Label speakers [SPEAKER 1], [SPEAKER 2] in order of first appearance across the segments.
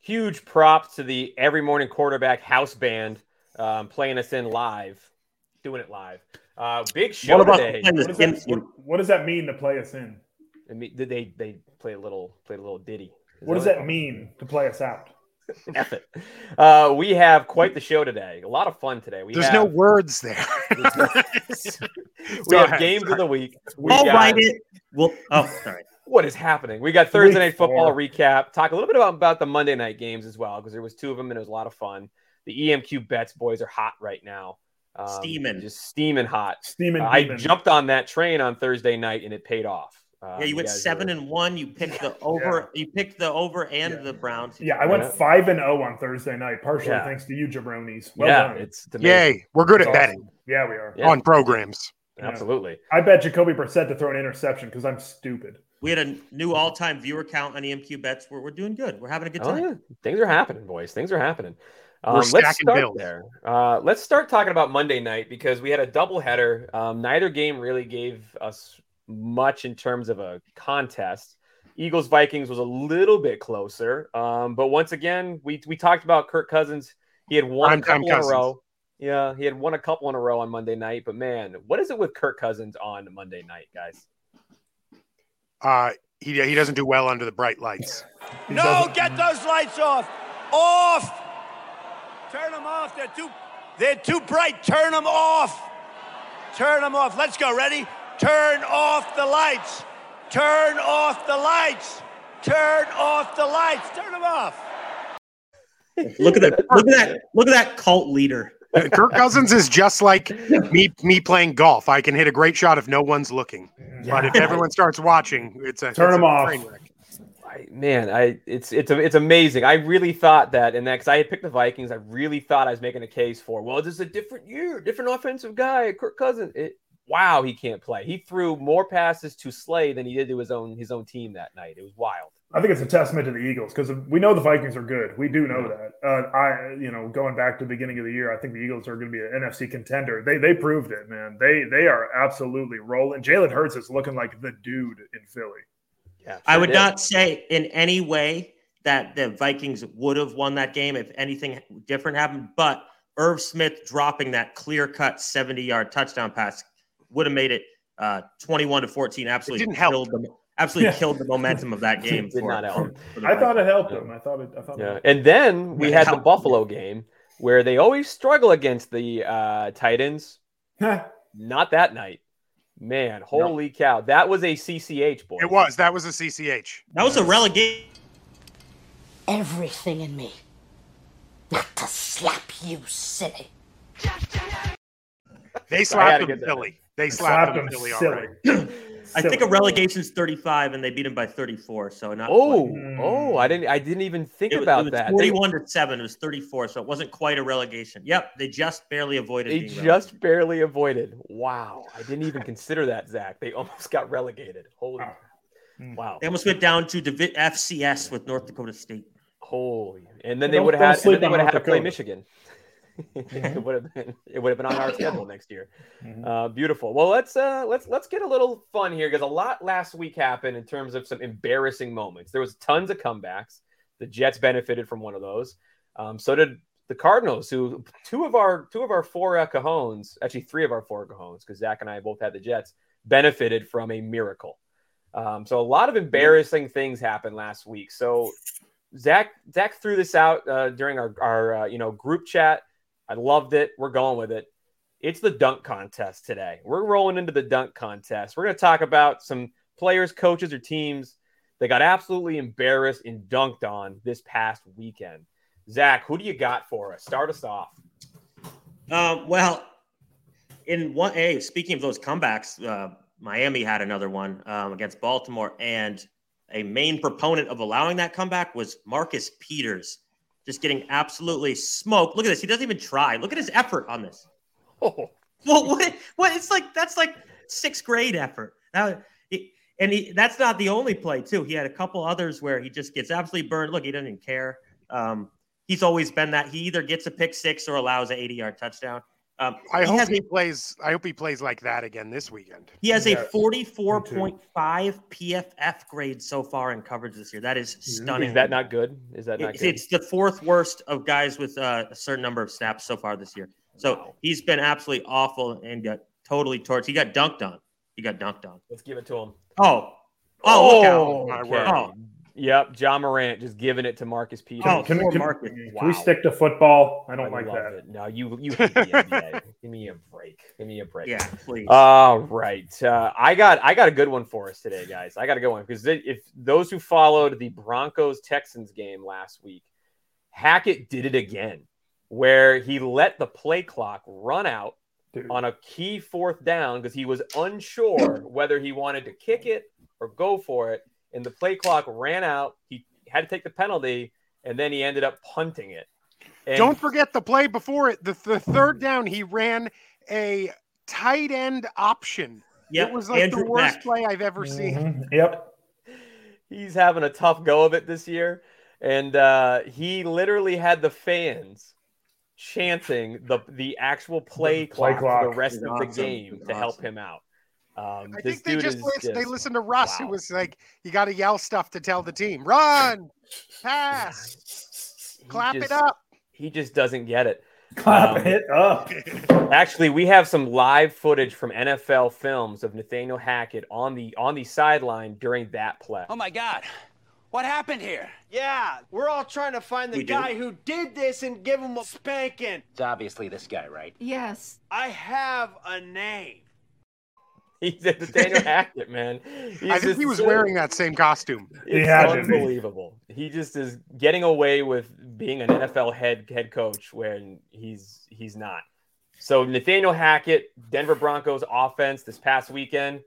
[SPEAKER 1] huge props to the every morning quarterback house band um, playing us in live, doing it live. Uh, big show
[SPEAKER 2] What about
[SPEAKER 1] today.
[SPEAKER 2] playing
[SPEAKER 3] What
[SPEAKER 2] the
[SPEAKER 3] does, that, what,
[SPEAKER 2] Simpsons?
[SPEAKER 3] what does that mean to play us in?
[SPEAKER 1] I mean, Did they they play a little played a little ditty? Is
[SPEAKER 3] What does that mean to play us out?
[SPEAKER 1] F it. Uh, we have quite the show today. A lot of fun today. We
[SPEAKER 4] There's
[SPEAKER 1] have,
[SPEAKER 4] no words there.
[SPEAKER 1] we
[SPEAKER 4] Go
[SPEAKER 1] have
[SPEAKER 4] ahead.
[SPEAKER 1] games of the week. We
[SPEAKER 2] I'll
[SPEAKER 1] got-
[SPEAKER 2] write it. Well, oh, sorry.
[SPEAKER 1] What is happening? We got Thursday night
[SPEAKER 3] Week four.
[SPEAKER 1] football recap. Talk a little bit about, about the Monday night games as well because there was two of them and it was a lot of fun. The EMQ bets boys are hot right now. Um,
[SPEAKER 2] Steaming.
[SPEAKER 1] just steaming hot.
[SPEAKER 3] Steaming.
[SPEAKER 1] Uh, I
[SPEAKER 3] demon.
[SPEAKER 1] jumped on that train on Thursday night and it paid off. Um,
[SPEAKER 2] Yeah, you went
[SPEAKER 1] guys
[SPEAKER 2] seven
[SPEAKER 1] are-
[SPEAKER 2] and one. You picked the over. You picked the over and
[SPEAKER 3] Yeah.
[SPEAKER 2] the Browns.
[SPEAKER 3] Yeah, I went
[SPEAKER 1] Yeah.
[SPEAKER 3] five and zero on Thursday night, partially
[SPEAKER 1] Yeah.
[SPEAKER 3] thanks to you, jabronis. Well
[SPEAKER 1] yeah,
[SPEAKER 3] done.
[SPEAKER 1] it's it's amazing.
[SPEAKER 4] Yay. We're good
[SPEAKER 3] It's
[SPEAKER 4] at
[SPEAKER 3] awesome.
[SPEAKER 4] betting
[SPEAKER 3] Yeah, we are.
[SPEAKER 1] Yeah.
[SPEAKER 4] on programs.
[SPEAKER 1] absolutely.
[SPEAKER 3] I bet Jacoby Brissett to throw an interception because I'm stupid.
[SPEAKER 2] We had a new all-time viewer count on EMQ bets. We're, we're doing good. We're having a good
[SPEAKER 1] Oh,
[SPEAKER 2] time.
[SPEAKER 1] yeah. Things are happening, boys. Things are happening.
[SPEAKER 4] We're
[SPEAKER 1] Um, let's
[SPEAKER 4] stacking
[SPEAKER 1] start
[SPEAKER 4] bills.
[SPEAKER 1] there. Uh, let's start talking about Monday night because we had a doubleheader. Um, neither game really gave us much in terms of a contest. Eagles Vikings was a little bit closer, um, but once again, we we talked about Kirk Cousins. He had won a
[SPEAKER 4] Primetime
[SPEAKER 1] couple in
[SPEAKER 4] Cousins.
[SPEAKER 1] a row. Yeah, he had won a couple in a row on Monday night. But man, what is it with Kirk Cousins on Monday night, guys?
[SPEAKER 4] Uh, he, he doesn't do well under the bright lights.
[SPEAKER 3] He
[SPEAKER 5] No,
[SPEAKER 3] doesn't-
[SPEAKER 5] get those lights off. Off. Turn them off. They're too they're too bright. Turn them off. Turn them off. Let's go. Ready? Turn off the lights. Turn off the lights. Turn off the lights. Turn them off.
[SPEAKER 2] Look at that. Look at that. Look at that cult leader.
[SPEAKER 4] Kirk Cousins is just like me me playing golf. I can hit a great shot if no one's looking. But if everyone starts watching, it's a
[SPEAKER 3] Turn
[SPEAKER 4] it's a
[SPEAKER 3] him off.
[SPEAKER 4] train wreck.
[SPEAKER 1] I, man, I it's it's it's amazing. I really thought that, and that because I had picked the Vikings, I really thought I was making a case for. Well, this is a different year, different offensive guy, Kirk Cousins. It, wow, he can't play. He threw more passes to Slay than he did to his own his own team that night. It was wild.
[SPEAKER 3] I think it's a testament to the Eagles because we know the Vikings are good. We do know that. Uh, I, you know, going back to the beginning of the year, I think the Eagles are going to be an NFC contender. They they proved it, man. They they are absolutely rolling. Jalen Hurts is looking like the dude in Philly.
[SPEAKER 1] Yeah,
[SPEAKER 2] I
[SPEAKER 1] sure
[SPEAKER 2] would
[SPEAKER 1] did.
[SPEAKER 2] not say in any way that the Vikings would have won that game if anything different happened, but Irv Smith dropping that clear cut 70 yard touchdown pass would have made it uh, 21 to 14. Absolutely
[SPEAKER 4] didn't help.
[SPEAKER 2] killed them. Absolutely
[SPEAKER 3] Yeah.
[SPEAKER 2] killed the momentum of that game.
[SPEAKER 1] Did
[SPEAKER 2] for-
[SPEAKER 1] not help.
[SPEAKER 2] for the
[SPEAKER 3] I
[SPEAKER 2] Vikings.
[SPEAKER 3] thought it helped him. I thought it. I thought.
[SPEAKER 1] Yeah,
[SPEAKER 3] It,
[SPEAKER 1] and then we
[SPEAKER 2] Yeah,
[SPEAKER 1] had the
[SPEAKER 2] how-
[SPEAKER 1] Buffalo game where they always struggle against the uh, Titans.
[SPEAKER 3] Heh.
[SPEAKER 1] Not that night, man. Holy cow, that was a CCH boy.
[SPEAKER 4] It was. That was a CCH.
[SPEAKER 2] that was a relegation.
[SPEAKER 6] everything in me not to slap you silly.
[SPEAKER 4] They
[SPEAKER 1] I had
[SPEAKER 4] slapped
[SPEAKER 1] to
[SPEAKER 4] him
[SPEAKER 1] get that in.
[SPEAKER 4] silly. They slapped,
[SPEAKER 3] slapped him
[SPEAKER 4] him silly. All
[SPEAKER 3] silly.
[SPEAKER 4] right.
[SPEAKER 2] I think a
[SPEAKER 3] Silly.
[SPEAKER 2] relegation's 35 and they beat him by 34. So not
[SPEAKER 1] Oh,
[SPEAKER 2] quite.
[SPEAKER 1] oh! I didn't. I didn't even think
[SPEAKER 2] "Hmm." It was,
[SPEAKER 1] about
[SPEAKER 2] it was
[SPEAKER 1] that. They,
[SPEAKER 2] 41 to 7. It was 34. So it wasn't quite a relegation. Yep. They just barely avoided
[SPEAKER 1] they
[SPEAKER 2] being relegated.
[SPEAKER 1] just barely avoided. Wow! I didn't even consider that, Zach. They almost got relegated.
[SPEAKER 2] Oh.
[SPEAKER 1] Holy,
[SPEAKER 3] Wow. Mm.
[SPEAKER 1] wow!
[SPEAKER 2] They almost went down to Divi- FCS with North Dakota State.
[SPEAKER 1] Holy! And then
[SPEAKER 3] Well,
[SPEAKER 1] they
[SPEAKER 3] don't-
[SPEAKER 1] would have
[SPEAKER 3] don't
[SPEAKER 1] had. And
[SPEAKER 3] sleep
[SPEAKER 1] then they
[SPEAKER 3] on
[SPEAKER 1] would have had to
[SPEAKER 3] North
[SPEAKER 1] play
[SPEAKER 3] Dakota.
[SPEAKER 1] Michigan. it
[SPEAKER 3] Mhm.
[SPEAKER 1] would have been. It would have been on our schedule next year.
[SPEAKER 3] Mhm.
[SPEAKER 1] Uh, beautiful. Well, let's uh, let's let's get a little fun here because a lot last week happened in terms of some embarrassing moments. There was tons of comebacks. The Jets benefited from one of those. Um, so did the Cardinals, who two of our two of our four uh, Cajones, actually three of our four Cajones, because Zach and I both had the Jets benefited from a miracle. Um, so a lot of embarrassing things happened last week. So Zach Zach threw this out uh, during our our uh, you know group chat. I loved it. We're going with it. It's the dunk contest today. We're rolling into the dunk contest. We're going to talk about some players, coaches, or teams that got absolutely embarrassed and dunked on this past weekend. Zach, who do you got for us? Start us off.
[SPEAKER 2] Um, well, in one, hey, speaking of those comebacks, uh, Miami had another one um, against Baltimore, and a main proponent of allowing that comeback was Marcus Peters, just getting absolutely smoked. Look at this; he doesn't even try. Look at his effort on this.
[SPEAKER 1] Oh,
[SPEAKER 2] Well, what? What? It's like that's like sixth grade effort. That, he- and he, that's not the only play too. He had a couple others where he just gets absolutely burned. Look, he doesn't even care. Um, he's always been that. He either gets a pick six or allows an eighty-yard touchdown. Um,
[SPEAKER 4] I
[SPEAKER 2] he
[SPEAKER 4] hope
[SPEAKER 2] has
[SPEAKER 4] he
[SPEAKER 2] a
[SPEAKER 4] plays. I hope he plays like that again this weekend.
[SPEAKER 2] He has
[SPEAKER 3] Yeah,
[SPEAKER 2] a 44.5 PFF grade so far in coverage this year. That is
[SPEAKER 4] Mm-hmm.
[SPEAKER 2] stunning.
[SPEAKER 1] Is that not good? Is that not
[SPEAKER 2] It's,
[SPEAKER 1] good?
[SPEAKER 2] it's the fourth worst of guys with uh, a certain number of snaps so far this year. So he's been absolutely awful and got totally torched. He got dunked on. He got dunked on.
[SPEAKER 1] Let's give it to him.
[SPEAKER 2] Oh, oh, look out.
[SPEAKER 4] Oh, my
[SPEAKER 1] okay.
[SPEAKER 4] word.
[SPEAKER 2] Oh,
[SPEAKER 1] Yep, John Morant just giving it to Marcus Peters.
[SPEAKER 2] Oh,
[SPEAKER 3] Can,
[SPEAKER 2] poor
[SPEAKER 3] can,
[SPEAKER 2] Marcus.
[SPEAKER 3] can
[SPEAKER 1] Wow.
[SPEAKER 3] we stick to football? I don't like
[SPEAKER 1] love
[SPEAKER 3] that.
[SPEAKER 1] It. No, you you hate the NBA. Give me a break. Give me a
[SPEAKER 4] Oh.
[SPEAKER 1] break.
[SPEAKER 2] yeah, please.
[SPEAKER 1] All right, uh, I got I got a good one for us today, guys. I got a good one because if those who followed the Broncos Texans game last week, Hackett did it again, where he let the play clock run out
[SPEAKER 3] Dude.
[SPEAKER 1] on a key fourth down because he was unsure whether he wanted to kick it or go for it, and the play clock ran out. He had to take the penalty, and then he ended up punting it. And
[SPEAKER 4] Don't forget the play before it. The, the third down, he ran a tight end option.
[SPEAKER 2] yeah,
[SPEAKER 4] It was like
[SPEAKER 2] Andrew
[SPEAKER 4] the worst
[SPEAKER 2] Mack.
[SPEAKER 4] play I've ever seen.
[SPEAKER 3] Mhm. Yep.
[SPEAKER 1] he's having a tough go of it this year. And uh, he literally had the fans chanting the the actual play,
[SPEAKER 3] The play
[SPEAKER 1] clock, for
[SPEAKER 3] clock
[SPEAKER 1] the rest
[SPEAKER 2] is
[SPEAKER 1] of the
[SPEAKER 2] awesome.
[SPEAKER 1] game
[SPEAKER 2] It's
[SPEAKER 1] to help
[SPEAKER 2] awesome.
[SPEAKER 1] him out. Um,
[SPEAKER 4] I
[SPEAKER 1] this
[SPEAKER 4] think they
[SPEAKER 1] dude
[SPEAKER 4] just,
[SPEAKER 1] is
[SPEAKER 4] list, they
[SPEAKER 1] just-
[SPEAKER 4] listened to Russ, who
[SPEAKER 1] wow.
[SPEAKER 4] was like, "You got to yell stuff to tell the team: run, pass,
[SPEAKER 1] he
[SPEAKER 4] clap
[SPEAKER 1] just-
[SPEAKER 4] it up."
[SPEAKER 1] He just doesn't get it.
[SPEAKER 3] Clap
[SPEAKER 1] Um,
[SPEAKER 3] it up.
[SPEAKER 1] Actually, we have some live footage from NFL films of Nathaniel Hackett on the on the sideline during that play.
[SPEAKER 4] Um,
[SPEAKER 7] Oh my God. What happened here?
[SPEAKER 8] Yeah, we're all trying to find the
[SPEAKER 2] We do.
[SPEAKER 8] guy who did this and give him a spanking.
[SPEAKER 7] It's obviously this guy, right?
[SPEAKER 9] Yes.
[SPEAKER 8] I have a name.
[SPEAKER 1] He did Nathaniel Hackett, man.
[SPEAKER 4] I think he was
[SPEAKER 1] wearing.
[SPEAKER 4] wearing that same costume.
[SPEAKER 1] It's
[SPEAKER 3] had to be.
[SPEAKER 1] unbelievable. He just is getting away with being an NFL head head coach when he's he's not. So Nathaniel Hackett, Denver Broncos offense this past weekend,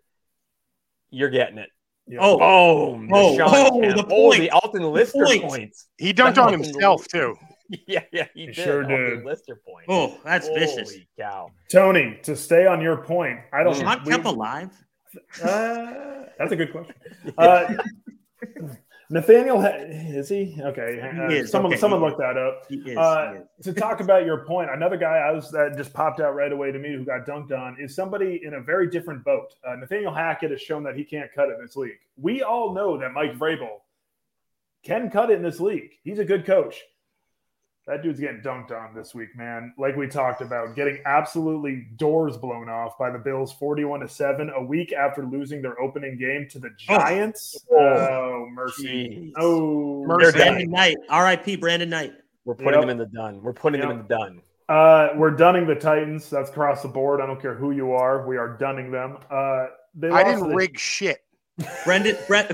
[SPEAKER 1] you're getting it.
[SPEAKER 3] Yeah.
[SPEAKER 2] Oh,
[SPEAKER 1] Boom!
[SPEAKER 2] Oh,
[SPEAKER 1] Deshaun
[SPEAKER 2] oh,
[SPEAKER 1] Kemp. Oh,
[SPEAKER 2] the
[SPEAKER 1] the
[SPEAKER 2] points.
[SPEAKER 1] Alton Lister
[SPEAKER 2] points.
[SPEAKER 1] points.
[SPEAKER 4] He dunked on himself too.
[SPEAKER 1] Yeah, yeah, he,
[SPEAKER 3] He
[SPEAKER 1] did.
[SPEAKER 3] sure
[SPEAKER 1] Alton
[SPEAKER 3] did.
[SPEAKER 1] Lister points.
[SPEAKER 2] oh, that's
[SPEAKER 1] Holy
[SPEAKER 2] vicious.
[SPEAKER 1] cow!
[SPEAKER 3] Tony, to stay on your point, I don't.
[SPEAKER 2] Is Mont
[SPEAKER 3] we-
[SPEAKER 2] Kemp alive?
[SPEAKER 3] Uh, that's a good question. Uh, Nathaniel, Ha- is he okay? uh,
[SPEAKER 2] He is,
[SPEAKER 3] Someone,
[SPEAKER 2] okay,
[SPEAKER 3] someone
[SPEAKER 2] he-
[SPEAKER 3] look that up.
[SPEAKER 2] He is.
[SPEAKER 3] Uh,
[SPEAKER 2] he is.
[SPEAKER 3] to talk about your point, another guy I was that just popped out right away to me who got dunked on is somebody in a very different boat. Uh, Nathaniel Hackett has shown that he can't cut it in this league. We all know that Mike Vrabel can cut it in this league. He's a good coach. That dude's getting dunked on this week, man. Like we talked about, getting absolutely doors blown off by the Bills, forty-one to seven, a week after losing their opening game to the Giants. Oh, mercy!
[SPEAKER 1] Jeez.
[SPEAKER 3] Oh,
[SPEAKER 4] Mercy.
[SPEAKER 3] mercy.
[SPEAKER 2] Brandon Knight, RIP Brandon Knight.
[SPEAKER 1] We're putting
[SPEAKER 3] Yep.
[SPEAKER 1] him in the dun. We're putting him in
[SPEAKER 3] Yep.
[SPEAKER 1] the dun.
[SPEAKER 3] Uh, we're dunning the Titans. That's across the board. I don't care who you are. We are dunning them. Uh, they
[SPEAKER 4] I
[SPEAKER 3] lost
[SPEAKER 4] didn't
[SPEAKER 3] to the-
[SPEAKER 4] rig shit.
[SPEAKER 2] Brendan, Brent,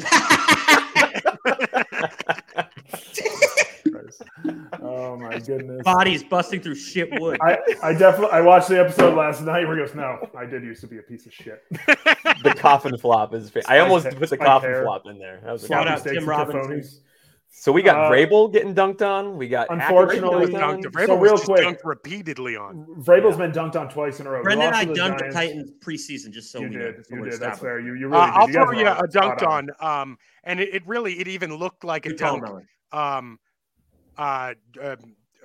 [SPEAKER 3] Oh my goodness.
[SPEAKER 2] bodies busting through shit wood.
[SPEAKER 3] I, I definitely I watched the episode last night where he goes, No, I did used to be a piece of shit.
[SPEAKER 1] The coffin flop is. Fa- I almost
[SPEAKER 3] hair-
[SPEAKER 1] put the
[SPEAKER 3] spike
[SPEAKER 1] coffin
[SPEAKER 3] hair.
[SPEAKER 1] flop in there. That was a
[SPEAKER 2] Shout
[SPEAKER 1] good
[SPEAKER 2] out
[SPEAKER 1] one.
[SPEAKER 3] Steaks
[SPEAKER 2] Tim
[SPEAKER 3] and
[SPEAKER 2] Robinson.
[SPEAKER 3] Capone's.
[SPEAKER 1] So we got
[SPEAKER 3] Uh,
[SPEAKER 1] Vrabel getting dunked on. We got Hackett getting
[SPEAKER 3] Unfortunately-
[SPEAKER 1] dunked on.
[SPEAKER 4] Dunked. Vrabel
[SPEAKER 3] So
[SPEAKER 4] was
[SPEAKER 3] real
[SPEAKER 4] just
[SPEAKER 3] quick-
[SPEAKER 4] dunked repeatedly on.
[SPEAKER 3] Vrabel's been dunked on twice in a row. You
[SPEAKER 2] Brendan
[SPEAKER 3] lost
[SPEAKER 2] I
[SPEAKER 3] to the
[SPEAKER 2] dunked the
[SPEAKER 3] Giants.
[SPEAKER 2] Titans preseason, just so
[SPEAKER 3] You
[SPEAKER 2] we know.
[SPEAKER 3] did.
[SPEAKER 2] so
[SPEAKER 3] You
[SPEAKER 2] we're
[SPEAKER 3] did. That's
[SPEAKER 2] established.
[SPEAKER 3] fair. You, you really
[SPEAKER 4] Uh,
[SPEAKER 3] did.
[SPEAKER 4] I'll
[SPEAKER 3] You guys
[SPEAKER 4] throw
[SPEAKER 3] were
[SPEAKER 4] you a
[SPEAKER 3] spot
[SPEAKER 4] dunked on. Um, and it, it really it even looked like a
[SPEAKER 2] Good call,
[SPEAKER 4] dunk.
[SPEAKER 2] Melon.
[SPEAKER 4] um, uh, uh,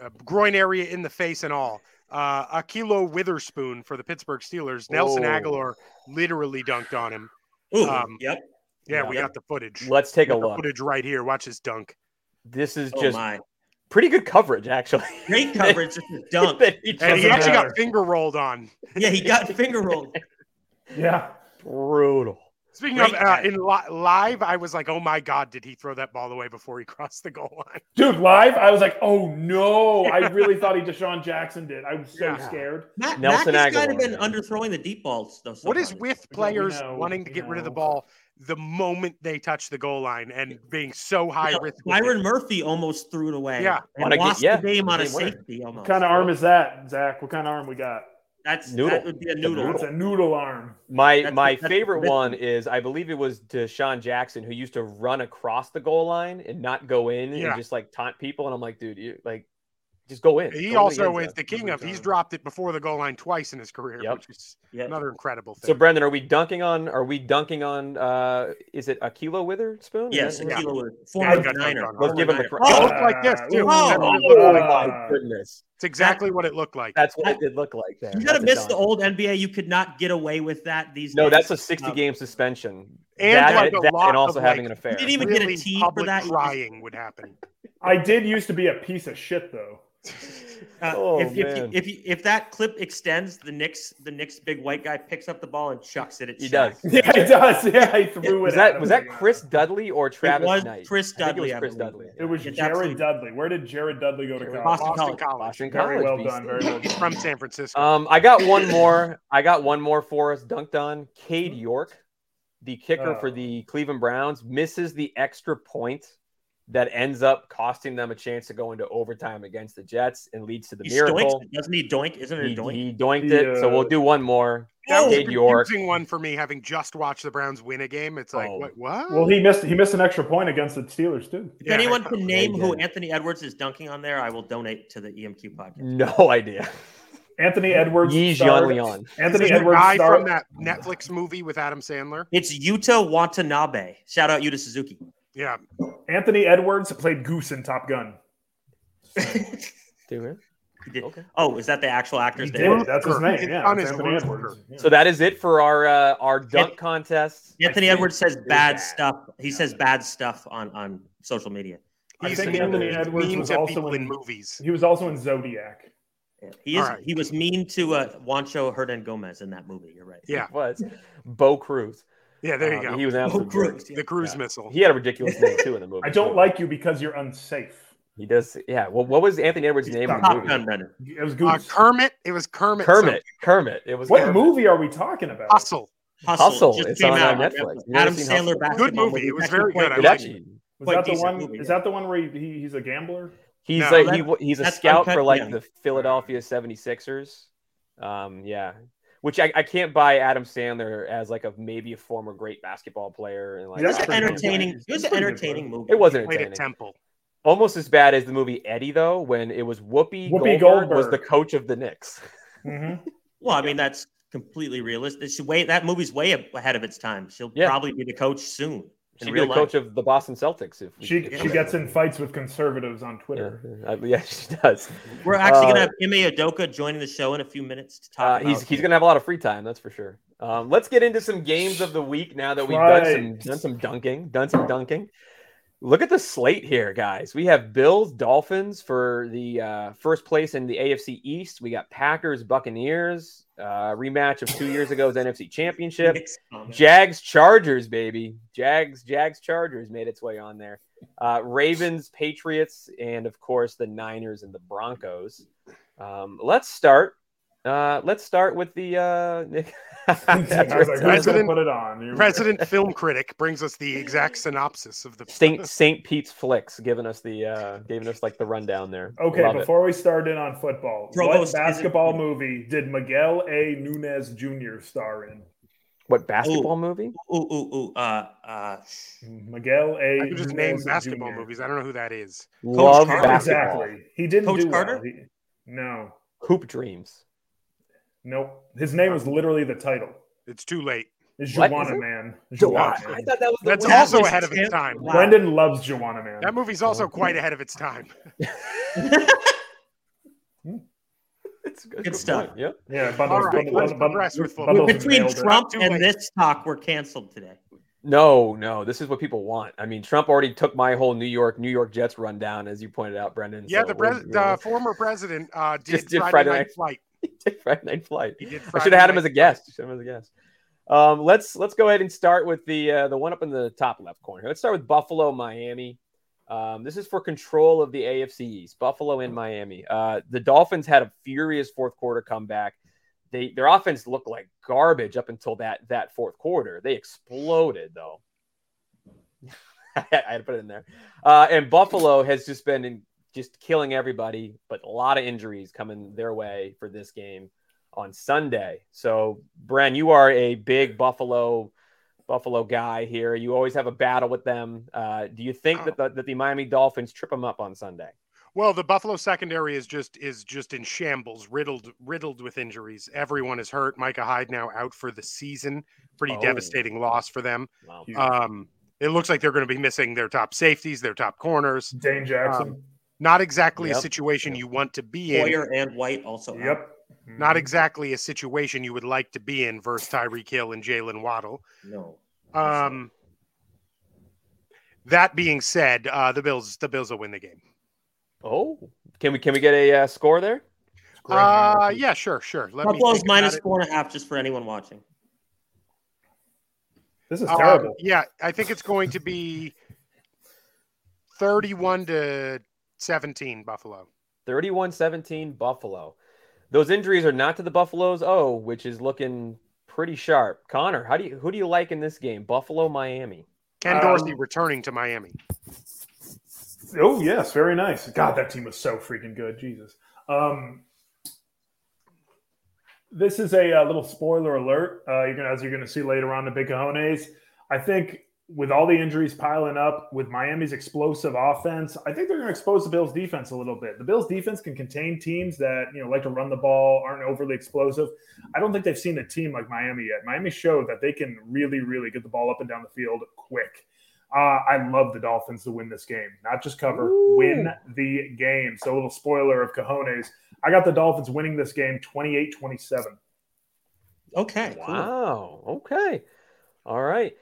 [SPEAKER 4] uh, groin area in the face and all. Uh, Akilo Witherspoon for the Pittsburgh Steelers. Nelson
[SPEAKER 1] Oh.
[SPEAKER 4] Aguilar literally dunked on him.
[SPEAKER 2] Ooh,
[SPEAKER 4] Um,
[SPEAKER 2] yep.
[SPEAKER 4] Yeah,
[SPEAKER 1] Yeah.
[SPEAKER 4] we got the footage.
[SPEAKER 1] Let's take a
[SPEAKER 4] Got the
[SPEAKER 1] look.
[SPEAKER 4] Footage right here. Watch his dunk.
[SPEAKER 1] This is
[SPEAKER 2] Oh
[SPEAKER 1] just
[SPEAKER 2] my,
[SPEAKER 1] pretty good coverage, actually.
[SPEAKER 2] great coverage, just a dunk.
[SPEAKER 1] That he
[SPEAKER 4] And he
[SPEAKER 1] just-
[SPEAKER 3] Doesn't
[SPEAKER 4] actually
[SPEAKER 3] matter.
[SPEAKER 4] got finger rolled on.
[SPEAKER 2] Yeah, he got finger rolled.
[SPEAKER 3] Yeah.
[SPEAKER 1] brutal.
[SPEAKER 4] Speaking
[SPEAKER 2] Great
[SPEAKER 4] of uh,
[SPEAKER 2] guy.
[SPEAKER 4] in li- live, I was like, "Oh my god, did he throw that ball away before he crossed the goal line?"
[SPEAKER 3] Dude, live, I was like, oh no. I really thought he Deshaun Jackson did. I was so
[SPEAKER 4] Yeah.
[SPEAKER 3] scared.
[SPEAKER 2] Matt,
[SPEAKER 1] Nelson
[SPEAKER 2] Mack has kind of
[SPEAKER 1] Aguilar,
[SPEAKER 2] been
[SPEAKER 1] man.
[SPEAKER 2] underthrowing the deep balls though.
[SPEAKER 4] What is
[SPEAKER 2] sometimes.
[SPEAKER 4] with
[SPEAKER 3] we
[SPEAKER 4] players
[SPEAKER 3] know,
[SPEAKER 4] wanting to
[SPEAKER 3] we
[SPEAKER 4] get rid of the
[SPEAKER 3] know.
[SPEAKER 4] ball the moment they touch the goal line and being so high
[SPEAKER 2] Yeah,
[SPEAKER 4] risk? with it?
[SPEAKER 2] Byron Murphy almost threw it away.
[SPEAKER 4] Yeah.
[SPEAKER 1] On a
[SPEAKER 2] and
[SPEAKER 1] ga-
[SPEAKER 2] lost
[SPEAKER 1] yeah,
[SPEAKER 2] the game on a
[SPEAKER 1] game winner.
[SPEAKER 2] safety almost.
[SPEAKER 3] What kind of arm is that, Zach? What kind of arm we got?
[SPEAKER 2] That's
[SPEAKER 1] Noodle.
[SPEAKER 2] that would be a
[SPEAKER 1] It's a
[SPEAKER 2] noodle.
[SPEAKER 3] It's a noodle arm.
[SPEAKER 1] My
[SPEAKER 2] That's-
[SPEAKER 1] my
[SPEAKER 2] that's-
[SPEAKER 1] favorite
[SPEAKER 2] that's-
[SPEAKER 1] one is I believe it was Deshaun Jackson who used to run across the goal line and not go in
[SPEAKER 4] Yeah.
[SPEAKER 1] and just like taunt people. And I'm like, dude, you like Just go in. Go
[SPEAKER 4] He
[SPEAKER 1] to the
[SPEAKER 4] also
[SPEAKER 1] end
[SPEAKER 4] is
[SPEAKER 1] zone.
[SPEAKER 4] the king of. He's
[SPEAKER 3] time.
[SPEAKER 4] dropped it before the goal line twice in his career,
[SPEAKER 1] Yep.
[SPEAKER 4] which is
[SPEAKER 2] Yeah.
[SPEAKER 4] another incredible thing.
[SPEAKER 1] So Brendan, are we dunking on? Are we dunking on? uh Is it Akilah Witherspoon? Is
[SPEAKER 2] Yes,
[SPEAKER 1] that-
[SPEAKER 4] Yeah.
[SPEAKER 2] Akilah Witherspoon,
[SPEAKER 4] Yeah,
[SPEAKER 2] former
[SPEAKER 4] good
[SPEAKER 2] Niner.
[SPEAKER 4] job, John.
[SPEAKER 1] Let's give him a
[SPEAKER 2] Former
[SPEAKER 1] cra-
[SPEAKER 2] Niner.
[SPEAKER 4] It
[SPEAKER 2] Oh,
[SPEAKER 4] looked like this too.
[SPEAKER 3] Uh,
[SPEAKER 1] Oh,
[SPEAKER 4] That's what it
[SPEAKER 1] oh
[SPEAKER 4] looked like.
[SPEAKER 1] my goodness!
[SPEAKER 4] It's exactly what it looked like.
[SPEAKER 1] That's what it did look like. There,
[SPEAKER 2] you gotta
[SPEAKER 1] That's a
[SPEAKER 2] miss the
[SPEAKER 1] dunk.
[SPEAKER 2] old NBA. You could not get away with that these
[SPEAKER 1] No,
[SPEAKER 2] days.
[SPEAKER 1] that's a 60
[SPEAKER 2] Um,
[SPEAKER 1] game suspension.
[SPEAKER 4] and
[SPEAKER 1] that,
[SPEAKER 4] like a
[SPEAKER 1] that
[SPEAKER 4] lot
[SPEAKER 1] and also
[SPEAKER 4] of,
[SPEAKER 1] having an
[SPEAKER 4] like,
[SPEAKER 1] affair.
[SPEAKER 2] didn't even- get a
[SPEAKER 4] Really
[SPEAKER 2] tee for
[SPEAKER 4] public
[SPEAKER 2] that. You just-
[SPEAKER 4] crying would happen.
[SPEAKER 3] I did used to be a piece of shit though.
[SPEAKER 2] Uh,
[SPEAKER 1] Oh,
[SPEAKER 2] if, if, you,
[SPEAKER 1] man.
[SPEAKER 2] if, you, if that clip extends, the Knicks, the Knicks big white guy picks up the ball and chucks it at
[SPEAKER 1] He
[SPEAKER 2] Shaq.
[SPEAKER 1] does.
[SPEAKER 3] Yeah, it does. Yeah, he threw it.
[SPEAKER 1] Was
[SPEAKER 3] at
[SPEAKER 1] that
[SPEAKER 3] him.
[SPEAKER 1] was that Chris Dudley or Travis
[SPEAKER 2] was
[SPEAKER 1] Knight?
[SPEAKER 2] Chris
[SPEAKER 1] I think
[SPEAKER 2] Dudley,
[SPEAKER 1] It
[SPEAKER 2] I
[SPEAKER 1] was Chris
[SPEAKER 2] believe.
[SPEAKER 1] Dudley.
[SPEAKER 3] It was
[SPEAKER 2] It's
[SPEAKER 3] Jared
[SPEAKER 2] absolutely-
[SPEAKER 3] Dudley. Where did Jared Dudley go to
[SPEAKER 1] Jared-
[SPEAKER 3] college?
[SPEAKER 2] Boston College.
[SPEAKER 1] Washington College,
[SPEAKER 3] Very well
[SPEAKER 1] beast.
[SPEAKER 3] done. Very well done.
[SPEAKER 4] From San Francisco.
[SPEAKER 1] Um, I got one more. I got one more for us. Dunked on
[SPEAKER 2] Mm-hmm.
[SPEAKER 1] Cade York, the kicker for
[SPEAKER 3] Oh.
[SPEAKER 1] the Cleveland Browns, misses the extra point that ends up costing them a chance to go into overtime against the Jets and leads to the
[SPEAKER 2] He
[SPEAKER 1] miracle.
[SPEAKER 2] doinks, it. doesn't he doink? Isn't it Oh,
[SPEAKER 1] He,
[SPEAKER 2] a doink?
[SPEAKER 1] he doinked it. So we'll
[SPEAKER 3] Yeah.
[SPEAKER 1] do one more.
[SPEAKER 4] that was a
[SPEAKER 1] Cade York.
[SPEAKER 4] confusing one for me, having just watched the Browns win a game. It's like,
[SPEAKER 1] Oh.
[SPEAKER 4] what? what?
[SPEAKER 3] Well, he missed. He missed an extra point against the Steelers too.
[SPEAKER 2] If anyone can name who
[SPEAKER 1] Again.
[SPEAKER 2] Anthony Edwards is dunking on there, I will donate to the EMQ podcast.
[SPEAKER 1] No idea.
[SPEAKER 3] Anthony Edwards.
[SPEAKER 1] Yee Jean
[SPEAKER 3] starred-
[SPEAKER 1] Leon.
[SPEAKER 3] Anthony
[SPEAKER 4] Is it the
[SPEAKER 3] Edwards.
[SPEAKER 4] guy
[SPEAKER 3] starred-
[SPEAKER 4] from that Netflix movie with Adam Sandler.
[SPEAKER 2] It's Yuta Watanabe. Shout out Yuta Suzuki.
[SPEAKER 4] Yeah,
[SPEAKER 3] Anthony Edwards played Goose in Top Gun.
[SPEAKER 1] Do it.
[SPEAKER 2] He did-
[SPEAKER 1] Okay.
[SPEAKER 2] Oh, is that the actual actor's
[SPEAKER 3] He
[SPEAKER 2] name?
[SPEAKER 3] did. That's his
[SPEAKER 4] Rooker.
[SPEAKER 3] name. Yeah,
[SPEAKER 4] On
[SPEAKER 3] it's
[SPEAKER 4] his
[SPEAKER 3] Anthony
[SPEAKER 4] Rooker.
[SPEAKER 3] Edwards. Yeah.
[SPEAKER 1] So that is it for our uh, our dunk contest.
[SPEAKER 2] Anthony
[SPEAKER 1] I think
[SPEAKER 2] Edwards says
[SPEAKER 1] it was
[SPEAKER 2] bad
[SPEAKER 1] bad.
[SPEAKER 2] stuff. He says bad stuff on on social media.
[SPEAKER 3] I
[SPEAKER 4] he's
[SPEAKER 3] think
[SPEAKER 4] mean-
[SPEAKER 3] Anthony
[SPEAKER 4] he's
[SPEAKER 3] Edwards
[SPEAKER 4] mean
[SPEAKER 3] was
[SPEAKER 4] to
[SPEAKER 3] also
[SPEAKER 4] people in
[SPEAKER 3] in-
[SPEAKER 4] movies.
[SPEAKER 3] He was also in Zodiac.
[SPEAKER 2] He is.
[SPEAKER 4] All right.
[SPEAKER 2] He was mean to uh, Juancho Hernan Gomez in that movie. You're right.
[SPEAKER 4] Yeah,
[SPEAKER 1] was Bo Cruz.
[SPEAKER 4] yeah. There you
[SPEAKER 1] Um,
[SPEAKER 4] go.
[SPEAKER 1] He was an
[SPEAKER 2] Oh,
[SPEAKER 1] absolute jerk.
[SPEAKER 2] Cruz. yeah.
[SPEAKER 4] the cruise
[SPEAKER 1] Yeah.
[SPEAKER 4] missile.
[SPEAKER 1] He had a ridiculous name too in the movie.
[SPEAKER 3] I don't like you because you're unsafe.
[SPEAKER 1] He does. Yeah. Well, what was Anthony Edwards' name in the
[SPEAKER 2] Top
[SPEAKER 1] movie?
[SPEAKER 2] Gun Runner.
[SPEAKER 3] It was
[SPEAKER 4] Uh,
[SPEAKER 3] Goose.
[SPEAKER 4] Kermit. It was Kermit.
[SPEAKER 1] Kermit. Kermit. It was
[SPEAKER 3] what
[SPEAKER 1] Kermit.
[SPEAKER 3] movie are we talking about?
[SPEAKER 4] Hustle.
[SPEAKER 2] Hustle.
[SPEAKER 1] Hustle.
[SPEAKER 2] Just
[SPEAKER 1] It's
[SPEAKER 2] came
[SPEAKER 1] on, uh,
[SPEAKER 2] out.
[SPEAKER 1] Netflix. You've never
[SPEAKER 2] Adam
[SPEAKER 1] seen
[SPEAKER 2] Sandler
[SPEAKER 1] Hustle?
[SPEAKER 2] basketball
[SPEAKER 4] Good movie. It was
[SPEAKER 2] Actually
[SPEAKER 4] very
[SPEAKER 2] quite
[SPEAKER 4] good. I
[SPEAKER 1] It
[SPEAKER 4] liked
[SPEAKER 2] good.
[SPEAKER 1] actually,
[SPEAKER 3] Was
[SPEAKER 2] Quite
[SPEAKER 3] that the
[SPEAKER 2] decent
[SPEAKER 3] one?
[SPEAKER 2] movie,
[SPEAKER 3] is
[SPEAKER 2] yeah.
[SPEAKER 3] that the one where he, he, he's a gambler?
[SPEAKER 1] he's
[SPEAKER 4] No,
[SPEAKER 1] like
[SPEAKER 2] that-
[SPEAKER 1] he, he's a
[SPEAKER 2] that's
[SPEAKER 1] scout
[SPEAKER 2] Uncut
[SPEAKER 1] for like
[SPEAKER 2] Gems.
[SPEAKER 1] the Philadelphia 76ers. Um, yeah, which I, I can't buy Adam Sandler as like a maybe a former great basketball player and like
[SPEAKER 2] It was
[SPEAKER 3] That's
[SPEAKER 2] an
[SPEAKER 1] Oscar
[SPEAKER 3] pretty good.
[SPEAKER 2] entertaining. It was
[SPEAKER 3] That's
[SPEAKER 2] an
[SPEAKER 3] pretty good,
[SPEAKER 2] entertaining movie.
[SPEAKER 1] It wasn't
[SPEAKER 4] Played at
[SPEAKER 1] entertaining.
[SPEAKER 4] Temple.
[SPEAKER 1] Almost as bad as the movie Eddie though, when it was Whoopi,
[SPEAKER 3] Whoopi
[SPEAKER 1] Goldberg, was
[SPEAKER 3] Goldberg.
[SPEAKER 1] the coach of the Knicks.
[SPEAKER 3] Mm-hmm.
[SPEAKER 2] Well, I mean that's completely realistic. She way that movie's way ahead of its time. She'll
[SPEAKER 1] Yeah.
[SPEAKER 2] probably be the coach soon.
[SPEAKER 1] She'd
[SPEAKER 2] In
[SPEAKER 1] be
[SPEAKER 2] real
[SPEAKER 1] the
[SPEAKER 2] life.
[SPEAKER 1] coach of the Boston Celtics. If we-
[SPEAKER 3] She
[SPEAKER 1] if
[SPEAKER 3] she
[SPEAKER 1] we-
[SPEAKER 3] gets in fights with conservatives on
[SPEAKER 1] Yeah,
[SPEAKER 3] Twitter.
[SPEAKER 1] uh, yeah, she does.
[SPEAKER 2] We're actually
[SPEAKER 1] Uh,
[SPEAKER 2] gonna have Ime Adoka joining the show in a few minutes to
[SPEAKER 1] Uh,
[SPEAKER 2] talk.
[SPEAKER 1] he's
[SPEAKER 2] about-
[SPEAKER 1] he's gonna have a lot of free time, that's for sure. Um, let's get into some games of the week now that we've done some
[SPEAKER 3] Right.
[SPEAKER 1] done some dunking, done some dunking. Look at the slate here, guys. We have Bills, Dolphins for the uh, first place in the AFC East. We got Packers, Buccaneers, uh, rematch of two years ago's NFC Championship.
[SPEAKER 2] Nick's comment.
[SPEAKER 1] Jags Chargers, baby. Jags Jags Chargers made its way on there. Uh, Ravens Patriots, and of course the Niners and the Broncos. Um, let's start. Uh, let's start with the uh, Nick.
[SPEAKER 3] I was like, who's gonna
[SPEAKER 4] President-
[SPEAKER 3] put it on? Here we go.
[SPEAKER 4] Resident film critic brings us the exact synopsis of the
[SPEAKER 1] Saint Saint Pete's Flicks giving us the uh, giving us like the rundown there.
[SPEAKER 3] Okay,
[SPEAKER 1] Love it.
[SPEAKER 3] before we start in on football,
[SPEAKER 2] Provost
[SPEAKER 3] what
[SPEAKER 2] isn't-
[SPEAKER 3] basketball movie did Miguel A. Nunez Jr. star in?
[SPEAKER 1] what basketball movie?
[SPEAKER 2] Ooh, ooh, ooh. Uh, uh,
[SPEAKER 3] Miguel A.
[SPEAKER 4] I can just name
[SPEAKER 3] Nunez
[SPEAKER 4] basketball
[SPEAKER 3] Jr..
[SPEAKER 4] movies. I don't know who that is.
[SPEAKER 1] Love
[SPEAKER 2] Carter.
[SPEAKER 1] basketball.
[SPEAKER 3] Exactly. He didn't
[SPEAKER 2] Coach
[SPEAKER 3] do well.
[SPEAKER 2] Carter?
[SPEAKER 3] He- no,
[SPEAKER 1] Hoop dreams.
[SPEAKER 3] nope. His name was literally the title.
[SPEAKER 4] It's too late.
[SPEAKER 3] It's
[SPEAKER 1] What is
[SPEAKER 3] Joanna
[SPEAKER 1] it?
[SPEAKER 3] Man.
[SPEAKER 1] I
[SPEAKER 3] Juwana Man.
[SPEAKER 1] thought that was the
[SPEAKER 4] That's
[SPEAKER 1] one-
[SPEAKER 4] also
[SPEAKER 2] was
[SPEAKER 4] ahead of its
[SPEAKER 2] terrible.
[SPEAKER 4] time.
[SPEAKER 2] Wow.
[SPEAKER 3] Brendan loves Joanna Man.
[SPEAKER 4] That movie's also quite ahead of its time.
[SPEAKER 1] It's good,
[SPEAKER 2] stuff.
[SPEAKER 1] point, Yep.
[SPEAKER 3] yeah, bundles,
[SPEAKER 4] All right,
[SPEAKER 3] bundles,
[SPEAKER 4] let's
[SPEAKER 3] bundles,
[SPEAKER 4] progress with
[SPEAKER 3] bundles
[SPEAKER 4] football.
[SPEAKER 3] of
[SPEAKER 2] between
[SPEAKER 3] nailed it.
[SPEAKER 2] Trump
[SPEAKER 4] Too
[SPEAKER 2] and
[SPEAKER 4] late.
[SPEAKER 2] this talk, we're canceled today.
[SPEAKER 1] No, no, this is what people want. I mean, Trump already took my whole New York, New York Jets rundown, as you pointed out, Brendan.
[SPEAKER 4] Yeah,
[SPEAKER 1] so
[SPEAKER 4] the,
[SPEAKER 1] we're-
[SPEAKER 4] pres-
[SPEAKER 1] we're-
[SPEAKER 4] the former president uh, did,
[SPEAKER 1] Just did
[SPEAKER 4] Friday,
[SPEAKER 1] Friday
[SPEAKER 4] Night,
[SPEAKER 1] Night-
[SPEAKER 4] Flight.
[SPEAKER 1] Friday Night Flight.
[SPEAKER 4] He did Friday
[SPEAKER 1] I should have had him
[SPEAKER 4] Night
[SPEAKER 1] as a
[SPEAKER 4] Flight.
[SPEAKER 1] guest. Should have him as a guest. Um, let's let's go ahead and start with the uh, the one up in the top left corner. Let's start with Buffalo, Miami. Um, this is for control of the AFC East. Buffalo and Miami. Uh, the Dolphins had a furious fourth quarter comeback. They their offense looked like garbage up until that that fourth quarter. They exploded though. I had to put it in there. Uh, and Buffalo has just been in, just killing everybody, but a lot of injuries coming their way for this game on Sunday. So, Bren, you are a big Buffalo Buffalo guy here. You always have a battle with them. Uh, do you think that the, that the Miami Dolphins trip them up on Sunday?
[SPEAKER 4] Well, the Buffalo secondary is just is just in shambles, riddled riddled with injuries. Everyone is hurt. Micah Hyde now out for the season. Pretty
[SPEAKER 1] Oh.
[SPEAKER 4] devastating loss for them.
[SPEAKER 1] Wow.
[SPEAKER 3] Huge.
[SPEAKER 4] Um, it looks like they're going to be missing their top safeties, their top corners.
[SPEAKER 3] Dane Jackson.
[SPEAKER 4] Not exactly a
[SPEAKER 1] Yep.
[SPEAKER 4] situation you want to be in.
[SPEAKER 2] Boyer and White also. out.
[SPEAKER 3] yep.
[SPEAKER 4] Um,
[SPEAKER 3] Mm-hmm.
[SPEAKER 4] Not exactly a situation you would like to be in versus Tyreek Hill and Jalen Waddle.
[SPEAKER 2] No.
[SPEAKER 4] Um, that being said, uh, the Bills the Bills will win the game.
[SPEAKER 1] Oh, can we can we get a uh, score there?
[SPEAKER 3] Great
[SPEAKER 4] Uh,
[SPEAKER 3] analysis.
[SPEAKER 4] yeah, sure, sure. Let me
[SPEAKER 2] Buffalo's
[SPEAKER 4] think about
[SPEAKER 2] minus
[SPEAKER 4] it.
[SPEAKER 2] four and a half, just for anyone watching.
[SPEAKER 3] This is
[SPEAKER 4] Um,
[SPEAKER 3] terrible.
[SPEAKER 4] yeah, I think it's going to be thirty-one to seventeen Buffalo.
[SPEAKER 1] 31-17 Buffalo. Those injuries are not to the Buffalo's O, which is looking pretty sharp. Connor, how do you who do you like in this game? Buffalo, Miami.
[SPEAKER 4] Ken
[SPEAKER 3] Um,
[SPEAKER 4] Dorsey returning to Miami.
[SPEAKER 3] Oh yes, very nice. God, that team was so freaking good. Jesus. Um, this is a, uh little spoiler alert. Uh, you're gonna, as you're going to see later on, the Big Cajones. I think with all the injuries piling up, with Miami's explosive offense, I think they're going to expose the Bills' defense a little bit. The Bills' defense can contain teams that you know like to run the ball, aren't overly explosive. I don't think they've seen a team like Miami yet. Miami showed that they can really, really get the ball up and down the field quick. Uh, I love the Dolphins to win this game, not just cover,
[SPEAKER 1] Ooh.
[SPEAKER 3] win the game. So, a little spoiler of cojones. I got the Dolphins winning this game 28 27.
[SPEAKER 2] Okay. cool.
[SPEAKER 1] Wow. Okay. All right.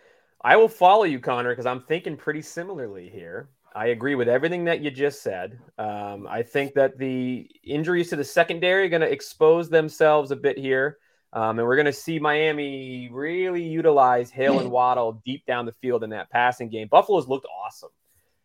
[SPEAKER 1] I will follow you, Connor, because I'm thinking pretty similarly here. I agree with everything that you just said. Um, I think that the injuries to the secondary are going to expose themselves a bit here. Um, and we're going to see Miami really utilize Hill and Waddle deep down the field in that passing game. Buffalo's looked awesome.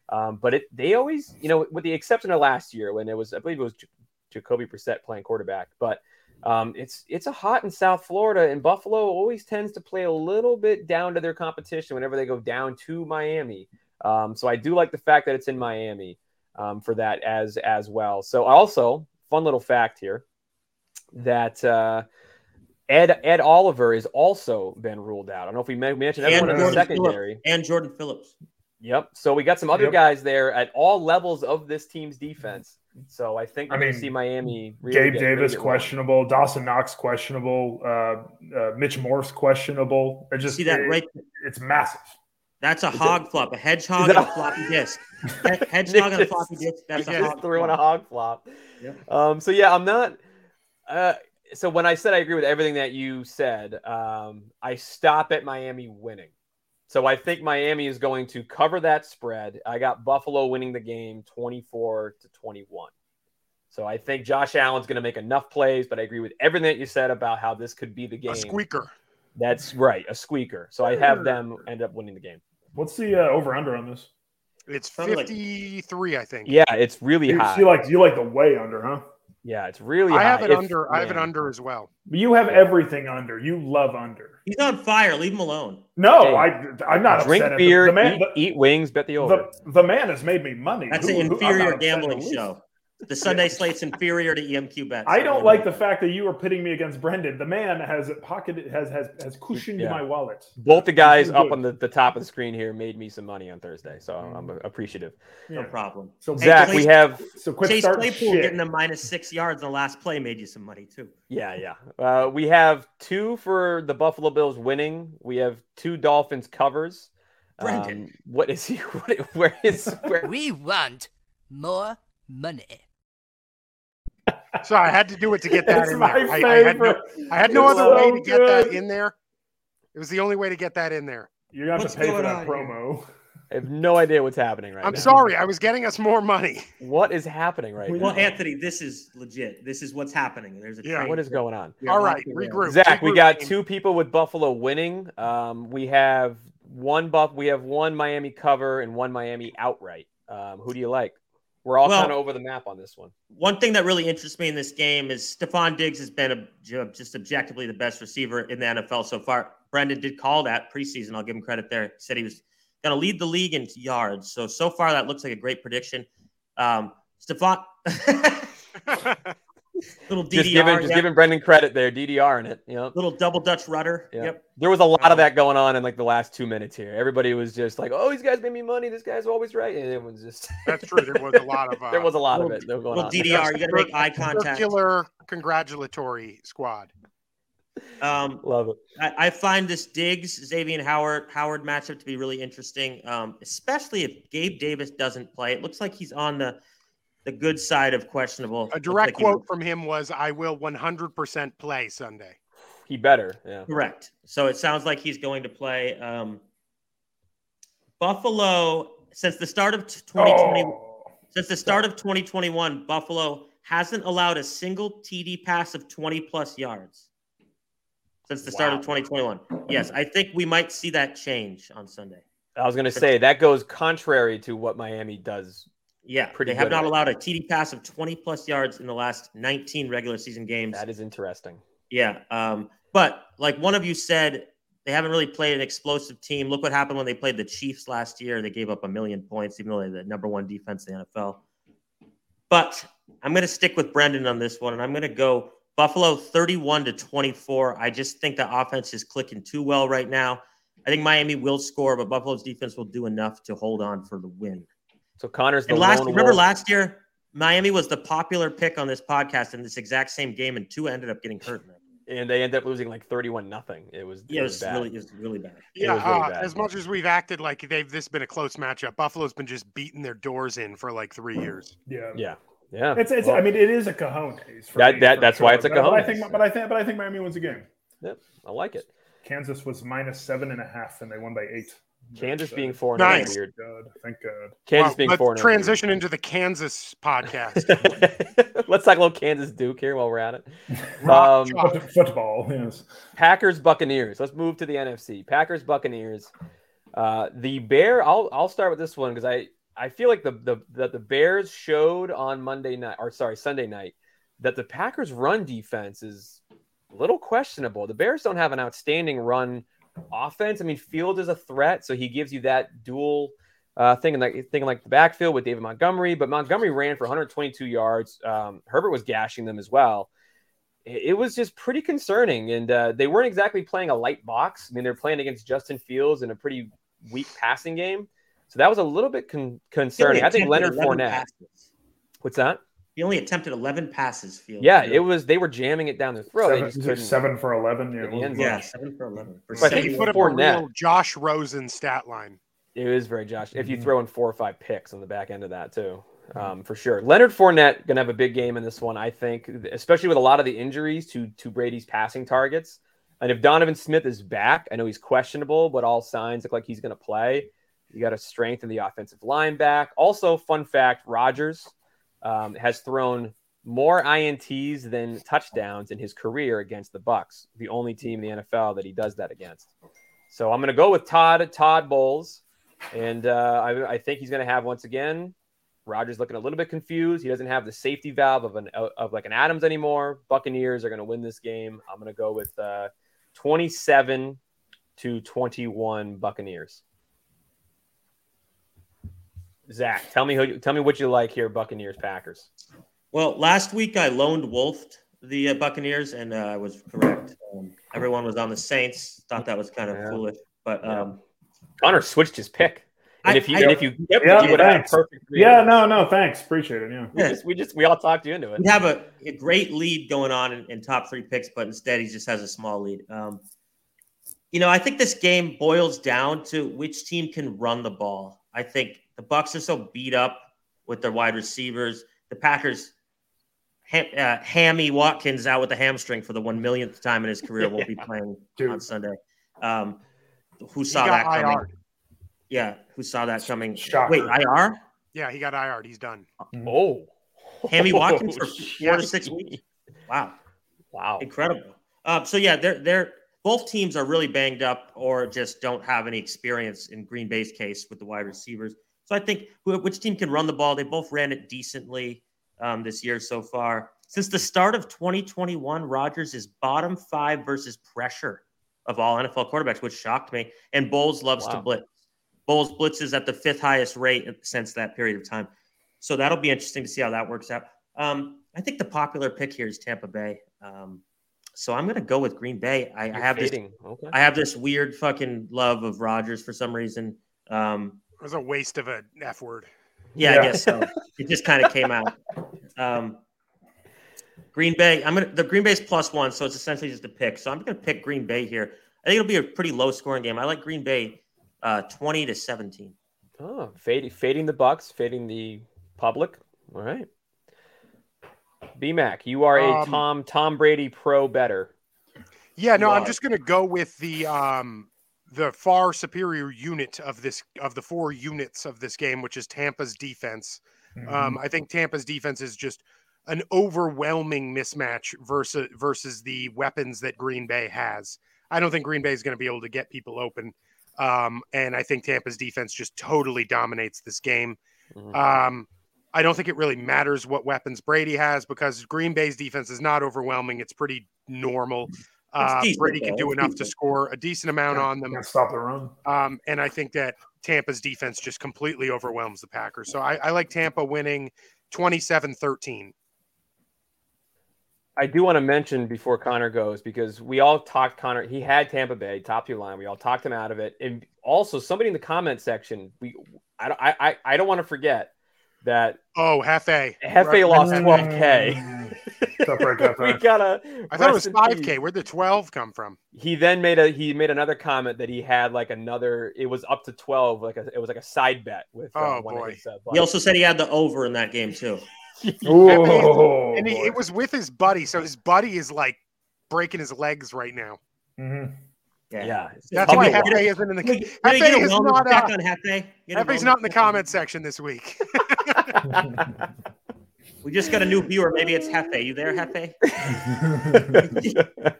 [SPEAKER 1] Um, but it, they always, you know, with the exception of last year when it was, I believe it was J- Jacoby Brissett playing quarterback, but um, it's it's a hot in South Florida, and Buffalo always tends to play a little bit down to their competition whenever they go down to Miami. Um, so I do like the fact that it's in Miami um, for that as as well. So also fun little fact here that uh, Ed Ed Oliver has also been ruled out. I don't know if we ma- mentioned
[SPEAKER 2] And
[SPEAKER 1] everyone in the
[SPEAKER 3] Jordan
[SPEAKER 2] Phillips.
[SPEAKER 1] secondary.
[SPEAKER 2] And Jordan Phillips.
[SPEAKER 1] Yep. So we got some other
[SPEAKER 3] Yep.
[SPEAKER 1] guys there at all levels of this team's defense. So I think
[SPEAKER 3] I
[SPEAKER 1] we're going to
[SPEAKER 3] mean,
[SPEAKER 1] see Miami. Really
[SPEAKER 3] Gabe
[SPEAKER 1] get- really
[SPEAKER 3] Davis,
[SPEAKER 1] get rolling.
[SPEAKER 3] questionable. Dawson Knox, questionable. Uh, uh, Mitch Morse, questionable. It
[SPEAKER 2] You
[SPEAKER 3] just,
[SPEAKER 2] see that
[SPEAKER 3] it-
[SPEAKER 2] right?
[SPEAKER 3] It's massive.
[SPEAKER 2] That's a hog flop, a hedgehog
[SPEAKER 1] Is
[SPEAKER 2] and
[SPEAKER 1] that
[SPEAKER 2] a
[SPEAKER 1] a-
[SPEAKER 2] floppy disk. He- hedgehog and a
[SPEAKER 1] Nick
[SPEAKER 2] floppy
[SPEAKER 1] just-
[SPEAKER 2] disk. That's
[SPEAKER 1] He
[SPEAKER 2] a
[SPEAKER 1] just
[SPEAKER 2] hog
[SPEAKER 1] threw in a
[SPEAKER 2] flop.
[SPEAKER 1] hog flop.
[SPEAKER 2] Yep.
[SPEAKER 1] Um, so yeah, I'm not. Uh, so when I said I agree with everything that you said, um, I stop at Miami winning. So I think Miami is going to cover that spread. I got Buffalo winning the game 24 to 21. So I think Josh Allen's going to make enough plays, but I agree with everything that you said about how this could be the game.
[SPEAKER 4] A squeaker.
[SPEAKER 1] That's right, a squeaker. So I have them end up winning the game.
[SPEAKER 3] What's the uh, over under on this?
[SPEAKER 4] It's
[SPEAKER 2] Sounded like-
[SPEAKER 4] fifty-three, I think.
[SPEAKER 1] Yeah, it's really
[SPEAKER 3] You,
[SPEAKER 1] high.
[SPEAKER 3] you like you like the way under, huh?
[SPEAKER 1] yeah, it's really
[SPEAKER 4] I have
[SPEAKER 1] high.
[SPEAKER 4] it
[SPEAKER 1] If-
[SPEAKER 4] under. I have it
[SPEAKER 1] yeah.
[SPEAKER 4] under as well.
[SPEAKER 3] You have
[SPEAKER 1] Yeah.
[SPEAKER 3] everything under. You love under.
[SPEAKER 2] He's on fire. Leave him alone.
[SPEAKER 3] No,
[SPEAKER 1] Hey,
[SPEAKER 3] I I'm not
[SPEAKER 1] drink
[SPEAKER 3] upset at the-
[SPEAKER 1] beer,
[SPEAKER 3] the man,
[SPEAKER 1] eat,
[SPEAKER 3] the-
[SPEAKER 1] eat wings, bet the over.
[SPEAKER 3] the, the man has made me money.
[SPEAKER 2] That's an
[SPEAKER 3] Who- who- I'm not
[SPEAKER 2] inferior
[SPEAKER 3] upset
[SPEAKER 2] gambling
[SPEAKER 3] in the least.
[SPEAKER 2] show. The Sunday slate's inferior to EMQ bets.
[SPEAKER 3] I don't like the fact that you are pitting me against Brendan. The man has pocketed, has has has cushioned
[SPEAKER 1] Yeah.
[SPEAKER 3] my wallet.
[SPEAKER 1] Both the guys up
[SPEAKER 3] good.
[SPEAKER 1] on the, the top of the screen here made me some money on Thursday, so I'm appreciative.
[SPEAKER 2] No
[SPEAKER 3] Yeah.
[SPEAKER 2] problem.
[SPEAKER 3] So
[SPEAKER 1] Zach, we
[SPEAKER 2] Chase-
[SPEAKER 1] have
[SPEAKER 3] so quit
[SPEAKER 2] Chase
[SPEAKER 3] starting
[SPEAKER 2] Claypool
[SPEAKER 3] shit.
[SPEAKER 2] getting the minus six yards on the last play made you some money too.
[SPEAKER 1] yeah, yeah. Uh, we have two for the Buffalo Bills winning. We have two Dolphins covers.
[SPEAKER 2] Brendan.
[SPEAKER 1] Um, what is he? What, where is? Where,
[SPEAKER 6] We want more money.
[SPEAKER 4] So I had to do it to get that
[SPEAKER 3] It's
[SPEAKER 4] in
[SPEAKER 3] my
[SPEAKER 4] there. I, I had no,
[SPEAKER 3] favorite.
[SPEAKER 4] I had no
[SPEAKER 3] It's
[SPEAKER 4] other way
[SPEAKER 3] so
[SPEAKER 4] to get that
[SPEAKER 3] good.
[SPEAKER 4] in there. It was the only way to get that in there.
[SPEAKER 3] You're gonna have
[SPEAKER 2] What's
[SPEAKER 3] to pay for
[SPEAKER 2] going
[SPEAKER 3] that
[SPEAKER 2] on here?
[SPEAKER 3] promo.
[SPEAKER 1] I have no idea what's happening right
[SPEAKER 4] I'm
[SPEAKER 1] now.
[SPEAKER 4] sorry. I was getting us more money.
[SPEAKER 1] What is happening right
[SPEAKER 2] Well,
[SPEAKER 1] now?
[SPEAKER 2] Anthony, this is legit. This is what's happening. There's a
[SPEAKER 4] Yeah.
[SPEAKER 2] train.
[SPEAKER 1] What is going on?
[SPEAKER 2] We are
[SPEAKER 4] All
[SPEAKER 2] off
[SPEAKER 4] right,
[SPEAKER 2] the rails.
[SPEAKER 4] regroup.
[SPEAKER 1] Zach, we
[SPEAKER 4] regroup,
[SPEAKER 1] got
[SPEAKER 4] team.
[SPEAKER 1] two people with Buffalo winning. Um, we have one buff. We have one Miami cover and one Miami outright. Um, who do you like? We're all
[SPEAKER 2] Well-
[SPEAKER 1] kind of over the map on this one.
[SPEAKER 2] One thing that really interests me in this game is Stephon Diggs has been ob- ju- just objectively the best receiver in the NFL so far. Brendan did call that preseason. I'll give him credit there. He said he was going to lead the league in yards. So, so far, that looks like a great prediction. Um, Stephon. Little DDR,
[SPEAKER 1] Just giving just
[SPEAKER 2] yep.
[SPEAKER 1] giving Brendan credit there, DDR in it. Yep.
[SPEAKER 2] little double Dutch rudder.
[SPEAKER 1] Yeah.
[SPEAKER 2] Yep.
[SPEAKER 1] There was a lot
[SPEAKER 2] Um,
[SPEAKER 1] of that going on in like the last two minutes here. Everybody was just like, "Oh, these guys made me money. This guy's always right." And everyone's just
[SPEAKER 4] That's true. There was a lot of uh,
[SPEAKER 1] there was a lot of
[SPEAKER 2] little-
[SPEAKER 1] it that was going
[SPEAKER 2] Little
[SPEAKER 1] on.
[SPEAKER 2] DDR. You got to make eye contact.
[SPEAKER 4] circular congratulatory squad.
[SPEAKER 2] Um,
[SPEAKER 1] Love it.
[SPEAKER 2] I, I find this Diggs Xavier Howard Howard matchup to be really interesting, um, especially if Gabe Davis doesn't play. It looks like he's on the the good side of questionable.
[SPEAKER 4] A
[SPEAKER 2] Looks
[SPEAKER 4] direct
[SPEAKER 2] like he-
[SPEAKER 4] quote from him was, "I will 100% play Sunday."
[SPEAKER 1] He better. Yeah.
[SPEAKER 2] Correct. So it sounds like he's going to play um, Buffalo since the start of t- 2020.
[SPEAKER 3] Oh,
[SPEAKER 2] Since the start of 2021, Buffalo hasn't allowed a single TD pass of 20 plus yards. Since the start of 2021. Yes, I think we might see that change on Sunday.
[SPEAKER 1] I was gonna say that goes contrary to what Miami does.
[SPEAKER 2] Yeah,
[SPEAKER 1] Pretty
[SPEAKER 2] they have
[SPEAKER 1] good
[SPEAKER 2] not
[SPEAKER 1] right
[SPEAKER 2] allowed a TD pass of 20 plus yards in the last 19 regular season games.
[SPEAKER 1] That is interesting.
[SPEAKER 2] Yeah. Um, but like one of you said, they haven't really played an explosive team. Look what happened when they played the Chiefs last year. They gave up a million points, even though they're the number one defense in the NFL. But I'm going to stick with Brendan on this one, and I'm going to go Buffalo 31 to 24. I just think the offense is clicking too well right now. I think Miami will score, but Buffalo's defense will do enough to hold on for the win.
[SPEAKER 1] So Connor's the
[SPEAKER 2] And last,
[SPEAKER 1] lone
[SPEAKER 2] remember
[SPEAKER 1] wolf.
[SPEAKER 2] last year, Miami was the popular pick on this podcast in this exact same game, and two ended up getting hurt. In that.
[SPEAKER 1] and they end up losing like thirty-one nothing. It was it
[SPEAKER 2] Yeah, it
[SPEAKER 1] was
[SPEAKER 2] was
[SPEAKER 1] bad.
[SPEAKER 2] really, it was really bad.
[SPEAKER 1] It
[SPEAKER 4] Yeah,
[SPEAKER 1] was really
[SPEAKER 4] uh,
[SPEAKER 1] bad.
[SPEAKER 4] as much as we've acted like they've this been a close matchup, Buffalo's been just beating their doors in for like three years.
[SPEAKER 3] yeah.
[SPEAKER 1] yeah, yeah.
[SPEAKER 3] It's, it's I
[SPEAKER 1] Well,
[SPEAKER 3] mean it is a cojones. For
[SPEAKER 1] That-
[SPEAKER 3] me,
[SPEAKER 1] that-
[SPEAKER 3] for
[SPEAKER 1] that's why it's a
[SPEAKER 3] But I- But I
[SPEAKER 1] cojones.
[SPEAKER 3] think but I think but I think Miami wins a game.
[SPEAKER 1] I like it.
[SPEAKER 3] Kansas was minus seven and a half and they won by eight.
[SPEAKER 1] Kansas
[SPEAKER 3] So,
[SPEAKER 1] being four and nice.
[SPEAKER 4] Nice.
[SPEAKER 1] weird.
[SPEAKER 3] God, thank God.
[SPEAKER 1] Kansas
[SPEAKER 4] Wow,
[SPEAKER 1] being
[SPEAKER 4] let's
[SPEAKER 1] four and oh
[SPEAKER 4] transition into the Kansas podcast.
[SPEAKER 1] Let's talk a little Kansas Duke here while we're at it.
[SPEAKER 4] Rock
[SPEAKER 1] Um,
[SPEAKER 4] chalk.
[SPEAKER 3] Foot- Football, yes.
[SPEAKER 1] Packers Buccaneers. Let's move to the NFC. Packers Buccaneers. Uh, the Bear. I'll I'll start with this one because I I feel like the the that the Bears showed on Monday night or sorry Sunday night that the Packers run defense is a little questionable. The Bears don't have an outstanding run offense. I mean, Field is a threat, so he gives you that dual uh, thing in like thing like the backfield with David Montgomery. But Montgomery ran for 122 yards. Um, Herbert was gashing them as well. It it was just pretty concerning, and uh, they weren't exactly playing a light box. I mean, they're playing against Justin Fields in a pretty weak passing game, so that was a little bit con- concerning. I think
[SPEAKER 2] Attempted
[SPEAKER 1] Leonard
[SPEAKER 2] 11
[SPEAKER 1] Fournette.
[SPEAKER 2] passes.
[SPEAKER 1] What's that?
[SPEAKER 2] He only attempted 11 passes. Field.
[SPEAKER 1] Yeah, it was. They were jamming it down their throat. They
[SPEAKER 3] Seven,
[SPEAKER 1] just couldn't-
[SPEAKER 3] seven for eleven. Yeah,
[SPEAKER 1] at the
[SPEAKER 3] wasn't
[SPEAKER 1] end
[SPEAKER 3] much.
[SPEAKER 2] Yeah, seven for 11. For
[SPEAKER 1] But I
[SPEAKER 4] I
[SPEAKER 1] think
[SPEAKER 2] 71.
[SPEAKER 4] think put up a
[SPEAKER 1] Fournette.
[SPEAKER 4] real Josh Rosen stat line.
[SPEAKER 1] It is very Josh. If you
[SPEAKER 3] Mhm.
[SPEAKER 1] throw in four or five picks on the back end of that too, um, for sure. Leonard Fournette gonna have a big game in this one, I think, especially with a lot of the injuries to to Brady's passing targets. And if Donovan Smith is back, I know he's questionable, but all signs look like he's gonna play. You got to strengthen the offensive line back. Also, fun fact: Rodgers um, has thrown more ints than touchdowns in his career against the Bucks, the only team in the NFL that he does that against. So I'm going to go with Todd Todd Bowles, and uh, I, I think he's going to have once again. Rogers looking a little bit confused. He doesn't have the safety valve of an of like an Adams anymore. Buccaneers are going to win this game. I'm going to go with uh, 27 to 21 Buccaneers. Zach, tell me who tell me what you like here, Buccaneers Packers.
[SPEAKER 2] Well, last week I lone wolfed the uh, Buccaneers, and uh, I was correct. Um, everyone was on the Saints. Thought that was kind of
[SPEAKER 1] Yeah.
[SPEAKER 2] foolish, but um,
[SPEAKER 1] Connor switched his pick, and
[SPEAKER 2] I-
[SPEAKER 1] if you
[SPEAKER 2] I-
[SPEAKER 1] and if you kept
[SPEAKER 3] Yeah,
[SPEAKER 1] it, you would have had
[SPEAKER 3] thanks.
[SPEAKER 1] perfect.
[SPEAKER 3] Yeah, no, no, thanks. Appreciate it. Yeah.
[SPEAKER 1] we just we just we all talked you into it.
[SPEAKER 2] we have a, a great lead going on in, in top three picks, but instead he just has a small lead. Um, you know, I think this game boils down to which team can run the ball. I think the Bucks are so beat up with their wide receivers. The Packers, ha- uh, Hammy Watkins out with the hamstring for the one millionth time in his career won't be playing
[SPEAKER 3] Dude.
[SPEAKER 2] on Sunday. Um, who
[SPEAKER 4] He
[SPEAKER 2] saw that
[SPEAKER 4] got
[SPEAKER 2] coming?
[SPEAKER 4] IR.
[SPEAKER 2] Yeah, who saw that coming?
[SPEAKER 3] Shocker.
[SPEAKER 2] Wait, IR?
[SPEAKER 4] Yeah, he got IR. He's done.
[SPEAKER 1] Oh,
[SPEAKER 2] Hammy Watkins for four
[SPEAKER 1] shit.
[SPEAKER 2] to six weeks? Wow.
[SPEAKER 1] Wow.
[SPEAKER 2] Incredible. Um, so yeah, they're they're both teams are really banged up or just don't have any experience in Green Bay's case with the wide receivers. So I think wh- which team can run the ball? They both ran it decently um, this year so far. Since the start of 2021, Rodgers is bottom five versus pressure of all NFL quarterbacks, which shocked me. And Bowles loves to
[SPEAKER 1] Wow.
[SPEAKER 2] blitz. Bowles blitzes at the fifth highest rate since that period of time. So that'll be interesting to see how that works out. Um, I think the popular pick here is Tampa Bay. Um, so I'm going to go with Green Bay. I, I
[SPEAKER 1] You're
[SPEAKER 2] have this.
[SPEAKER 1] fading. Okay.
[SPEAKER 2] I have this weird fucking love of Rogers for some reason. Um,
[SPEAKER 4] It was a waste of an F word.
[SPEAKER 2] yeah,
[SPEAKER 3] Yeah.
[SPEAKER 2] I guess so. it just kind of came out. Um, Green Bay. I'm gonna the Green Bay's plus one, so it's essentially just a pick. So I'm gonna pick Green Bay here. I think it'll be a pretty low scoring game. I like Green Bay, uh, twenty to seventeen.
[SPEAKER 1] Oh, fading, fading the Bucks, fading the public. All right. BMAC, you are a
[SPEAKER 4] Um,
[SPEAKER 1] Tom Tom Brady pro better.
[SPEAKER 4] Yeah, no, I'm
[SPEAKER 2] Right.
[SPEAKER 4] just gonna go with the um the far superior unit of this of the four units of this game, which is Tampa's defense. Um, I think Tampa's defense is just an overwhelming mismatch versus versus the weapons that Green Bay has. I don't think Green Bay is going to be able to get people open, um, and I think Tampa's defense just totally dominates this game.
[SPEAKER 1] Mhm.
[SPEAKER 4] Um, I don't think it really matters what weapons Brady has because Green Bay's defense is not overwhelming. It's pretty normal. Uh,
[SPEAKER 2] decent,
[SPEAKER 4] Brady can
[SPEAKER 2] though.
[SPEAKER 4] do
[SPEAKER 2] It's
[SPEAKER 4] enough to
[SPEAKER 2] decent.
[SPEAKER 4] score a decent amount on them.
[SPEAKER 3] Can't stop the run.
[SPEAKER 4] Um, and I think that Tampa's defense just completely overwhelms the Packers. So I, I like Tampa winning 27 13.
[SPEAKER 1] I do want to mention before Connor goes because we all talked Connor. He had Tampa Bay top two line. We all talked him out of it, and also somebody in the comment section. We I don't- I I, I don't want to forget that
[SPEAKER 4] Oh, Hefe.
[SPEAKER 1] Hefe
[SPEAKER 4] Right.
[SPEAKER 1] lost 12k.
[SPEAKER 3] Tough break up
[SPEAKER 1] we
[SPEAKER 3] there.
[SPEAKER 1] gotta.
[SPEAKER 4] I thought it was
[SPEAKER 1] rest in peace.
[SPEAKER 4] 5K. Where'd the 12 come from?
[SPEAKER 1] he then made a he made another comment that he had like another it was up to 12 like a, it was like a side bet with um,
[SPEAKER 4] Oh,
[SPEAKER 1] one of
[SPEAKER 4] boy.
[SPEAKER 1] his, uh,
[SPEAKER 2] He
[SPEAKER 1] buddies.
[SPEAKER 2] also said he had the over in that game too.
[SPEAKER 3] Oh,
[SPEAKER 4] and he,
[SPEAKER 3] boy.
[SPEAKER 4] it was with his buddy. So his buddy is like breaking his legs right now.
[SPEAKER 3] Mhm.
[SPEAKER 1] yeah
[SPEAKER 4] That's
[SPEAKER 1] Tell
[SPEAKER 4] why
[SPEAKER 1] me why.
[SPEAKER 4] Hefe isn't in the.
[SPEAKER 2] Can I- can I
[SPEAKER 4] Hefe
[SPEAKER 2] get a
[SPEAKER 4] is
[SPEAKER 2] wellness
[SPEAKER 4] not uh,
[SPEAKER 2] check
[SPEAKER 4] a-
[SPEAKER 2] on Hefe? Get a
[SPEAKER 4] Hefe's
[SPEAKER 2] wellness
[SPEAKER 4] not in the
[SPEAKER 2] check on-
[SPEAKER 4] comment section this week.
[SPEAKER 2] We just got a new viewer. Maybe it's Hefe. You there, Hefe?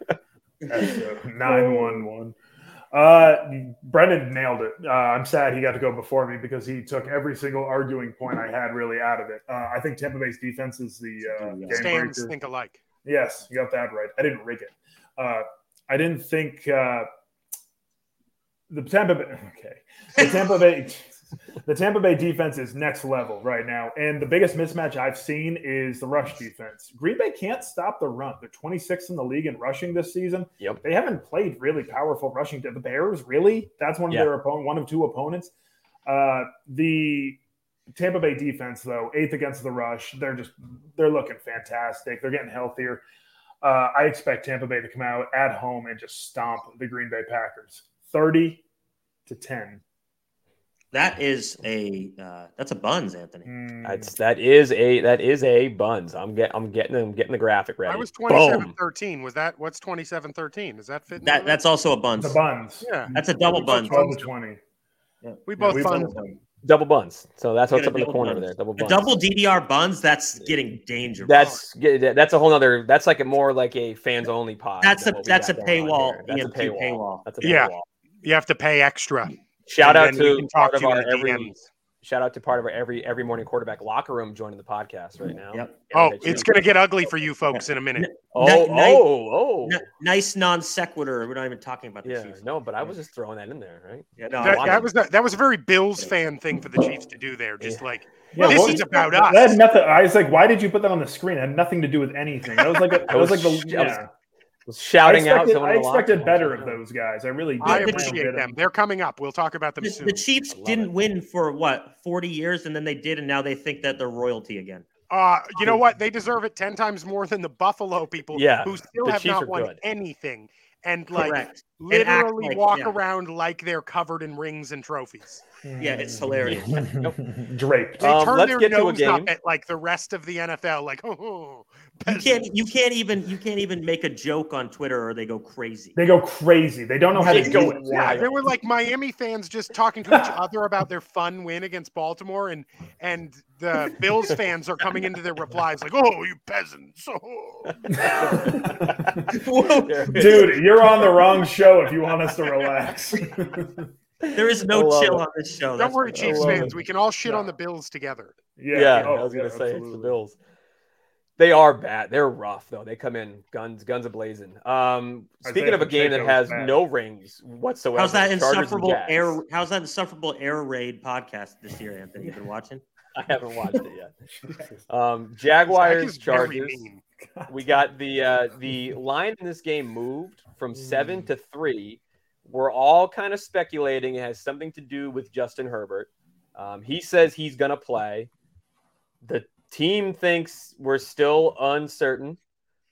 [SPEAKER 3] Nine one one. Uh, Brennan nailed it. Uh, I'm sad he got to go before me because he took every single arguing point I had really out of it. Uh, I think Tampa Bay's defense is the uh, game
[SPEAKER 4] Stands
[SPEAKER 3] breaker.
[SPEAKER 4] think alike.
[SPEAKER 3] Yes, you got that right. I didn't rig it. Uh, I didn't think uh, the Tampa Bay. Okay, the Tampa Bay. The Tampa Bay defense is next level right now, and the biggest mismatch I've seen is the rush defense. Green Bay can't stop the run. They're 26th in the league in rushing this season.
[SPEAKER 1] Yep.
[SPEAKER 3] They haven't played really powerful rushing. The Bears really? That's one of
[SPEAKER 1] Yeah.
[SPEAKER 3] their opponent, one of two opponents. Uh, the Tampa Bay defense, though, eighth against the rush, they're just they're looking fantastic. They're getting healthier. Uh, I expect Tampa Bay to come out at home and just stomp the Green Bay Packers, thirty to ten.
[SPEAKER 2] That is a uh, that's a buns,
[SPEAKER 4] Mm-hmm.
[SPEAKER 2] Anthony.
[SPEAKER 3] Hmm.
[SPEAKER 1] that's that is a that is a buns i'm get i'm getting i'm getting the graphic ready
[SPEAKER 4] I was
[SPEAKER 1] Boom.
[SPEAKER 4] 27 13. Was that what's 27 13? Does that fit? in
[SPEAKER 2] That
[SPEAKER 4] there?
[SPEAKER 2] that's also a buns.
[SPEAKER 3] the buns.
[SPEAKER 4] yeah.
[SPEAKER 2] That's a double buns.
[SPEAKER 3] Twelve to twenty.
[SPEAKER 4] We both
[SPEAKER 3] we
[SPEAKER 4] fun.
[SPEAKER 3] both-
[SPEAKER 1] double buns so that's
[SPEAKER 2] Get
[SPEAKER 1] what's
[SPEAKER 2] a
[SPEAKER 1] up in the
[SPEAKER 2] double
[SPEAKER 1] corner
[SPEAKER 2] buns.
[SPEAKER 1] there double
[SPEAKER 2] A
[SPEAKER 1] buns
[SPEAKER 2] double DDR buns. That's getting dangerous.
[SPEAKER 1] that's yeah, that's a whole nother that's like a more like a fans only pod
[SPEAKER 2] That's
[SPEAKER 1] than
[SPEAKER 2] a-
[SPEAKER 1] what we
[SPEAKER 2] that's
[SPEAKER 1] got
[SPEAKER 2] a
[SPEAKER 1] going on here.
[SPEAKER 2] paywall,
[SPEAKER 1] that's a
[SPEAKER 2] EMT
[SPEAKER 1] paywall.
[SPEAKER 2] paywall.
[SPEAKER 1] that's a paywall
[SPEAKER 4] Yeah. You have to pay extra.
[SPEAKER 1] shout
[SPEAKER 4] And
[SPEAKER 1] out
[SPEAKER 4] then we
[SPEAKER 1] to
[SPEAKER 4] can talk
[SPEAKER 1] part of
[SPEAKER 4] to you
[SPEAKER 1] our
[SPEAKER 4] in the
[SPEAKER 1] every
[SPEAKER 4] DMs.
[SPEAKER 1] shout out to part of our every every morning quarterback locker room joining the podcast right now
[SPEAKER 2] Yep.
[SPEAKER 4] Oh,
[SPEAKER 1] Everybody
[SPEAKER 4] it's
[SPEAKER 1] cheers.
[SPEAKER 4] going to get ugly for you folks in a minute.
[SPEAKER 1] Oh,
[SPEAKER 2] Night- night-
[SPEAKER 1] oh, oh.
[SPEAKER 2] N- nice non sequitur. We're not even talking about the
[SPEAKER 1] yeah,
[SPEAKER 2] Chiefs.
[SPEAKER 1] no, but I was just throwing that in there, right?
[SPEAKER 2] Yeah, no, I
[SPEAKER 4] That,
[SPEAKER 2] want
[SPEAKER 4] that
[SPEAKER 2] it.
[SPEAKER 4] was a, that was a very Bills fan thing for the Chiefs to do there. Just like
[SPEAKER 3] Yeah,
[SPEAKER 4] this
[SPEAKER 3] what-
[SPEAKER 4] is about us.
[SPEAKER 3] That had nothing. I was like, why did you put that on the screen? It had nothing to do with anything. That was like, a, that was like the.
[SPEAKER 1] was- I was
[SPEAKER 3] Yeah.
[SPEAKER 1] Was
[SPEAKER 3] I
[SPEAKER 1] shouting out.
[SPEAKER 3] expected,
[SPEAKER 1] someone
[SPEAKER 3] I
[SPEAKER 1] in the locker
[SPEAKER 3] expected
[SPEAKER 1] room.
[SPEAKER 3] better of those guys. I really did.
[SPEAKER 4] I
[SPEAKER 2] The
[SPEAKER 4] appreciate them. They're coming up. We'll talk about them
[SPEAKER 2] The,
[SPEAKER 4] soon.
[SPEAKER 2] the Chiefs
[SPEAKER 1] I love
[SPEAKER 2] didn't
[SPEAKER 1] it.
[SPEAKER 2] win for what forty years, and then they did, and now they think that they're royalty again.
[SPEAKER 4] Uh, you know what? They deserve it ten times more than the Buffalo people,
[SPEAKER 1] Yeah,
[SPEAKER 4] who still
[SPEAKER 1] the
[SPEAKER 4] have
[SPEAKER 1] Chiefs
[SPEAKER 4] not
[SPEAKER 1] are
[SPEAKER 4] won
[SPEAKER 1] good.
[SPEAKER 4] anything and like
[SPEAKER 2] Correct. And act
[SPEAKER 4] literally
[SPEAKER 2] like-
[SPEAKER 4] walk
[SPEAKER 2] yeah.
[SPEAKER 4] around like they're covered in rings and trophies.
[SPEAKER 2] Yeah,
[SPEAKER 1] Mm.
[SPEAKER 2] it's hilarious.
[SPEAKER 3] Draped.
[SPEAKER 4] They
[SPEAKER 1] Um,
[SPEAKER 4] turn
[SPEAKER 1] let's
[SPEAKER 4] their
[SPEAKER 1] get to a
[SPEAKER 4] nose up
[SPEAKER 1] game.
[SPEAKER 4] at like the rest of the NFL. Like, oh,
[SPEAKER 2] You can't you can't even you can't even make a joke on Twitter, or they go crazy.
[SPEAKER 3] They go crazy. They don't know how to
[SPEAKER 1] They
[SPEAKER 3] do
[SPEAKER 1] go
[SPEAKER 3] it.
[SPEAKER 4] Yeah, there were like Miami fans just talking to each other about their fun win against Baltimore, and and the Bills fans are coming into their replies like, "Oh, you peasants!" Oh.
[SPEAKER 3] Dude, you're on the wrong show if you want us to relax.
[SPEAKER 2] There is
[SPEAKER 1] I
[SPEAKER 2] no
[SPEAKER 1] love
[SPEAKER 2] chill
[SPEAKER 1] it.
[SPEAKER 2] on this show.
[SPEAKER 4] Don't
[SPEAKER 2] That's
[SPEAKER 4] worry,
[SPEAKER 2] for
[SPEAKER 4] Chiefs
[SPEAKER 3] love
[SPEAKER 4] fans.
[SPEAKER 3] it.
[SPEAKER 4] We can all shit on
[SPEAKER 3] Yeah.
[SPEAKER 4] the Bills together.
[SPEAKER 1] Yeah, I
[SPEAKER 3] oh,
[SPEAKER 1] was gonna
[SPEAKER 3] yeah,
[SPEAKER 1] say it's the
[SPEAKER 3] absolutely.
[SPEAKER 1] Bills. They are bad. They're rough though. They come in guns guns ablazing. Um,
[SPEAKER 3] Isaiah
[SPEAKER 1] speaking of a game that
[SPEAKER 3] Pacheco
[SPEAKER 1] has
[SPEAKER 3] is bad.
[SPEAKER 1] no rings whatsoever,
[SPEAKER 2] How's that
[SPEAKER 1] Chargers and
[SPEAKER 2] insufferable
[SPEAKER 1] Jags.
[SPEAKER 2] air? How's that insufferable air raid podcast this year, Anthony? You been watching?
[SPEAKER 1] I haven't watched it yet. Um, Jaguars,
[SPEAKER 4] Zach is very
[SPEAKER 1] Chargers.
[SPEAKER 4] mean.
[SPEAKER 1] We got the uh, the line in this game moved from seven to three. We're all kind of speculating it has something to do with Justin Herbert. Um, he says he's going to play. The team thinks we're still uncertain,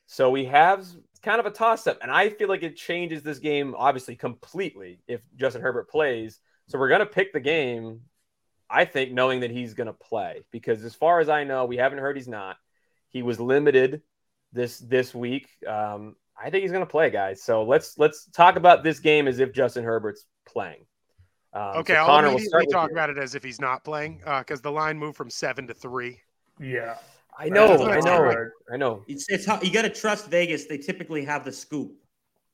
[SPEAKER 1] so we have kind of a toss up, and I feel like it changes this game obviously completely if Justin Herbert plays. So we're going to pick the game. I think knowing that he's going to play because as far as I know, we haven't heard he's not. He was limited this this week. Um, I think he's going to play, guys. So let's let's talk about this game as if Justin Herbert's playing. Um,
[SPEAKER 4] Okay,
[SPEAKER 1] so
[SPEAKER 4] I'll
[SPEAKER 1] Connor, we'll
[SPEAKER 4] immediately
[SPEAKER 1] start with
[SPEAKER 4] talk
[SPEAKER 1] you.
[SPEAKER 4] about it as if he's not playing because the line moved from seven to three.
[SPEAKER 3] Yeah.
[SPEAKER 1] I know,
[SPEAKER 4] That's what
[SPEAKER 1] I
[SPEAKER 4] I
[SPEAKER 1] know,
[SPEAKER 4] said.
[SPEAKER 1] I know.
[SPEAKER 2] It's, it's how, you got to trust Vegas. They typically have the scoop.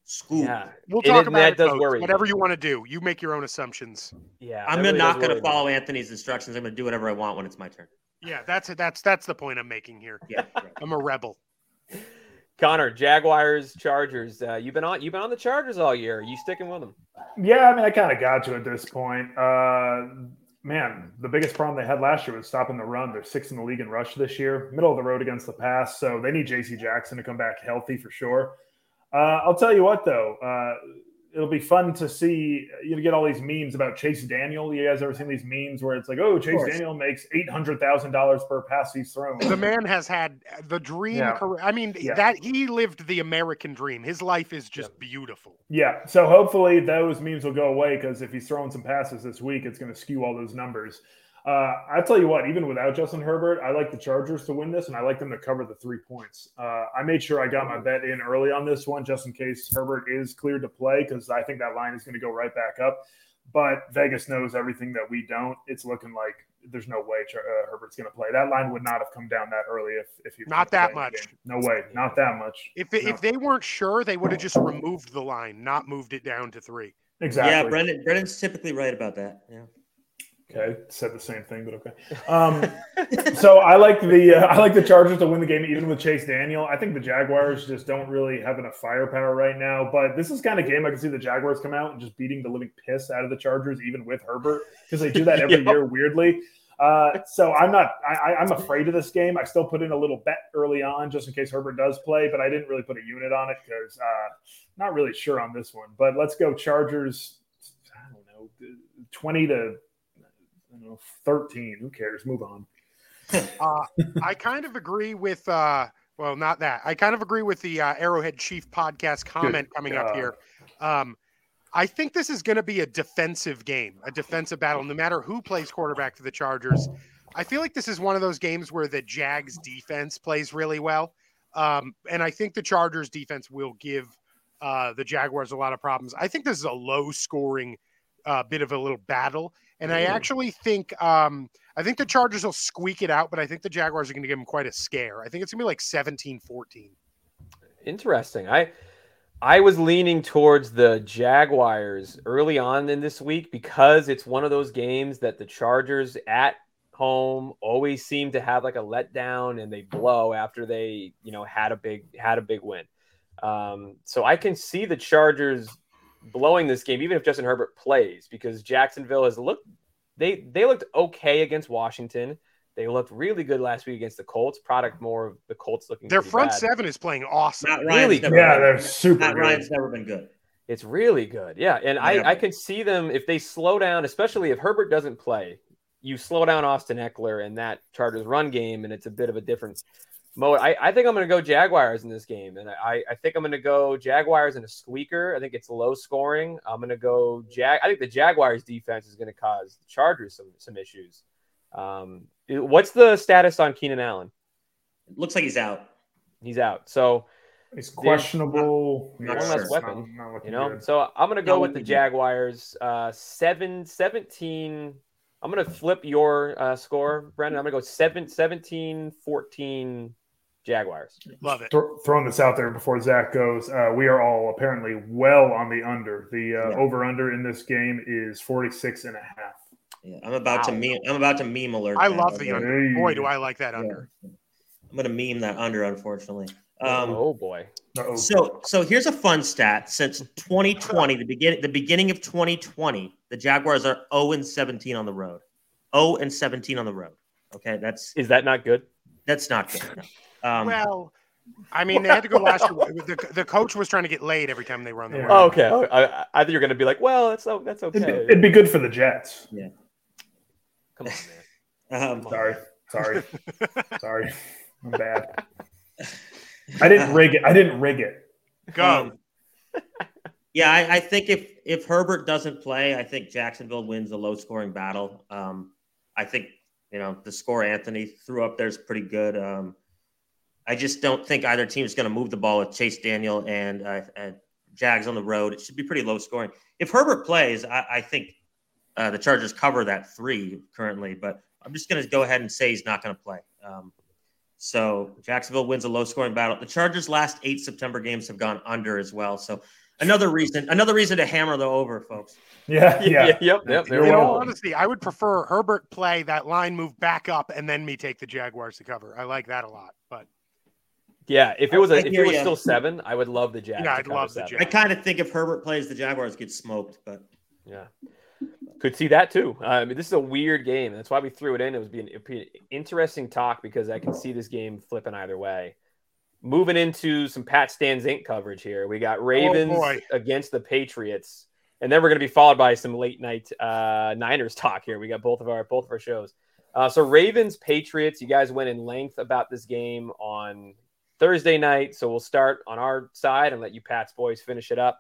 [SPEAKER 2] Scoop.
[SPEAKER 1] Yeah,
[SPEAKER 4] We'll
[SPEAKER 1] It
[SPEAKER 4] talk
[SPEAKER 1] is-
[SPEAKER 4] about
[SPEAKER 1] that
[SPEAKER 4] it.
[SPEAKER 1] does
[SPEAKER 4] folks.
[SPEAKER 1] worry me.
[SPEAKER 4] Whatever you want to do, you make your own assumptions.
[SPEAKER 1] yeah.
[SPEAKER 2] I'm
[SPEAKER 1] that really does
[SPEAKER 2] not going
[SPEAKER 1] worry
[SPEAKER 2] to
[SPEAKER 1] me.
[SPEAKER 2] follow Anthony's instructions. I'm going to do whatever I want when it's my turn.
[SPEAKER 4] Yeah, that's it. That's that's the point I'm making here.
[SPEAKER 2] Yeah. right.
[SPEAKER 4] I'm a rebel.
[SPEAKER 1] Connor, Jaguars, Chargers. Uh, you've been on you've been on the Chargers all year. Are you sticking with them?
[SPEAKER 3] Yeah, I mean, I kind of got you at this point. Uh, man, the biggest problem they had last year was stopping the run. They're sixth in the league in rush this year, middle of the road against the pass. So they need J.C. Jackson to come back healthy for sure. Uh, I'll tell you what, though, uh, it'll be fun to see. You know, get all these memes about Chase Daniel. You guys ever seen these memes where it's like, oh, Chase
[SPEAKER 2] course.
[SPEAKER 3] Daniel makes eight hundred thousand dollars per pass he's thrown.
[SPEAKER 4] The man has had the dream
[SPEAKER 3] Yeah.
[SPEAKER 4] career. I mean,
[SPEAKER 3] Yeah.
[SPEAKER 4] that he lived the American dream. His life is just beautiful.
[SPEAKER 3] Yeah. So hopefully those memes will go away because if he's throwing some passes this week, it's going to skew all those numbers. Uh, I tell you what, even without Justin Herbert, I like the Chargers to win this, and I like them to cover the three points. Uh, I made sure I got my bet in early on this one, just in case Herbert is cleared to play, because I think that line is going to go right back up. But Vegas knows everything that we don't. It's looking like there's no way Char- uh, Herbert's going to play. That line would not have come down that early if if he was
[SPEAKER 4] Not
[SPEAKER 3] gonna
[SPEAKER 4] that
[SPEAKER 3] play in the
[SPEAKER 4] much.
[SPEAKER 3] game. No way, not that much.
[SPEAKER 4] If it,
[SPEAKER 3] No.
[SPEAKER 4] if they weren't sure, they would have just removed the line, not moved it down to three.
[SPEAKER 3] Exactly.
[SPEAKER 2] Yeah, Brendan. Brendan's typically right about that. Yeah.
[SPEAKER 3] Okay, said the same thing, but okay. Um, so I like the uh, I like the Chargers to win the game, even with Chase Daniel. I think the Jaguars just don't really have enough firepower right now. But this is kind of game I can see the Jaguars come out and just beating the living piss out of the Chargers, even with Herbert, because they do that every
[SPEAKER 1] Yeah.
[SPEAKER 3] year weirdly. Uh, so I'm not I, I- I'm afraid of this game. I still put in a little bet early on just in case Herbert does play, but I didn't really put a unit on it because uh, not really sure on this one. But let's go Chargers. I don't know, twenty to I don't know, 13. Who cares? Move on.
[SPEAKER 4] Uh, I kind of agree with. Uh, well, not that. I kind of agree with the uh, Arrowhead Chief podcast comment coming up
[SPEAKER 3] God.
[SPEAKER 4] here. Um, I think this is going to be a defensive game, a defensive battle, no matter who plays quarterback for the Chargers. I feel like this is one of those games where the Jags defense plays really well. Um, and I think the Chargers defense will give uh, the Jaguars a lot of problems. I think this is a low scoring uh, bit of a little battle. And I actually think um, I think the Chargers will squeak it out, but I think the Jaguars are going to give them quite a scare. I think it's going to be like 17 14.
[SPEAKER 1] Interesting. I I was leaning towards the Jaguars early on in this week because it's one of those games that the Chargers at home always seem to have like a letdown and they blow after they, you know, had a big had a big win. Um, so I can see the Chargers blowing this game even if Justin Herbert plays because Jacksonville has looked they they looked okay against Washington. They looked really good last week against the Colts. Product more of the Colts looking
[SPEAKER 4] Their
[SPEAKER 1] pretty
[SPEAKER 4] front
[SPEAKER 1] bad.
[SPEAKER 4] seven is playing awesome.
[SPEAKER 2] Matt Ryan's
[SPEAKER 1] Really?
[SPEAKER 2] never
[SPEAKER 3] Yeah,
[SPEAKER 2] been-
[SPEAKER 3] they're super
[SPEAKER 2] Matt
[SPEAKER 3] good.
[SPEAKER 2] Ryan's never been good.
[SPEAKER 1] It's really good. Yeah. And
[SPEAKER 2] Yeah.
[SPEAKER 1] I, I can see them if they slow down, especially if Herbert doesn't play, you slow down Austin Eckler and that Chargers run game, and it's a bit of a different mode. I, I think I'm going to go Jaguars in this game. And I, I think I'm going to go Jaguars in a squeaker. I think it's low scoring. I'm going to go Jag. I think the Jaguars defense is going to cause the Chargers some, some issues. Um, it- what's the status on Keenan Allen?
[SPEAKER 2] It looks like he's out.
[SPEAKER 1] He's out. So,
[SPEAKER 3] It's questionable.
[SPEAKER 2] Not
[SPEAKER 3] Yeah,
[SPEAKER 2] sure.
[SPEAKER 3] it's not-
[SPEAKER 1] Weapon,
[SPEAKER 3] not looking
[SPEAKER 1] You know,
[SPEAKER 3] good.
[SPEAKER 1] so I'm gonna
[SPEAKER 2] Yeah,
[SPEAKER 1] go
[SPEAKER 2] we
[SPEAKER 1] with the
[SPEAKER 2] can do.
[SPEAKER 1] Jaguars. Uh, seven seventeen. I'm gonna flip your uh, score, Brendan. I'm gonna go seven seventeen fourteen Jaguars.
[SPEAKER 4] Love it.
[SPEAKER 3] Thro- throwing this out there before Zach goes, uh, we are all apparently well on the under. The uh,
[SPEAKER 2] Yeah.
[SPEAKER 3] over under in this game is 46 and a half.
[SPEAKER 2] Yeah, I'm about to
[SPEAKER 1] Wow.
[SPEAKER 2] meme. I'm about to meme alert.
[SPEAKER 4] I
[SPEAKER 2] that.
[SPEAKER 4] love the
[SPEAKER 2] I'm
[SPEAKER 4] under. Boy, do I like that
[SPEAKER 2] gonna-
[SPEAKER 4] under.
[SPEAKER 2] yeah. I'm gonna meme that under, unfortunately. Um,
[SPEAKER 1] oh boy,
[SPEAKER 3] Uh-oh.
[SPEAKER 2] So, so here's a fun stat. Since 2020, the begin the beginning of 2020, the Jaguars are 0 and 17 Oh on the road. 0 and 17 on the road. Okay, that's
[SPEAKER 1] Is that not good?
[SPEAKER 2] that's not good. no. Um,
[SPEAKER 4] well, I mean, they had to go last year. The, the coach was trying to get laid every time they were on the
[SPEAKER 3] Yeah.
[SPEAKER 4] road.
[SPEAKER 1] Oh, okay. Oh, I, I- I think you're going to be like, well, that's o- that's
[SPEAKER 3] It'd, be,
[SPEAKER 1] okay.
[SPEAKER 3] it'd be good for the Jets.
[SPEAKER 1] Come on, man.
[SPEAKER 2] um,
[SPEAKER 3] Sorry, sorry, sorry. I'm bad. I didn't rig it. I didn't rig it.
[SPEAKER 1] Oh,
[SPEAKER 4] Go.
[SPEAKER 2] Um, yeah, I, I think if if Herbert doesn't play, I think Jacksonville wins a low scoring battle. Um, I think you know the score Anthony threw up there is pretty good. Um, I just don't think either team is going to move the ball with Chase Daniel and, uh, and Jags on the road. It should be pretty low scoring. If Herbert plays, I, I think uh, the Chargers cover that three currently. But I'm just going to go ahead and say he's not going to play. Um, so Jacksonville wins a low scoring battle. The Chargers' last eight September games have gone under as well. So another reason, another reason to hammer the over, folks.
[SPEAKER 3] Yeah, yeah.
[SPEAKER 1] Yep. Yep. There
[SPEAKER 3] You
[SPEAKER 1] we
[SPEAKER 4] In
[SPEAKER 3] know,
[SPEAKER 1] go.
[SPEAKER 4] all honesty, I would prefer Herbert play that line move back up and then me take the Jaguars to cover. I like that a lot. But
[SPEAKER 1] Yeah. If it was a,
[SPEAKER 2] I
[SPEAKER 1] if
[SPEAKER 2] hear
[SPEAKER 1] it was
[SPEAKER 2] ya.
[SPEAKER 1] still seven, I would love the Jags.
[SPEAKER 4] Yeah,
[SPEAKER 1] to
[SPEAKER 4] I'd
[SPEAKER 1] cover
[SPEAKER 4] love the
[SPEAKER 1] seven.
[SPEAKER 2] I kind of think if Herbert plays, the Jaguars get smoked. But
[SPEAKER 1] Yeah. Could see that too. I mean, this is a weird game. That's why we threw it in. It was being it'd be an interesting talk because I can see this game flipping either way. Moving into some Pat Stans Inc. coverage here. We got Ravens
[SPEAKER 4] boy.
[SPEAKER 1] against the Patriots. And then we're going to be followed by some late night uh, Niners talk here. We got both of our both of our shows. Uh, so Ravens Patriots, you guys went in length about this game on Thursday night. So we'll start on our side and let you Pat's boys finish it up.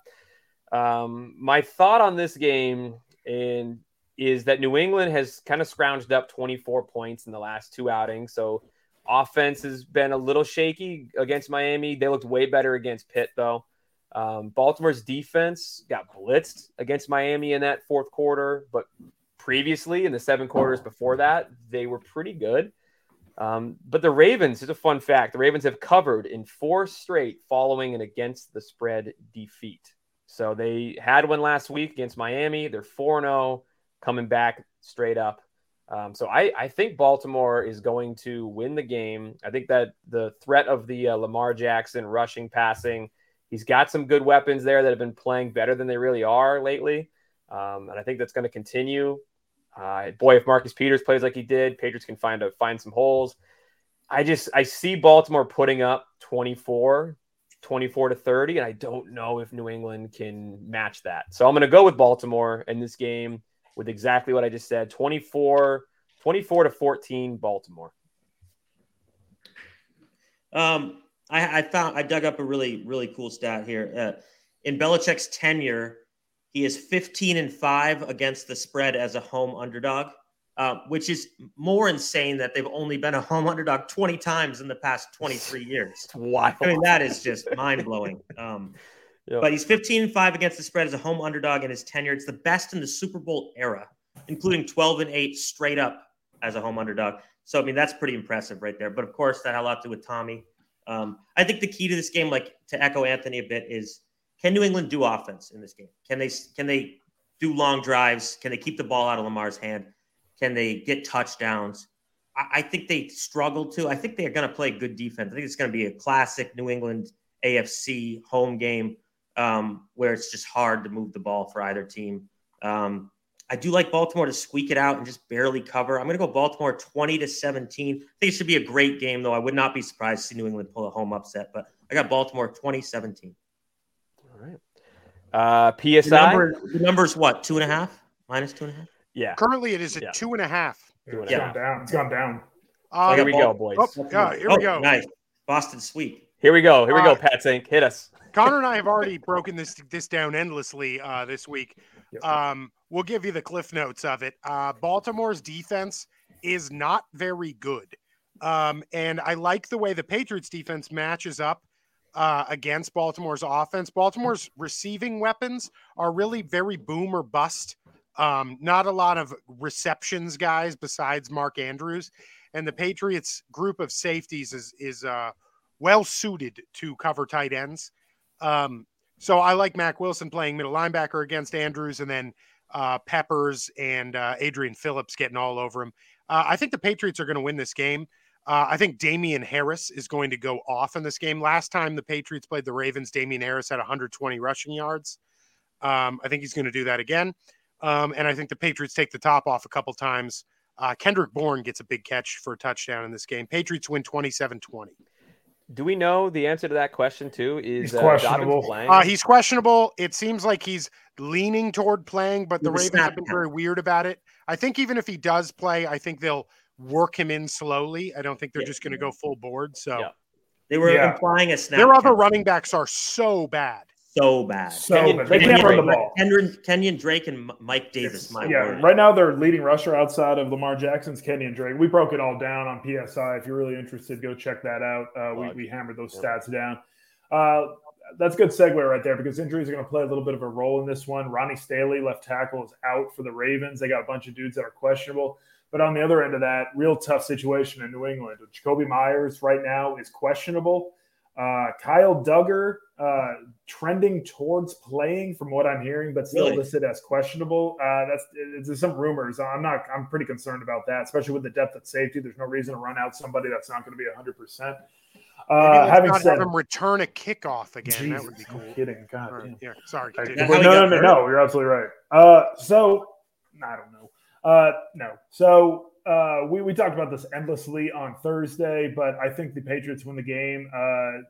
[SPEAKER 1] Um, my thought on this game and is that New England has kind of scrounged up 24 points in the last two outings. So offense has been a little shaky against Miami. They looked way better against Pitt though. Um, Baltimore's defense got blitzed against Miami in that fourth quarter, but previously in the seven quarters before that, they were pretty good. Um, but the Ravens, here's a fun fact the Ravens have covered in four straight following an against the spread defeat. So they had one last week against Miami. They're 4 0 coming back straight up. Um, so I, I think Baltimore is going to win the game. I think that the threat of the uh, Lamar Jackson rushing, passing, he's got some good weapons there that have been playing better than they really are lately. Um, and I think that's going to continue. Uh, boy, if Marcus Peters plays like he did, Patriots can find a, find some holes. I just I see Baltimore putting up 24, 24 to 30, and I don't know if New England can match that. So I'm going to go with Baltimore in this game with exactly what I just said 24, 24 to 14, Baltimore.
[SPEAKER 2] um, I, I found I dug up a really really cool stat here. Uh, in Belichick's tenure, he is 15 and five against the spread as a home underdog. Uh, which is more insane that they've only been a home underdog 20 times in the past 23 years.
[SPEAKER 1] It's wild.
[SPEAKER 2] I mean, that is just mind blowing. Um,
[SPEAKER 1] Yeah.
[SPEAKER 2] But he's 15 and 5 against the spread as a home underdog in his tenure. It's the best in the Super Bowl era, including 12 and 8 straight up as a home underdog. So, I mean, that's pretty impressive right there. But of course, that had a lot to do with Tommy. Um, I think the key to this game, like to echo Anthony a bit, is can New England do offense in this game? Can they can they do long drives? Can they keep the ball out of Lamar's hand? Can they get touchdowns? I, I think they struggled to. I think they're going to play good defense. I think it's going to be a classic New England AFC home game um, where it's just hard to move the ball for either team. Um, I do like Baltimore to squeak it out and just barely cover. I'm going to go Baltimore 20 to 17. I think it should be a great game, though. I would not be surprised to see New England pull a home upset, but I got Baltimore 20 17.
[SPEAKER 1] All right. Uh,
[SPEAKER 2] The,
[SPEAKER 1] PSI.
[SPEAKER 2] number, the number's what? Two and a half? Minus two and a half?
[SPEAKER 1] yeah.
[SPEAKER 4] currently it is at
[SPEAKER 1] Yeah.
[SPEAKER 4] two and a half.
[SPEAKER 3] It's
[SPEAKER 1] Yeah.
[SPEAKER 3] gone down. It's gone down.
[SPEAKER 4] Um,
[SPEAKER 1] Here we go,
[SPEAKER 2] Ball-
[SPEAKER 1] boys.
[SPEAKER 4] oh, yeah, here we
[SPEAKER 2] Oh,
[SPEAKER 4] go.
[SPEAKER 2] Nice. Boston sweep.
[SPEAKER 1] Here we go. Here we go,
[SPEAKER 4] Uh,
[SPEAKER 1] Pat Sink. Hit us.
[SPEAKER 4] Connor and I have already broken this this down endlessly uh, this week.
[SPEAKER 3] Yep.
[SPEAKER 4] Um, we'll give you the cliff notes of it. Uh, Baltimore's defense is not very good, um, and I like the way the Patriots' defense matches up uh, against Baltimore's offense. Baltimore's receiving weapons are really very boom or bust. Um, not a lot of receptions guys besides Mark Andrews, and the Patriots' group of safeties is is uh, well suited to cover tight ends. Um, so I like Mac Wilson playing middle linebacker against Andrews, and then uh, Peppers and uh, Adrian Phillips getting all over him. Uh, I think the Patriots are going to win this game. Uh, I think Damian Harris is going to go off in this game. Last time the Patriots played the Ravens, Damian Harris had 120 rushing yards. Um, I think he's going to do that again. Um, and I think the Patriots take the top off a couple times. Uh, Kendrick Bourne gets a big catch for a touchdown in this game. Patriots win 27 20.
[SPEAKER 1] Do we know the answer to that question too? Is
[SPEAKER 3] He's
[SPEAKER 1] uh, Dobbins
[SPEAKER 3] questionable.
[SPEAKER 1] playing?
[SPEAKER 4] Uh, he's questionable. It seems like he's leaning toward playing, but the
[SPEAKER 2] He was
[SPEAKER 4] Ravens have
[SPEAKER 2] snapped
[SPEAKER 4] been
[SPEAKER 2] down.
[SPEAKER 4] very weird about it. I think even if he does play, I think they'll work him in slowly. I don't think they're
[SPEAKER 2] Yeah.
[SPEAKER 4] just going to go full board. So
[SPEAKER 1] Yeah.
[SPEAKER 2] They were
[SPEAKER 3] Yeah.
[SPEAKER 2] implying a snap.
[SPEAKER 4] their other
[SPEAKER 2] count
[SPEAKER 4] running backs are so bad.
[SPEAKER 2] so bad.
[SPEAKER 3] So
[SPEAKER 1] Kenyon-
[SPEAKER 3] bad. they
[SPEAKER 1] Kenyon
[SPEAKER 3] can't run the
[SPEAKER 1] Drake.
[SPEAKER 3] ball.
[SPEAKER 2] Kenyon, Kenyon Drake and M- Mike Davis.
[SPEAKER 3] It's-
[SPEAKER 2] my
[SPEAKER 3] yeah,
[SPEAKER 2] word.
[SPEAKER 3] right now their leading rusher outside of Lamar Jackson's Kenyon Drake. We broke it all down on PSI. If you're really interested, go check that out. Uh, we,
[SPEAKER 1] Plug.
[SPEAKER 3] we hammered those
[SPEAKER 1] Yeah.
[SPEAKER 3] stats down. Uh, that's a good segue right there because injuries are going to play a little bit of a role in this one. Ronnie Staley, left tackle, is out for the Ravens. They got a bunch of dudes that are questionable. But on the other end of that, real tough situation in New England. Jacoby Myers right now is questionable. Uh, Kyle Duggar uh, trending towards playing, from what I'm hearing, but still
[SPEAKER 2] Really?
[SPEAKER 3] listed as questionable. Uh, that's it- there's some rumors. I'm not. I'm pretty concerned about that, especially with the depth at safety. There's no reason to run out somebody that's not going to be 100. percent
[SPEAKER 4] Maybe
[SPEAKER 3] uh,
[SPEAKER 4] let's
[SPEAKER 3] Having
[SPEAKER 4] not
[SPEAKER 3] said,
[SPEAKER 4] have him return a kickoff again. that would be
[SPEAKER 3] Jesus,
[SPEAKER 4] cool.
[SPEAKER 3] I'm kidding. God,
[SPEAKER 4] All right,
[SPEAKER 3] damn.
[SPEAKER 4] yeah, sorry.
[SPEAKER 3] Like,
[SPEAKER 4] continue.
[SPEAKER 2] how
[SPEAKER 3] well,
[SPEAKER 2] he
[SPEAKER 3] no,
[SPEAKER 2] got
[SPEAKER 3] no, no,
[SPEAKER 2] hurt?
[SPEAKER 3] no, you're absolutely right. Uh, so I don't know. Uh, no, so uh, we we talked about this endlessly on Thursday, but I think the Patriots win the game. Uh,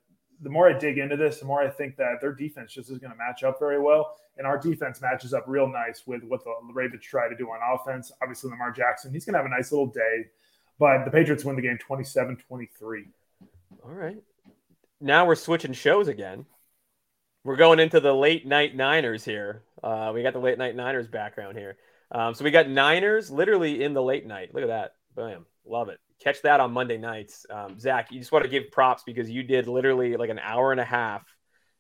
[SPEAKER 3] the more I dig into this, the more I think that their defense just is going to match up very well, and our defense matches up real nice with what the Ravens try to do on offense. Obviously, Lamar Jackson, he's going to have a nice little day, but the Patriots win the game 27-23.
[SPEAKER 1] All right. Now we're switching shows again. We're going into the late night Niners here. Uh, we got the late night Niners background here. Um, so we got Niners literally in the late night. Look at that. Bam. Love it. Catch that on Monday nights. Um, Zach, you just want to give props because you did literally like an hour and a half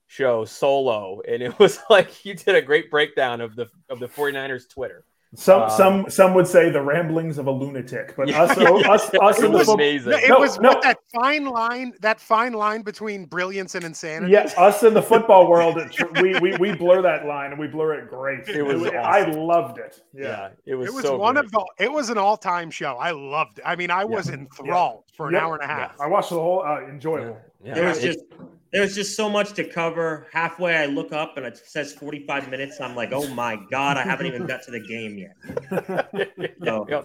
[SPEAKER 1] show solo. And it was like you did a great breakdown of the of the 49ers Twitter.
[SPEAKER 3] Some
[SPEAKER 1] Um,
[SPEAKER 3] some some would say the ramblings of a lunatic, but
[SPEAKER 1] Yeah.
[SPEAKER 3] us us us
[SPEAKER 1] It
[SPEAKER 3] in the
[SPEAKER 1] was
[SPEAKER 3] football,
[SPEAKER 1] amazing.
[SPEAKER 4] No, it
[SPEAKER 3] No,
[SPEAKER 4] was
[SPEAKER 3] no.
[SPEAKER 4] that fine line, that fine line between brilliance and insanity.
[SPEAKER 3] Yeah, us in the football world, it, we, we we blur that line and we blur it great.
[SPEAKER 1] It was
[SPEAKER 3] I
[SPEAKER 1] awesome.
[SPEAKER 3] loved it.
[SPEAKER 1] Yeah.
[SPEAKER 3] Yeah,
[SPEAKER 1] it was
[SPEAKER 4] It was
[SPEAKER 1] so
[SPEAKER 4] one
[SPEAKER 1] great.
[SPEAKER 4] of the. It was an all-time show. I loved. it. I mean, I was enthralled for an
[SPEAKER 3] Yeah.
[SPEAKER 4] hour and a half.
[SPEAKER 3] I watched the whole uh, enjoyable.
[SPEAKER 1] Yeah.
[SPEAKER 2] There
[SPEAKER 1] Yeah.
[SPEAKER 2] was
[SPEAKER 1] It-
[SPEAKER 2] just there was just so much to cover. Halfway, I look up and it says 45 minutes. I'm like, oh my god, I haven't even got to the game yet. No.
[SPEAKER 1] Yeah.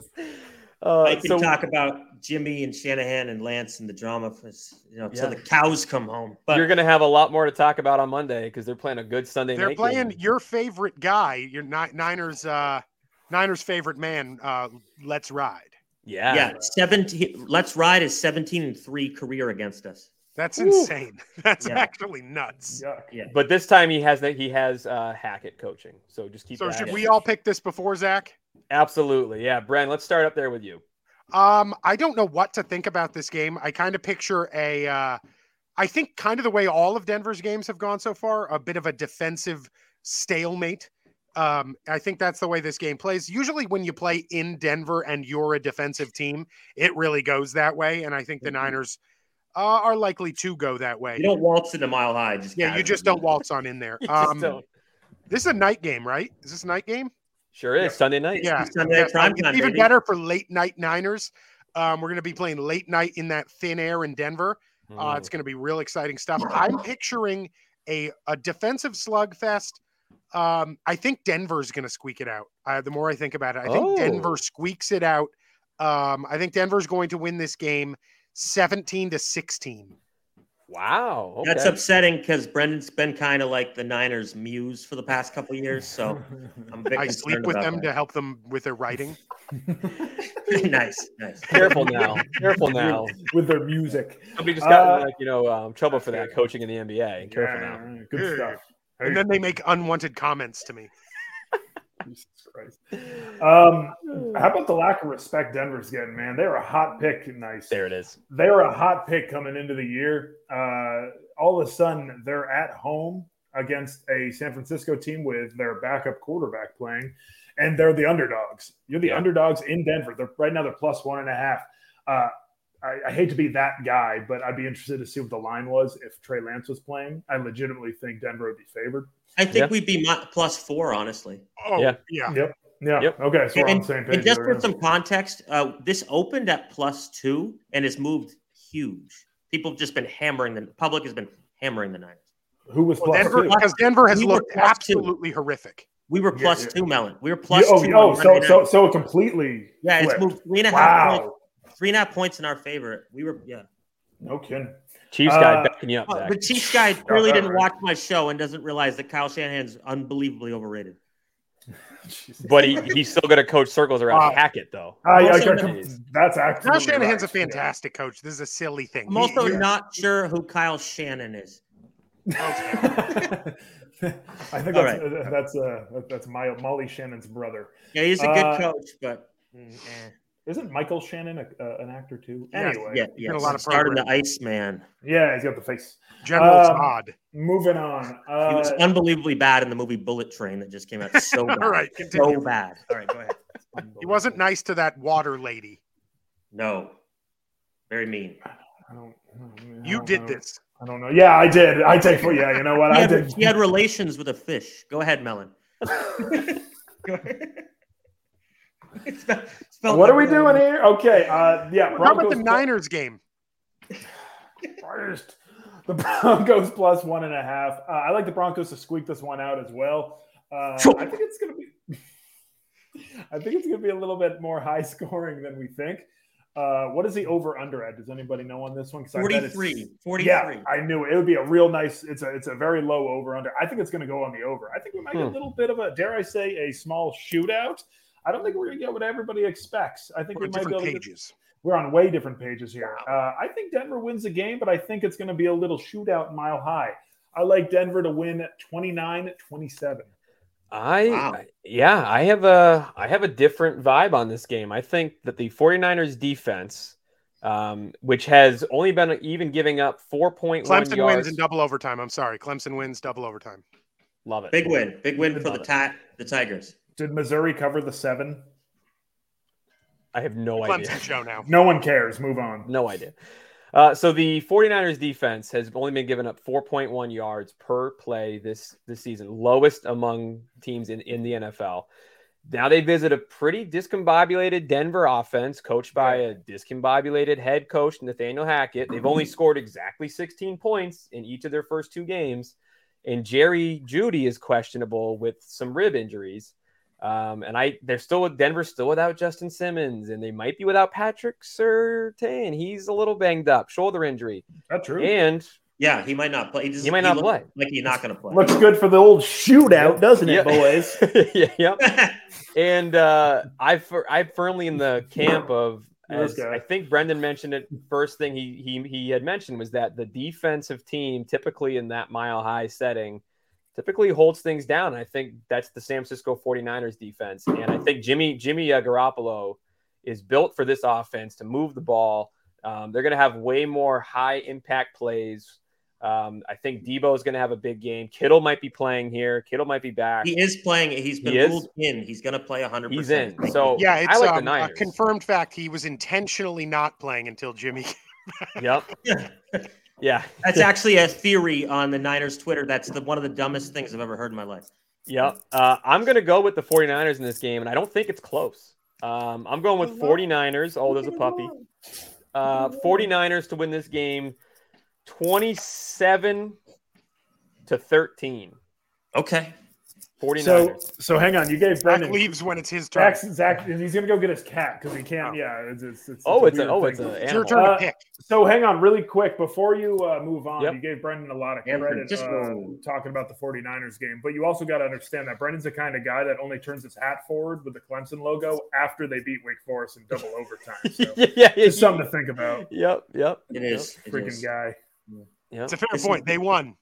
[SPEAKER 1] Uh,
[SPEAKER 2] I can
[SPEAKER 1] so-
[SPEAKER 2] talk about Jimmy and Shanahan and Lance and the drama for you know till
[SPEAKER 1] Yeah.
[SPEAKER 2] the cows come home. But
[SPEAKER 1] you're going to have a lot more to talk about on Monday because they're playing a good Sunday
[SPEAKER 4] They're
[SPEAKER 1] night.
[SPEAKER 4] playing
[SPEAKER 1] game.
[SPEAKER 4] your favorite guy, your Ni- Niners, uh, Niners favorite man. Uh, let's ride.
[SPEAKER 1] Yeah.
[SPEAKER 2] yeah, 17. Let's ride is 17 and three career against us.
[SPEAKER 4] That's
[SPEAKER 1] Woo.
[SPEAKER 4] insane. That's
[SPEAKER 2] Yeah.
[SPEAKER 4] actually nuts.
[SPEAKER 3] Yuck.
[SPEAKER 1] But this time he has that he has uh, Hackett coaching. So just keep
[SPEAKER 4] So
[SPEAKER 1] that.
[SPEAKER 4] should
[SPEAKER 1] in.
[SPEAKER 4] we all pick this before Zach?
[SPEAKER 1] Absolutely. Yeah, Bren, let's start up there with you.
[SPEAKER 4] Um, I don't know what to think about this game. I kind of picture a, uh, I think kind of the way all of Denver's games have gone so far, a bit of a defensive stalemate. Um, I think that's the way this game plays. Usually, when you play in Denver and you're a defensive team, it really goes that way. And I think
[SPEAKER 1] Mm-hmm.
[SPEAKER 4] the Niners uh, are likely to go that way.
[SPEAKER 2] You don't waltz into mile high. Just
[SPEAKER 4] yeah, you
[SPEAKER 2] casually.
[SPEAKER 4] just don't waltz on in there.
[SPEAKER 1] You just
[SPEAKER 4] Um,
[SPEAKER 1] don't-
[SPEAKER 4] this is a night game, right? Is this a night game?
[SPEAKER 1] Sure is Sunday night.
[SPEAKER 4] Yeah,
[SPEAKER 2] Sunday
[SPEAKER 4] yeah,
[SPEAKER 2] prime
[SPEAKER 4] it's
[SPEAKER 2] time,
[SPEAKER 4] even
[SPEAKER 2] baby.
[SPEAKER 4] better for late night Niners. Um, we're going to be playing late night in that thin air in Denver. Uh,
[SPEAKER 1] Mm.
[SPEAKER 4] It's going to be real exciting stuff. I'm picturing a a defensive slugfest. Um, I think Denver's going to squeak it out. Uh, the more I think about it, I think
[SPEAKER 1] Oh.
[SPEAKER 4] Denver squeaks it out. Um, I think Denver's going to win this game, 17 to 16.
[SPEAKER 1] wow. Okay.
[SPEAKER 2] That's upsetting because Brendan's been kind of like the Niners muse for the past couple of years. So I'm a bit
[SPEAKER 4] I sleep
[SPEAKER 2] concerned
[SPEAKER 4] with
[SPEAKER 2] about
[SPEAKER 4] them to
[SPEAKER 2] that.
[SPEAKER 4] help them with their writing.
[SPEAKER 2] nice, nice.
[SPEAKER 1] Careful now. Careful now.
[SPEAKER 3] with their music.
[SPEAKER 1] Somebody just got
[SPEAKER 3] Uh,
[SPEAKER 1] in like, you know, um, trouble for that coaching in the NBA. Careful
[SPEAKER 3] Yeah,
[SPEAKER 1] now.
[SPEAKER 3] Good
[SPEAKER 4] Yeah.
[SPEAKER 3] stuff.
[SPEAKER 4] And then they make unwanted comments to me.
[SPEAKER 3] Jesus Christ. Um, how about the lack of respect Denver's getting, man? They were a hot pick. Nice.
[SPEAKER 1] There it is.
[SPEAKER 3] they were a hot pick coming into the year. Uh, all of a sudden, they're at home against a San Francisco team with their backup quarterback playing, and they're the underdogs. You're the
[SPEAKER 1] Yeah.
[SPEAKER 3] underdogs in Denver. They're right now they're plus one and a half. Uh, I, I hate to be that guy, but I'd be interested to see what the line was if Trey Lance was playing. I legitimately think Denver would be favored.
[SPEAKER 2] I think
[SPEAKER 1] Yeah.
[SPEAKER 2] we'd be mi- plus four, honestly.
[SPEAKER 4] Oh,
[SPEAKER 1] Yeah.
[SPEAKER 4] yeah.
[SPEAKER 3] Yeah.
[SPEAKER 1] Yep.
[SPEAKER 3] Okay. So we're on
[SPEAKER 2] and,
[SPEAKER 3] the same
[SPEAKER 2] and
[SPEAKER 3] page.
[SPEAKER 2] just
[SPEAKER 3] there,
[SPEAKER 2] for
[SPEAKER 3] yeah.
[SPEAKER 2] some context, uh, this opened at plus two and has moved huge. People have just been hammering the public has been hammering the Niners.
[SPEAKER 3] Who was
[SPEAKER 4] Well,
[SPEAKER 3] plus
[SPEAKER 4] Denver,
[SPEAKER 3] two?
[SPEAKER 4] because Denver has
[SPEAKER 2] We were
[SPEAKER 4] looked
[SPEAKER 2] plus two.
[SPEAKER 4] absolutely horrific.
[SPEAKER 2] We were
[SPEAKER 3] Yeah,
[SPEAKER 2] plus
[SPEAKER 3] yeah.
[SPEAKER 2] two, Melon. We were plus
[SPEAKER 3] oh,
[SPEAKER 2] two.
[SPEAKER 3] oh,
[SPEAKER 2] on
[SPEAKER 3] so
[SPEAKER 2] Monday
[SPEAKER 3] so
[SPEAKER 2] night.
[SPEAKER 3] so it completely.
[SPEAKER 2] yeah, it's
[SPEAKER 3] flipped.
[SPEAKER 2] moved three and a half
[SPEAKER 3] Wow.
[SPEAKER 2] points, three and a half points in our favor. We were yeah.
[SPEAKER 3] No kidding.
[SPEAKER 1] Chiefs guy
[SPEAKER 3] Uh,
[SPEAKER 1] backing you up,
[SPEAKER 2] Well,
[SPEAKER 1] Zach.
[SPEAKER 2] the Chiefs guy clearly
[SPEAKER 3] that
[SPEAKER 2] didn't
[SPEAKER 3] right.
[SPEAKER 2] watch my show and doesn't realize that Kyle Shanahan's unbelievably overrated.
[SPEAKER 1] But he, he's still going to coach circles around
[SPEAKER 4] Wow.
[SPEAKER 1] Hackett, though.
[SPEAKER 3] I, I,
[SPEAKER 2] Also-
[SPEAKER 3] I- that's actually.
[SPEAKER 4] Kyle Shanahan's a fantastic coach. This is a silly thing.
[SPEAKER 2] I'm
[SPEAKER 4] He-
[SPEAKER 2] also
[SPEAKER 4] he-
[SPEAKER 2] not sure who Kyle Shannon is.
[SPEAKER 3] I think
[SPEAKER 2] All
[SPEAKER 3] that's that's uh, that's my Molly Shannon's brother.
[SPEAKER 2] Yeah, he's a good
[SPEAKER 3] Uh,
[SPEAKER 2] coach, but mm, eh.
[SPEAKER 3] Isn't Michael Shannon a, uh, an actor too?
[SPEAKER 4] Yes,
[SPEAKER 3] Anyway,
[SPEAKER 2] yeah,
[SPEAKER 4] he's
[SPEAKER 2] yeah.
[SPEAKER 4] been a lot of
[SPEAKER 2] started the Iceman.
[SPEAKER 3] yeah, he's got the face.
[SPEAKER 4] General
[SPEAKER 3] Um,
[SPEAKER 4] Todd.
[SPEAKER 3] Moving on.
[SPEAKER 2] He was
[SPEAKER 3] Uh,
[SPEAKER 2] unbelievably bad in the movie Bullet Train that just came out. So bad.
[SPEAKER 4] All right,
[SPEAKER 2] so
[SPEAKER 4] continue.
[SPEAKER 2] bad. All right, go ahead.
[SPEAKER 4] He wasn't nice to that water lady.
[SPEAKER 2] No, very mean.
[SPEAKER 3] I don't, I don't
[SPEAKER 4] You
[SPEAKER 3] know.
[SPEAKER 4] did this.
[SPEAKER 3] I don't know. Yeah, I did. I take. Well, yeah, you know what?
[SPEAKER 2] He
[SPEAKER 3] I
[SPEAKER 2] had,
[SPEAKER 3] did.
[SPEAKER 2] he had relations with a fish. Go ahead, Melon. Go ahead. It's spelled- spelled
[SPEAKER 3] What are we
[SPEAKER 2] like-
[SPEAKER 3] doing here? Okay. Uh, yeah.
[SPEAKER 4] How about the
[SPEAKER 3] Broncos-
[SPEAKER 4] Niners game?
[SPEAKER 3] first. The Broncos plus one and a half. Uh, I like the Broncos to squeak this one out as well. Uh, I think it's going to be. I think it's going to be a little bit more high scoring than we think. Uh, what is the over under at? Does anybody know on this one? 'Cause I bet it's-
[SPEAKER 2] 43. 43.
[SPEAKER 3] Yeah, I knew it. it would be a real nice. It's a it's a very low over under. I think it's going to go on the over. I think we might get a
[SPEAKER 1] Hmm.
[SPEAKER 3] little bit of a dare I say a small shootout. I don't think we're going to get what everybody expects. I think we
[SPEAKER 4] We're on
[SPEAKER 3] might be
[SPEAKER 4] different
[SPEAKER 3] able to get-
[SPEAKER 4] pages.
[SPEAKER 3] we're on way different pages here. Uh, I think Denver wins the game, but I think it's going to be a little shootout mile high. I like Denver to win 29 27.
[SPEAKER 1] I
[SPEAKER 2] Wow.
[SPEAKER 1] yeah, I have a I have a different vibe on this game. I think that the 49ers defense um, which has only been even giving up 4.1
[SPEAKER 4] Clemson
[SPEAKER 1] yards.
[SPEAKER 4] wins in double overtime. I'm sorry. Clemson wins double overtime.
[SPEAKER 1] Love it.
[SPEAKER 2] Big win. Big win for
[SPEAKER 1] Love
[SPEAKER 2] the
[SPEAKER 1] it.
[SPEAKER 2] ti- the Tigers.
[SPEAKER 3] Did Missouri cover the seven?
[SPEAKER 1] I have no idea.
[SPEAKER 4] Clemson show now.
[SPEAKER 3] No one cares. Move on.
[SPEAKER 1] No idea. Uh, so the 49ers defense has only been given up 4.1 yards per play this this season, lowest among teams in, in the NFL. Now they visit a pretty discombobulated Denver offense, coached by a discombobulated head coach Nathaniel Hackett. They've only scored exactly 16 points in each of their first two games, and Jerry Judy is questionable with some rib injuries. Um, and I, they're still with Denver, still without Justin Simmons, and they might be without Patrick Sertan. He's a little banged up, shoulder injury,
[SPEAKER 3] Is that true?
[SPEAKER 1] and
[SPEAKER 2] Yeah, he might not play. He, just,
[SPEAKER 1] He might not
[SPEAKER 2] looked Like he's not going to play.
[SPEAKER 3] Looks good for the old shootout, doesn't it,
[SPEAKER 1] Yeah.
[SPEAKER 3] boys?
[SPEAKER 1] yeah, yep. And uh, I, fir- I'm firmly in the camp of.
[SPEAKER 3] This
[SPEAKER 1] As
[SPEAKER 3] guy.
[SPEAKER 1] I think Brendan mentioned it. First thing he he he had mentioned was that the defensive team, typically in that mile high setting, typically holds things down. I think that's the San Francisco 49ers defense, and I think Jimmy Jimmy uh, Garoppolo is built for this offense to move the ball. Um, they're going to have way more high impact plays. Um, I think Debo is going to have a big game. Kittle might be playing here. Kittle might be back.
[SPEAKER 2] he is playing. He's been
[SPEAKER 1] He is?
[SPEAKER 2] ruled in. He's going to play 100%.
[SPEAKER 1] He's in. So
[SPEAKER 4] Yeah,
[SPEAKER 1] I
[SPEAKER 4] it's
[SPEAKER 1] like the
[SPEAKER 4] um, a
[SPEAKER 1] Niners.
[SPEAKER 4] confirmed fact. He was intentionally not playing until Jimmy.
[SPEAKER 1] Yep. yeah.
[SPEAKER 2] That's actually a theory on the Niners Twitter. That's the one of the dumbest things I've ever heard in my life.
[SPEAKER 1] Yep. Uh, I'm going to go with the 49ers in this game, and I don't think it's close. Um, I'm going with 49ers. Oh, there's a puppy. Uh, 49ers to win this game 27 to 13.
[SPEAKER 2] Okay.
[SPEAKER 1] 49ers.
[SPEAKER 3] So, so hang on. You gave
[SPEAKER 4] Zach
[SPEAKER 3] Brendan.
[SPEAKER 4] leaves when it's his turn.
[SPEAKER 3] Zach, Zach, he's going to go get his cat because he can't. Yeah. It's, it's, it's,
[SPEAKER 1] oh, it's a,
[SPEAKER 3] weird
[SPEAKER 1] oh,
[SPEAKER 3] thing.
[SPEAKER 1] it's a
[SPEAKER 4] It's
[SPEAKER 1] animal.
[SPEAKER 4] your turn
[SPEAKER 3] Uh,
[SPEAKER 4] to pick.
[SPEAKER 3] So hang on, really quick, before you uh, move on,
[SPEAKER 1] Yep.
[SPEAKER 3] you gave Brendan a lot of
[SPEAKER 2] Yeah,
[SPEAKER 3] credit
[SPEAKER 2] just
[SPEAKER 3] uh,
[SPEAKER 2] go.
[SPEAKER 3] talking about the 49ers game, but you also got to understand that Brendan's the kind of guy that only turns his hat forward with the Clemson logo after they beat Wake Forest in double overtime. So
[SPEAKER 1] yeah, yeah, yeah.
[SPEAKER 3] just something to think about.
[SPEAKER 1] Yep, yep.
[SPEAKER 2] It is. It
[SPEAKER 3] Freaking
[SPEAKER 2] is.
[SPEAKER 3] guy.
[SPEAKER 1] Yep.
[SPEAKER 4] It's a fair
[SPEAKER 2] This is-
[SPEAKER 4] point. They won.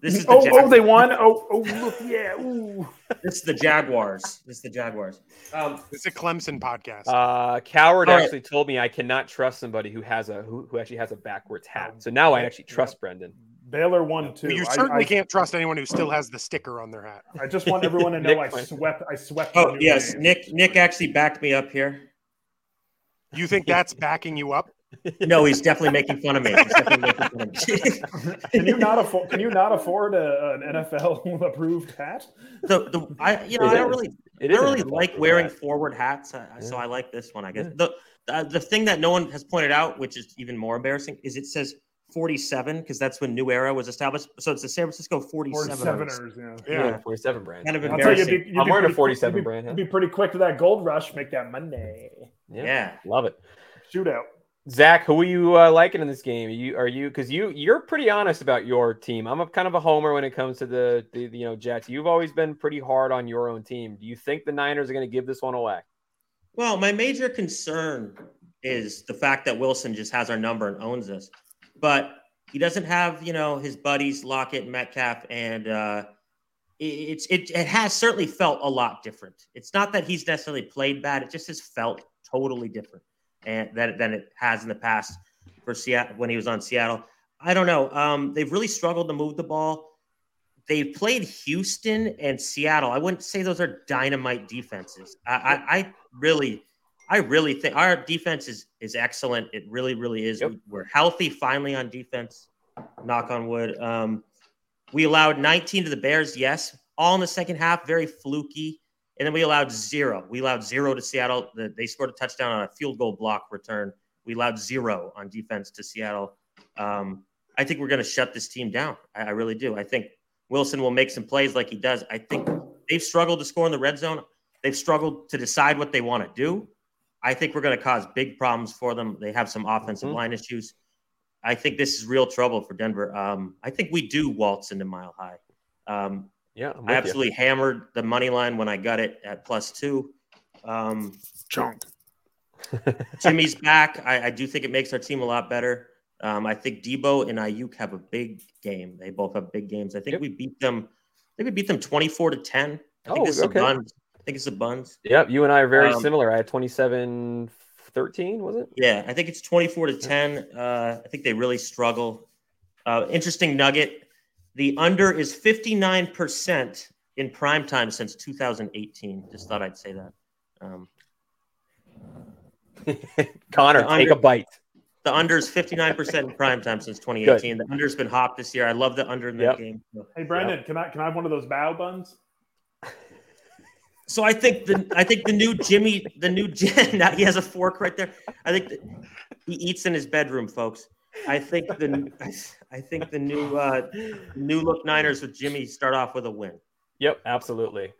[SPEAKER 2] This is the
[SPEAKER 3] Oh,
[SPEAKER 2] Jag-
[SPEAKER 3] oh, they won. Oh, oh, look, yeah. Ooh.
[SPEAKER 2] this is the Jaguars. This is the Jaguars. Um,
[SPEAKER 4] It's a Clemson podcast.
[SPEAKER 1] Uh, Coward
[SPEAKER 2] All right.
[SPEAKER 1] actually told me I cannot trust somebody who has a who, who actually has a backwards
[SPEAKER 2] Oh,
[SPEAKER 1] hat. So now I actually trust Brendan.
[SPEAKER 3] Baylor won too.
[SPEAKER 4] you
[SPEAKER 3] I- I,
[SPEAKER 4] certainly can't trust anyone who still has the sticker on their hat.
[SPEAKER 3] I just want everyone to know
[SPEAKER 1] Nick
[SPEAKER 3] I
[SPEAKER 1] went.
[SPEAKER 3] swept. I swept. the
[SPEAKER 2] oh
[SPEAKER 3] new
[SPEAKER 2] yes,
[SPEAKER 3] game.
[SPEAKER 2] Nick. Nick actually backed me up here.
[SPEAKER 4] You think that's backing you up?
[SPEAKER 2] No, he's definitely making fun of me. He's definitely making fun of me.
[SPEAKER 3] Can you not afford? Can you not afford a, an NFL approved hat?
[SPEAKER 2] So the I you know
[SPEAKER 1] It
[SPEAKER 2] I don't
[SPEAKER 1] is.
[SPEAKER 2] really
[SPEAKER 1] It
[SPEAKER 2] I
[SPEAKER 1] is
[SPEAKER 2] don't
[SPEAKER 1] an
[SPEAKER 2] really
[SPEAKER 1] NFL
[SPEAKER 2] like
[SPEAKER 1] for
[SPEAKER 2] wearing
[SPEAKER 1] that.
[SPEAKER 2] forward hats, I, I so
[SPEAKER 1] Yeah.
[SPEAKER 2] I like this one. I guess
[SPEAKER 1] Yeah.
[SPEAKER 2] the uh, the thing that no one has pointed out, which is even more embarrassing, is it says 47 because that's when New Era was established. So it's the San Francisco 47ers.
[SPEAKER 3] 47ers, yeah.
[SPEAKER 2] Yeah.
[SPEAKER 1] Yeah, 47 brand.
[SPEAKER 2] Kind of
[SPEAKER 3] I'll tell you,
[SPEAKER 2] embarrassing.
[SPEAKER 3] you'd be- you'd
[SPEAKER 1] I'm
[SPEAKER 3] be
[SPEAKER 1] wearing a
[SPEAKER 3] pretty-
[SPEAKER 1] 47
[SPEAKER 3] you'd be-
[SPEAKER 1] brand, huh?
[SPEAKER 3] You'd be pretty quick to that gold rush, make that Monday
[SPEAKER 1] Yeah.
[SPEAKER 2] Yeah.
[SPEAKER 1] Love it.
[SPEAKER 3] shootout.
[SPEAKER 1] Zach, who are you uh, liking in this game? Are you are you because you you're pretty honest about your team. I'm a kind of a homer when it comes to the, the you know Jets. You've always been pretty hard on your own team. Do you think the Niners are going to give this one away?
[SPEAKER 2] Well, my major concern is the fact that Wilson just has our number and owns us, but he doesn't have you know his buddies Lockett, Metcalf, and uh, it, it's it, it has certainly felt a lot different. It's not that he's necessarily played bad; it just has felt totally different and than than it has in the past for Seattle when he was on Seattle. I don't know. Um, they've really struggled to move the ball. They played Houston and Seattle. I wouldn't say those are dynamite defenses. I, I, I really, I really think our defense is is excellent. It really, really is.
[SPEAKER 1] Yep.
[SPEAKER 2] We, we're healthy finally on defense. Knock on wood. Um, we allowed 19 to the Bears. Yes, all in the second half. Very fluky. And then we allowed zero. We allowed zero to Seattle. The, they scored a touchdown on a field goal block return. We allowed zero on defense to Seattle. Um, I think we're going to shut this team down. I, I really do. I think Wilson will make some plays like he does. I think they've struggled to score in the red zone. They've struggled to decide what they want to do. I think we're going to cause big problems for them. They have some offensive
[SPEAKER 1] Mhm.
[SPEAKER 2] line issues. I think this is real trouble for Denver. Um, I think we do waltz into Mile High. Um,
[SPEAKER 1] Yeah, I'm
[SPEAKER 2] I
[SPEAKER 1] with you.
[SPEAKER 2] absolutely hammered the money line when I got it at plus two. Um,
[SPEAKER 4] Chunk.
[SPEAKER 2] Jimmy's back. I, I do think it makes our team a lot better. Um, I think Debo and Ayuk have a big game. They both have big games. I think
[SPEAKER 1] Yep.
[SPEAKER 2] we beat them. I think we beat them twenty-four to ten. I think
[SPEAKER 1] Oh,
[SPEAKER 2] it's the
[SPEAKER 1] okay.
[SPEAKER 2] Buns. I think it's the Buns.
[SPEAKER 1] Yep, you and I are very
[SPEAKER 2] Um,
[SPEAKER 1] similar. I had 27 13, was it?
[SPEAKER 2] Yeah, I think it's 24 to 10. Uh, I think they really struggle. Uh, interesting nugget. The under is 59% in prime time since 2018. Just thought I'd say that. Um,
[SPEAKER 1] Connor, take
[SPEAKER 2] The under-
[SPEAKER 1] a bite.
[SPEAKER 2] the under is 59% in prime time since 2018. The under's been hot this year. I love the under in that
[SPEAKER 1] Yep.
[SPEAKER 2] game.
[SPEAKER 3] Hey Brandon, can I can I have one of those bow buns?
[SPEAKER 2] So I think the I think the new Jimmy, the new Jim, now he has a fork right there. I think that he eats in his bedroom, folks. I think the I think the new uh, new look Niners with Jimmy start off with a win.
[SPEAKER 1] Yep, absolutely.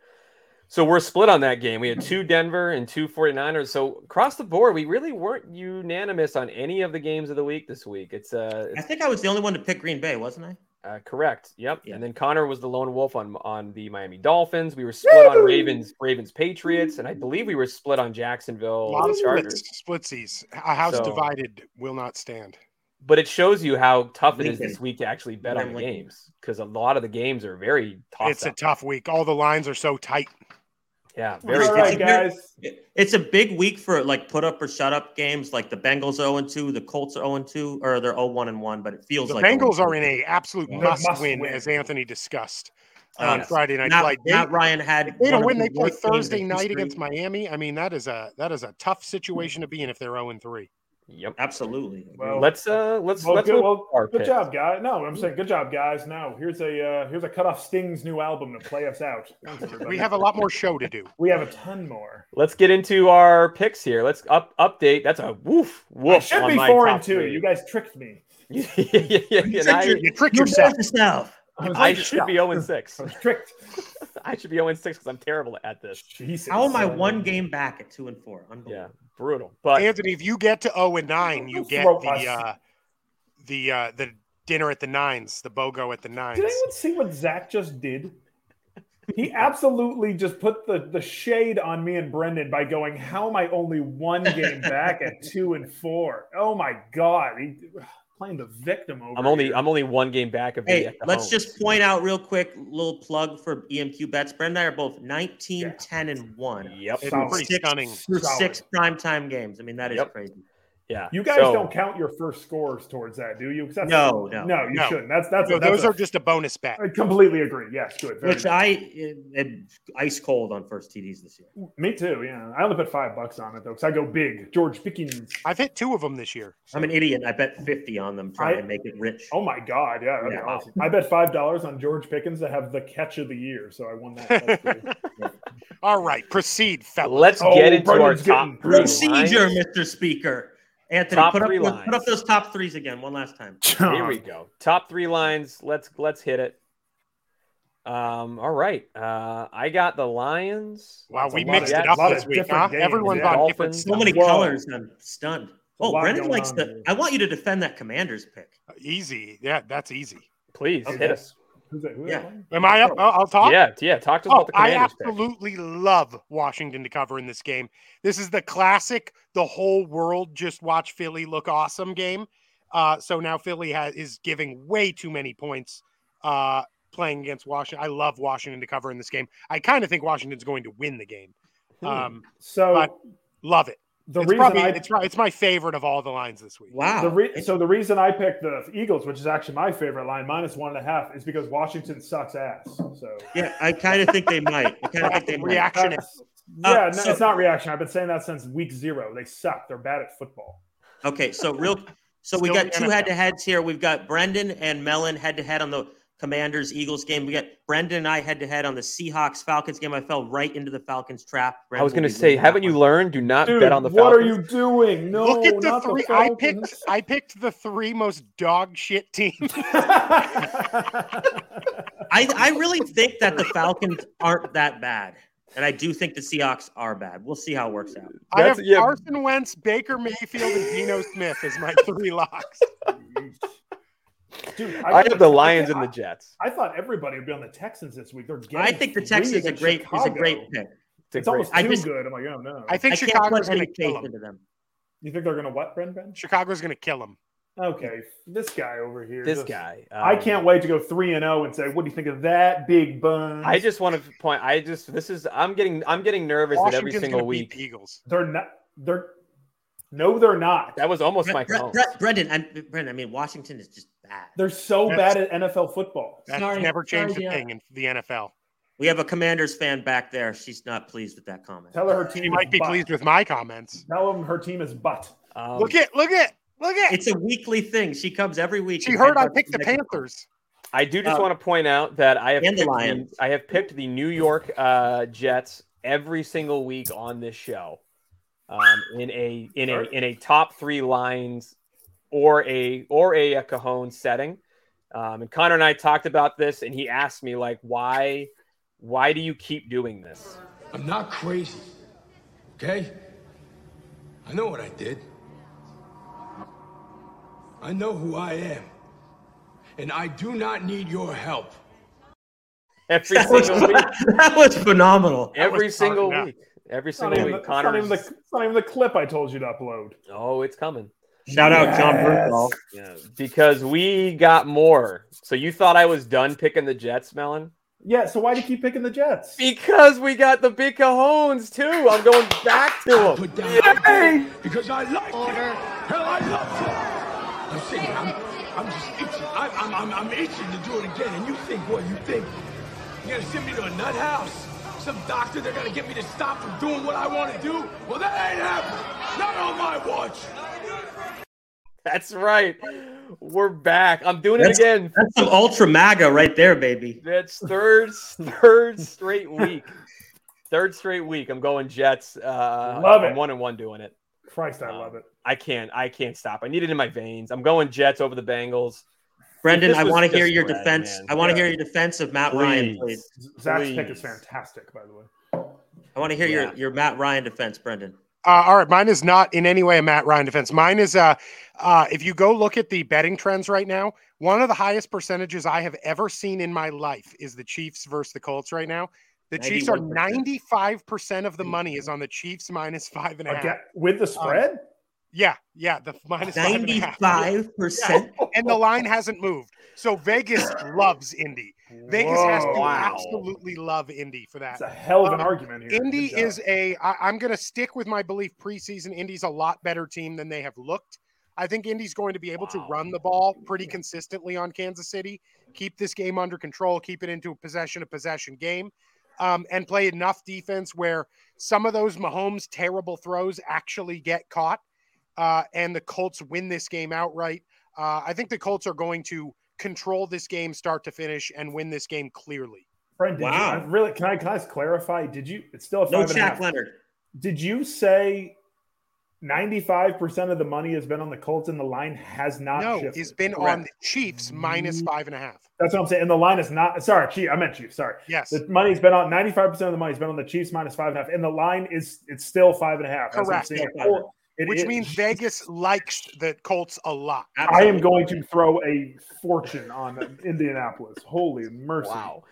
[SPEAKER 1] So we're split on that game. We had two Denver and two 49ers. So across the board, we really weren't unanimous on any of the games of the week this week. It's uh,
[SPEAKER 2] I
[SPEAKER 1] it's,
[SPEAKER 2] think I was the only one to pick Green Bay, wasn't I?
[SPEAKER 1] uh correct. Yep.
[SPEAKER 2] Yeah.
[SPEAKER 1] And then Connor was the lone wolf on on the Miami Dolphins. We were split on Ravens, Ravens Patriots, and I believe we were split on
[SPEAKER 4] A
[SPEAKER 1] Jacksonville
[SPEAKER 4] lot of
[SPEAKER 1] Chargers.
[SPEAKER 4] splits, splitsies. A house
[SPEAKER 1] So-
[SPEAKER 4] divided will not stand.
[SPEAKER 1] But it shows you how tough it is
[SPEAKER 2] Lincoln.
[SPEAKER 1] this week to actually bet
[SPEAKER 2] Yeah,
[SPEAKER 1] on the
[SPEAKER 2] Lincoln.
[SPEAKER 1] games because a lot of the games are very tough.
[SPEAKER 4] it's a tough week. All the lines are so tight.
[SPEAKER 1] yeah, very
[SPEAKER 3] All
[SPEAKER 1] tough.
[SPEAKER 3] right,
[SPEAKER 2] good.
[SPEAKER 3] guys.
[SPEAKER 2] It- It's a big week for like put up or shut up games. Like the Bengals 0 2, the Colts are 0 2, or they're 0 1 and 1, but it feels
[SPEAKER 4] The
[SPEAKER 2] like
[SPEAKER 4] Bengals
[SPEAKER 2] 0-2.
[SPEAKER 4] are in a absolute
[SPEAKER 3] Yeah.
[SPEAKER 4] must,
[SPEAKER 3] Must
[SPEAKER 4] win,
[SPEAKER 3] win.
[SPEAKER 4] as Anthony discussed
[SPEAKER 2] Oh,
[SPEAKER 4] on
[SPEAKER 2] yes.
[SPEAKER 4] Friday night.
[SPEAKER 2] Matt,
[SPEAKER 4] like they,
[SPEAKER 2] Matt Ryan had. one
[SPEAKER 4] they don't
[SPEAKER 2] of
[SPEAKER 4] win.
[SPEAKER 2] the
[SPEAKER 4] They play
[SPEAKER 2] worst games in
[SPEAKER 4] Thursday night
[SPEAKER 2] history.
[SPEAKER 4] against Miami. I mean, that is a that is a tough situation to be in if they're zero and three.
[SPEAKER 1] Yep.
[SPEAKER 2] Absolutely.
[SPEAKER 3] Well,
[SPEAKER 1] Let's uh let's
[SPEAKER 3] Well,
[SPEAKER 1] let's
[SPEAKER 3] good,
[SPEAKER 1] move
[SPEAKER 3] well,
[SPEAKER 1] our
[SPEAKER 3] good
[SPEAKER 1] picks.
[SPEAKER 3] job, guys. No, I'm saying good job, guys. Now here's a uh, here's a cut off Sting's new album to play us out. Thanks, everybody.
[SPEAKER 4] We have a lot more show to do.
[SPEAKER 3] we have a ton more.
[SPEAKER 1] Let's get into our picks here. Let's up update. That's a woof woof.
[SPEAKER 3] I should
[SPEAKER 1] on
[SPEAKER 3] be
[SPEAKER 1] my
[SPEAKER 3] four and
[SPEAKER 1] top
[SPEAKER 3] two.
[SPEAKER 1] three.
[SPEAKER 3] You guys tricked me.
[SPEAKER 1] yeah, yeah, yeah.
[SPEAKER 2] You
[SPEAKER 1] and
[SPEAKER 2] tricked
[SPEAKER 1] I,
[SPEAKER 2] your-
[SPEAKER 4] You trick
[SPEAKER 2] You
[SPEAKER 4] yourself.
[SPEAKER 2] bet yourself.
[SPEAKER 1] I should be 0 and six.
[SPEAKER 3] I was tricked.
[SPEAKER 1] I should be 0 and six because I'm terrible at this.
[SPEAKER 3] Jesus.
[SPEAKER 2] How am I one game back at two and four?
[SPEAKER 1] Yeah,
[SPEAKER 2] Unbelievable.
[SPEAKER 1] brutal. But
[SPEAKER 4] Anthony, if you get to zero and nine, you
[SPEAKER 3] Don't
[SPEAKER 4] get
[SPEAKER 3] throw
[SPEAKER 4] the
[SPEAKER 3] us.
[SPEAKER 4] uh, the uh, the dinner at the nines, the bogo at the nines.
[SPEAKER 3] Did anyone see what Zach just did? He absolutely just put the, the shade on me and Brendan by going, How am I only one game back at two and four? Oh my God. He, playing the victim over.
[SPEAKER 1] I'm only
[SPEAKER 3] here.
[SPEAKER 1] I'm only one game back of
[SPEAKER 2] Hey,
[SPEAKER 1] the.
[SPEAKER 2] let's just point out real quick, little plug for EMQ bets. Brent and I are both 19,
[SPEAKER 3] Yeah.
[SPEAKER 2] 10, and 1
[SPEAKER 1] Yep.
[SPEAKER 4] It's
[SPEAKER 3] Solid.
[SPEAKER 4] pretty
[SPEAKER 2] Six.
[SPEAKER 4] stunning.
[SPEAKER 2] through
[SPEAKER 3] Solid.
[SPEAKER 2] six primetime games. I mean, that is
[SPEAKER 1] Yep.
[SPEAKER 2] crazy.
[SPEAKER 1] Yeah.
[SPEAKER 3] You guys
[SPEAKER 1] So,
[SPEAKER 3] don't count your first scores towards that, do you? 'Cause that's-
[SPEAKER 2] No, no.
[SPEAKER 3] No, you
[SPEAKER 4] No.
[SPEAKER 3] shouldn't. That's that's,
[SPEAKER 4] So
[SPEAKER 3] that's
[SPEAKER 4] those
[SPEAKER 3] a-
[SPEAKER 4] are just a bonus bet.
[SPEAKER 3] I completely agree. Yes, good. Very
[SPEAKER 2] Which I am ice cold on first TDs this year.
[SPEAKER 3] me too. Yeah, I only put five bucks on it though, because I go big. George Pickens.
[SPEAKER 4] I've hit two of them this year.
[SPEAKER 2] I'm an idiot. I bet 50 on them trying
[SPEAKER 3] I-
[SPEAKER 2] to make it rich.
[SPEAKER 3] Oh my God! Yeah, that'd be
[SPEAKER 2] Yeah.
[SPEAKER 3] awesome. I bet five dollars on George Pickens to have the catch of the year, so I won that. That's good.
[SPEAKER 4] All right, proceed, fellas.
[SPEAKER 1] let's
[SPEAKER 3] Oh,
[SPEAKER 1] get into our
[SPEAKER 3] Brendan's
[SPEAKER 1] top
[SPEAKER 3] getting
[SPEAKER 1] three
[SPEAKER 2] Procedure,
[SPEAKER 1] lines.
[SPEAKER 2] Mr. Speaker. Anthony,
[SPEAKER 1] Top
[SPEAKER 2] put, up,
[SPEAKER 1] three
[SPEAKER 2] put
[SPEAKER 1] lines.
[SPEAKER 2] up those top threes again, one last time.
[SPEAKER 1] Here we go. Top three lines. Let's let's hit it. Um. All right. Uh. I got the Lions.
[SPEAKER 4] Wow,
[SPEAKER 3] That's a
[SPEAKER 4] we
[SPEAKER 3] lot of-
[SPEAKER 4] mixed
[SPEAKER 3] yeah,
[SPEAKER 4] it up
[SPEAKER 3] lot of
[SPEAKER 4] this week,
[SPEAKER 3] different
[SPEAKER 4] huh?
[SPEAKER 3] games,
[SPEAKER 4] Everyone's
[SPEAKER 1] yeah.
[SPEAKER 4] on different
[SPEAKER 1] Dolphins.
[SPEAKER 2] So many
[SPEAKER 3] Whoa.
[SPEAKER 2] colors. I'm stunned.
[SPEAKER 3] a
[SPEAKER 2] Oh,
[SPEAKER 3] lot
[SPEAKER 2] Brendan
[SPEAKER 3] going
[SPEAKER 2] likes
[SPEAKER 3] on
[SPEAKER 2] the.
[SPEAKER 3] here.
[SPEAKER 2] I want you to defend that commander's pick.
[SPEAKER 4] Easy. Yeah, that's easy.
[SPEAKER 1] Please
[SPEAKER 3] Okay.
[SPEAKER 1] hit us.
[SPEAKER 3] Who's that? Who
[SPEAKER 2] Yeah.
[SPEAKER 3] that was?
[SPEAKER 4] Am I up?
[SPEAKER 2] Oh.
[SPEAKER 4] Oh, I'll talk.
[SPEAKER 1] Yeah. Yeah. Talk to us
[SPEAKER 4] Oh,
[SPEAKER 1] about the
[SPEAKER 4] I
[SPEAKER 1] Commanders. pick.
[SPEAKER 4] absolutely love Washington to cover in this game. This is the classic, the whole world just watch Philly look awesome game. Uh, so now Philly ha- is giving way too many points uh, playing against Washington. I love Washington to cover in this game. I kind of think Washington's going to win the game. Um,
[SPEAKER 3] Hmm. So
[SPEAKER 4] But love it.
[SPEAKER 3] the
[SPEAKER 4] it's
[SPEAKER 3] reason
[SPEAKER 4] probably
[SPEAKER 3] I
[SPEAKER 4] it's, pro- it's my favorite of all the lines this week.
[SPEAKER 2] Wow.
[SPEAKER 3] The re- so the reason I picked the Eagles, which is actually my favorite line, minus one and a half, is because Washington sucks ass. So
[SPEAKER 2] yeah, I kind of think they might. I kind of think they might. Uh,
[SPEAKER 4] Reaction.
[SPEAKER 3] That's- yeah, no,
[SPEAKER 2] so-
[SPEAKER 3] it's not reaction. I've been saying that since week zero. They suck. They're bad at football.
[SPEAKER 2] Okay, so real. So we
[SPEAKER 4] Still
[SPEAKER 2] got
[SPEAKER 4] the
[SPEAKER 2] two
[SPEAKER 4] NFL.
[SPEAKER 2] head to heads here. We've got Brendan and Mellon head to head on the Commanders Eagles game. We got Brendan and I head to head on the Seahawks Falcons game. I fell right into the Falcons trap.
[SPEAKER 1] I was going
[SPEAKER 2] Brendan
[SPEAKER 1] to
[SPEAKER 2] will be
[SPEAKER 1] say,
[SPEAKER 2] losing
[SPEAKER 1] haven't
[SPEAKER 2] that
[SPEAKER 1] you
[SPEAKER 2] one.
[SPEAKER 1] learned? Do not
[SPEAKER 3] Dude,
[SPEAKER 1] bet on the
[SPEAKER 3] what are
[SPEAKER 1] Falcons.
[SPEAKER 3] you doing? No,
[SPEAKER 4] Look at the
[SPEAKER 3] not
[SPEAKER 4] three.
[SPEAKER 3] The
[SPEAKER 4] I picked.
[SPEAKER 3] Falcons.
[SPEAKER 4] I picked the three most dog shit teams.
[SPEAKER 2] I, I really think that the Falcons aren't that bad, and I do think the Seahawks are bad. We'll see how it works out.
[SPEAKER 4] I
[SPEAKER 1] That's-
[SPEAKER 4] have
[SPEAKER 1] yeah.
[SPEAKER 4] Carson Wentz, Baker Mayfield, and Geno Smith as my three locks.
[SPEAKER 3] Dude,
[SPEAKER 1] I have the Lions
[SPEAKER 3] I,
[SPEAKER 1] and the Jets.
[SPEAKER 3] I thought everybody would be on the Texans this week. They're getting
[SPEAKER 2] I think the
[SPEAKER 3] three
[SPEAKER 2] Texans is a
[SPEAKER 3] against
[SPEAKER 2] great is a
[SPEAKER 3] Chicago.
[SPEAKER 2] great pick.
[SPEAKER 1] It's a
[SPEAKER 3] It's
[SPEAKER 1] great-
[SPEAKER 3] almost
[SPEAKER 2] I
[SPEAKER 3] too
[SPEAKER 2] just-
[SPEAKER 3] good. I'm like, oh no.
[SPEAKER 4] I think
[SPEAKER 2] I can't
[SPEAKER 4] Chicago's
[SPEAKER 2] put
[SPEAKER 4] going
[SPEAKER 2] any
[SPEAKER 4] to
[SPEAKER 2] faith
[SPEAKER 4] kill him.
[SPEAKER 2] into them.
[SPEAKER 3] you think they're gonna what, Bren Ben?
[SPEAKER 4] Chicago's going to kill him.
[SPEAKER 3] Okay, this guy over here.
[SPEAKER 1] this
[SPEAKER 3] just-
[SPEAKER 1] guy.
[SPEAKER 3] I
[SPEAKER 1] um,
[SPEAKER 3] can't wait to go three and zero and say, "What do you think of that, Big Bun?"
[SPEAKER 1] I just want to point. I just this is. I'm getting. I'm getting nervous that every
[SPEAKER 4] Washington's
[SPEAKER 1] single
[SPEAKER 4] gonna beat
[SPEAKER 1] week.
[SPEAKER 4] the Eagles.
[SPEAKER 3] they're not. They're no, they're not.
[SPEAKER 1] That was almost
[SPEAKER 2] Bre-
[SPEAKER 1] my
[SPEAKER 2] Bre-
[SPEAKER 1] cone.
[SPEAKER 2] Bre- Brendan, I'm, Brendan, I mean Washington is just bad.
[SPEAKER 3] They're so
[SPEAKER 4] That's-
[SPEAKER 3] bad at NFL football.
[SPEAKER 4] That's
[SPEAKER 2] Sorry,
[SPEAKER 4] never changed
[SPEAKER 2] sorry,
[SPEAKER 4] a
[SPEAKER 2] yeah.
[SPEAKER 4] thing in the NFL.
[SPEAKER 2] We have a Commanders fan back there. She's not pleased with that comment.
[SPEAKER 3] Tell her her team
[SPEAKER 4] She
[SPEAKER 3] is
[SPEAKER 4] might be
[SPEAKER 3] butt.
[SPEAKER 4] pleased with my comments.
[SPEAKER 3] Tell them her team is butt.
[SPEAKER 1] Um,
[SPEAKER 4] look at, look at, look at.
[SPEAKER 2] It's a weekly thing. She comes every week.
[SPEAKER 4] she
[SPEAKER 2] and
[SPEAKER 4] heard I
[SPEAKER 2] heads up
[SPEAKER 4] picked the
[SPEAKER 2] to make-
[SPEAKER 4] Panthers.
[SPEAKER 1] I do just
[SPEAKER 2] uh,
[SPEAKER 1] want to point out that I have
[SPEAKER 2] and the
[SPEAKER 1] picked
[SPEAKER 2] Lions.
[SPEAKER 1] I have picked the New York uh, Jets every single week on this show, um, in a in a in a top three lines or a or a, a Cajon setting. Um, and Connor and I talked about this, and he asked me like, why why do you keep doing this?
[SPEAKER 9] I'm not crazy. Okay? I know what I did. I know who I am. And I do not need your help.
[SPEAKER 1] Every single week,
[SPEAKER 2] that was phenomenal.
[SPEAKER 1] every
[SPEAKER 4] was
[SPEAKER 1] single
[SPEAKER 4] hard, yeah.
[SPEAKER 1] week, every
[SPEAKER 3] It's not,
[SPEAKER 1] single
[SPEAKER 3] even the,
[SPEAKER 1] week.
[SPEAKER 3] it's, not
[SPEAKER 1] Connor,
[SPEAKER 3] even the, it's not even the clip I told you to upload.
[SPEAKER 1] oh, it's coming.
[SPEAKER 2] Shout out John Bernthal.
[SPEAKER 1] Yeah, because we got more. So you thought I was done picking the Jets, Melon?
[SPEAKER 3] Yeah. So why do you keep picking the Jets?
[SPEAKER 1] Because we got the big Cajones too. I'm going back to them.
[SPEAKER 9] Put down because I like you. Hell, I love you. I'm saying I'm, I'm just itching. I, I'm, I'm, I'm itching to do it again. And you think what? You think you're gonna send me to a nut house? Some doctor they're gonna get me to stop from doing what I want to do? Well, that ain't happening. Not on my watch.
[SPEAKER 1] That's right. We're back. I'm doing
[SPEAKER 2] That's-
[SPEAKER 1] it again.
[SPEAKER 2] That's some ultra MAGA right there, baby.
[SPEAKER 1] That's third third straight week. Third straight week. I'm going Jets. Uh,
[SPEAKER 3] Love
[SPEAKER 1] I'm
[SPEAKER 3] it.
[SPEAKER 1] one and one doing it.
[SPEAKER 3] Christ, I
[SPEAKER 1] Um,
[SPEAKER 3] love it.
[SPEAKER 1] I can't. I can't stop. I need it in my veins. I'm going Jets over the Bengals.
[SPEAKER 2] Brendan,
[SPEAKER 1] This
[SPEAKER 2] I
[SPEAKER 1] was
[SPEAKER 2] want to hear
[SPEAKER 1] just
[SPEAKER 2] your
[SPEAKER 1] rad,
[SPEAKER 2] defense.
[SPEAKER 1] man.
[SPEAKER 2] I want to
[SPEAKER 3] Yeah.
[SPEAKER 2] hear your defense of Matt Ryan,
[SPEAKER 1] Please.
[SPEAKER 2] please.
[SPEAKER 3] Zach's pick is
[SPEAKER 1] please.
[SPEAKER 3] fantastic, by the way.
[SPEAKER 2] I want to hear
[SPEAKER 1] Yeah.
[SPEAKER 2] your, your Matt Ryan defense, Brendan.
[SPEAKER 4] Uh, all right, mine is not in any way a Matt Ryan defense. Mine is uh, uh, if you go look at the betting trends right now, one of the highest percentages I have ever seen in my life is the Chiefs versus the Colts right now. The Chiefs are
[SPEAKER 2] 91%.
[SPEAKER 4] ninety-five percent of the money is on the Chiefs minus five and a half.
[SPEAKER 3] Again, with
[SPEAKER 4] um,
[SPEAKER 3] the spread,
[SPEAKER 4] Yeah, yeah, the f- minus five and a half.
[SPEAKER 2] Ninety-five percent.
[SPEAKER 4] and the line hasn't moved. So Vegas loves Indy. Vegas has to
[SPEAKER 3] Whoa.
[SPEAKER 4] absolutely love Indy for that.
[SPEAKER 3] It's a hell of an
[SPEAKER 4] Um,
[SPEAKER 3] argument here.
[SPEAKER 4] Indy
[SPEAKER 3] Good job.
[SPEAKER 4] is a. I, I'm going to stick with my belief. Preseason, Indy's a lot better team than they have looked. I think Indy's going to be able
[SPEAKER 1] Wow.
[SPEAKER 4] to run the ball pretty consistently on Kansas City, keep this game under control, keep it into a possession to possession game, um, and play enough defense where some of those Mahomes terrible throws actually get caught, uh, and the Colts win this game outright. Uh, I think the Colts are going to control this game start to finish and win this game clearly.
[SPEAKER 3] Friend, did
[SPEAKER 2] Wow.
[SPEAKER 3] You, I really, can I can I just clarify? Did you? It's still a
[SPEAKER 2] No
[SPEAKER 3] five and a half.
[SPEAKER 2] Jack Leonard.
[SPEAKER 3] Did you say Ninety-five percent of the money has been on the Colts, and the line has not. Mm-hmm.
[SPEAKER 4] No,
[SPEAKER 3] shifted.
[SPEAKER 4] he's been
[SPEAKER 3] Correct.
[SPEAKER 4] on the Chiefs minus five and a half.
[SPEAKER 3] That's what I'm saying. And the line is not. Sorry, Chief. I meant Chiefs. Sorry.
[SPEAKER 4] Yes.
[SPEAKER 3] The money's been on ninety-five percent of the money's been on the Chiefs minus five and a half, and the line is it's still five and a half. That's what I'm
[SPEAKER 4] Correct.
[SPEAKER 3] saying.
[SPEAKER 2] Yeah, five.
[SPEAKER 3] It
[SPEAKER 4] which
[SPEAKER 3] is-
[SPEAKER 4] means Vegas likes the Colts a lot.
[SPEAKER 3] I am
[SPEAKER 2] Absolutely.
[SPEAKER 3] going to throw a fortune on Indianapolis. Holy mercy!
[SPEAKER 1] Wow.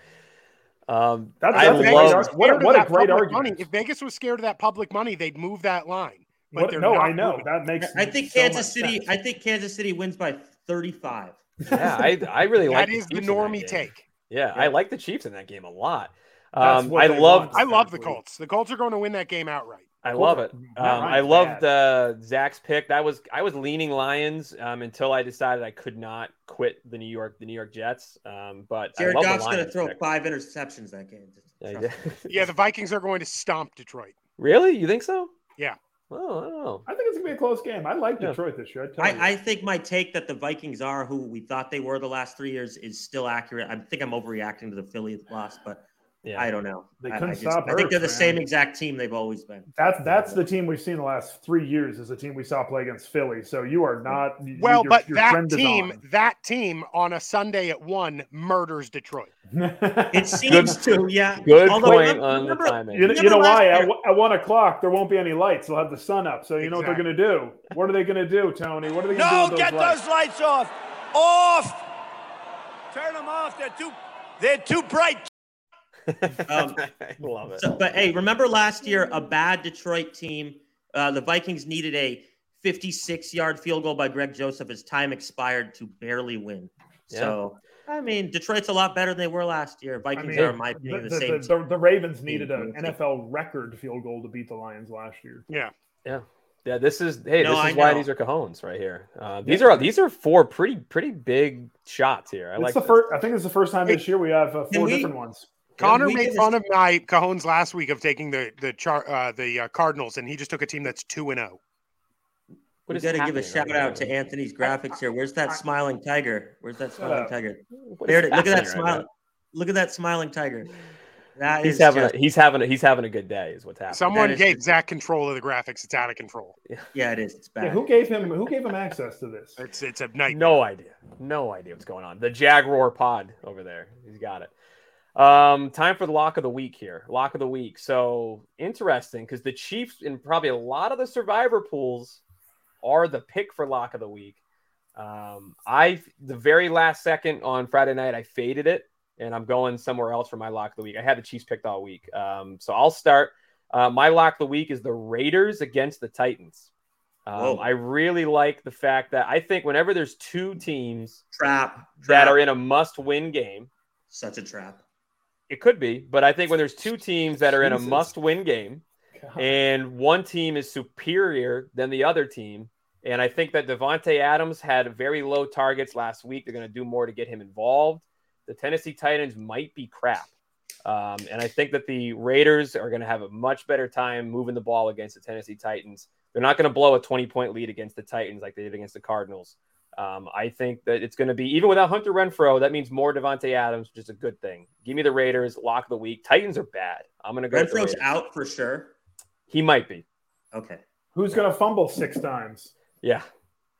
[SPEAKER 1] Um,
[SPEAKER 3] That's-
[SPEAKER 1] I
[SPEAKER 3] that's a great
[SPEAKER 1] love.
[SPEAKER 3] argument. What a-
[SPEAKER 4] Scared of
[SPEAKER 3] what a
[SPEAKER 4] that
[SPEAKER 3] great
[SPEAKER 4] public
[SPEAKER 3] argument.
[SPEAKER 4] Money. If Vegas was scared of that public money, they'd move that line. But
[SPEAKER 3] What-
[SPEAKER 4] they're
[SPEAKER 3] no,
[SPEAKER 4] not
[SPEAKER 3] I know
[SPEAKER 4] moving it.
[SPEAKER 3] that makes.
[SPEAKER 2] I think
[SPEAKER 3] so
[SPEAKER 2] Kansas
[SPEAKER 3] much
[SPEAKER 2] City.
[SPEAKER 3] sense.
[SPEAKER 2] I think Kansas City wins by 35.
[SPEAKER 1] Yeah, I, I really like
[SPEAKER 4] That is the
[SPEAKER 1] Chiefs in that
[SPEAKER 4] normie
[SPEAKER 1] game.
[SPEAKER 4] take.
[SPEAKER 1] Yeah, I like the Chiefs in that game a lot.
[SPEAKER 3] That's
[SPEAKER 1] Um,
[SPEAKER 3] what
[SPEAKER 1] I
[SPEAKER 3] they
[SPEAKER 1] love.
[SPEAKER 3] want.
[SPEAKER 4] I love the
[SPEAKER 3] Exactly.
[SPEAKER 4] Colts. The Colts are going to win that game outright.
[SPEAKER 1] I love it.
[SPEAKER 3] Colts
[SPEAKER 1] Um,
[SPEAKER 3] are not
[SPEAKER 1] I
[SPEAKER 3] right,
[SPEAKER 1] loved uh, Zach's pick. That was I was leaning Lions um, until I decided I could not quit the New York the New York Jets. Um, but
[SPEAKER 2] Jared
[SPEAKER 1] I love the
[SPEAKER 2] Goff's going to
[SPEAKER 1] Lions
[SPEAKER 2] throw
[SPEAKER 1] pick.
[SPEAKER 2] five interceptions that game. Just
[SPEAKER 1] Yeah,
[SPEAKER 2] trust
[SPEAKER 1] yeah.
[SPEAKER 2] me.
[SPEAKER 4] Yeah, the Vikings are going to stomp Detroit.
[SPEAKER 1] really? You think so?
[SPEAKER 4] Yeah.
[SPEAKER 1] Oh, I don't know.
[SPEAKER 3] I think it's gonna be a close game. I like
[SPEAKER 1] Yeah.
[SPEAKER 3] Detroit this year. I, tell you.
[SPEAKER 2] I, I think my take that the Vikings are who we thought they were the last three years is still accurate. I think I'm overreacting to the Philly loss, but
[SPEAKER 1] Yeah.
[SPEAKER 2] I don't know.
[SPEAKER 3] They
[SPEAKER 2] I- I,
[SPEAKER 3] couldn't
[SPEAKER 2] just-
[SPEAKER 3] stop
[SPEAKER 2] I think they're the
[SPEAKER 3] Hurts,
[SPEAKER 2] same
[SPEAKER 3] man.
[SPEAKER 2] exact team they've always been.
[SPEAKER 3] That's that's the team we've seen the last three years is the team we saw play against Philly. So you are not you-
[SPEAKER 4] Mm. Well,
[SPEAKER 3] your-
[SPEAKER 4] but
[SPEAKER 3] your
[SPEAKER 4] that
[SPEAKER 3] trend is
[SPEAKER 4] team,
[SPEAKER 3] on.
[SPEAKER 4] that team on a Sunday at one murders Detroit.
[SPEAKER 2] It seems to, yeah.
[SPEAKER 1] Good
[SPEAKER 2] Although
[SPEAKER 1] point
[SPEAKER 2] remember-
[SPEAKER 1] on the
[SPEAKER 2] remember-
[SPEAKER 1] timing.
[SPEAKER 3] you,
[SPEAKER 2] Remember
[SPEAKER 3] you know
[SPEAKER 2] last
[SPEAKER 3] why? At,
[SPEAKER 2] year-
[SPEAKER 3] one- at one o'clock there won't be any lights. They'll have the sun up. So you know what they're gonna do? What are they gonna do, Tony? What are they gonna
[SPEAKER 5] No,
[SPEAKER 3] do? With
[SPEAKER 5] get
[SPEAKER 3] those lights?
[SPEAKER 5] those lights off. Off. Turn them off. They're too. They're too bright.
[SPEAKER 2] Um,
[SPEAKER 1] I love it.
[SPEAKER 2] So, but hey, remember last year, a bad Detroit team. Uh, the Vikings needed a 56 yard field goal by Greg Joseph as time expired to barely win. So, I mean, Detroit's a lot better than they were last year. Vikings
[SPEAKER 3] mean,
[SPEAKER 2] are, in my
[SPEAKER 3] The,
[SPEAKER 2] opinion, the,
[SPEAKER 3] the-
[SPEAKER 2] same.
[SPEAKER 3] the-
[SPEAKER 2] team.
[SPEAKER 3] the- the Ravens needed
[SPEAKER 2] team.
[SPEAKER 3] an NFL record field goal to beat the Lions last year.
[SPEAKER 4] Yeah.
[SPEAKER 1] Yeah, this is hey,
[SPEAKER 2] No,
[SPEAKER 1] this
[SPEAKER 2] I
[SPEAKER 1] is why
[SPEAKER 2] know.
[SPEAKER 1] these are cajones right here. Uh, these are these are four pretty pretty big shots here. I
[SPEAKER 3] it's
[SPEAKER 1] like
[SPEAKER 3] the
[SPEAKER 1] this.
[SPEAKER 3] first. I think it's the first time this year we have uh,
[SPEAKER 2] Can
[SPEAKER 3] four
[SPEAKER 2] we-
[SPEAKER 3] different ones.
[SPEAKER 4] Connor
[SPEAKER 2] we
[SPEAKER 4] made
[SPEAKER 2] get a-
[SPEAKER 4] fun of my Cajones last week of taking the the char, uh, the uh, Cardinals, and he just took a team that's two and oh. zero.
[SPEAKER 1] What
[SPEAKER 2] we
[SPEAKER 1] is
[SPEAKER 2] got to give a
[SPEAKER 1] happening right
[SPEAKER 2] shout out
[SPEAKER 1] now?
[SPEAKER 2] to Anthony's graphics here. Where's that smiling tiger? Where's that smiling
[SPEAKER 3] up.
[SPEAKER 2] tiger?
[SPEAKER 1] What is
[SPEAKER 2] There it is. Look at that
[SPEAKER 1] happening right
[SPEAKER 2] smile. Look at that smiling tiger. That
[SPEAKER 1] now?
[SPEAKER 2] is
[SPEAKER 1] He's having
[SPEAKER 2] just-
[SPEAKER 1] a, he's having a, he's having a good day is what's happening.
[SPEAKER 4] Someone
[SPEAKER 2] is
[SPEAKER 4] gave
[SPEAKER 2] just-
[SPEAKER 4] Zach control of the graphics. It's out of control.
[SPEAKER 2] yeah, it is. It's bad.
[SPEAKER 3] Yeah, who gave him? Who gave him access to this?
[SPEAKER 4] It's it's a nightmare.
[SPEAKER 1] No idea. No idea what's going on. The Jaguar pod over there. He's got it. Um, time for the lock of the week here. Lock of the week. So interesting because the Chiefs in probably a lot of the survivor pools are the pick for lock of the week. Um, I the very last second on Friday night I faded it and I'm going somewhere else for my lock of the week. I had the Chiefs picked all week. Um, so I'll start. Uh, my lock of the week is the Raiders against the Titans.
[SPEAKER 2] Whoa.
[SPEAKER 1] Um, I really like the fact that I think whenever there's two teams
[SPEAKER 2] Trap.
[SPEAKER 1] that
[SPEAKER 2] Trap.
[SPEAKER 1] are in a must-win game,
[SPEAKER 2] Such a trap.
[SPEAKER 1] it could be, but I think when there's two teams that are in a
[SPEAKER 2] Jesus.
[SPEAKER 1] must-win game
[SPEAKER 3] God.
[SPEAKER 1] and one team is superior than the other team, and I think that Devonte Adams had very low targets last week. They're going to do more to get him involved. The Tennessee Titans might be crap. Um, and I think that the Raiders are going to have a much better time moving the ball against the Tennessee Titans. They're not going to blow a 20 point lead against the Titans like they did against the Cardinals. Um, I think that it's going to be, even without Hunter Renfro, that means more Devontae Adams, which is a good thing. Give me the Raiders, lock of the week. Titans are bad. I'm going to go. with the
[SPEAKER 2] Renfro's
[SPEAKER 1] Raiders.
[SPEAKER 2] out for sure.
[SPEAKER 1] He might be.
[SPEAKER 2] Okay.
[SPEAKER 3] Who's going to fumble six times?
[SPEAKER 1] Yeah.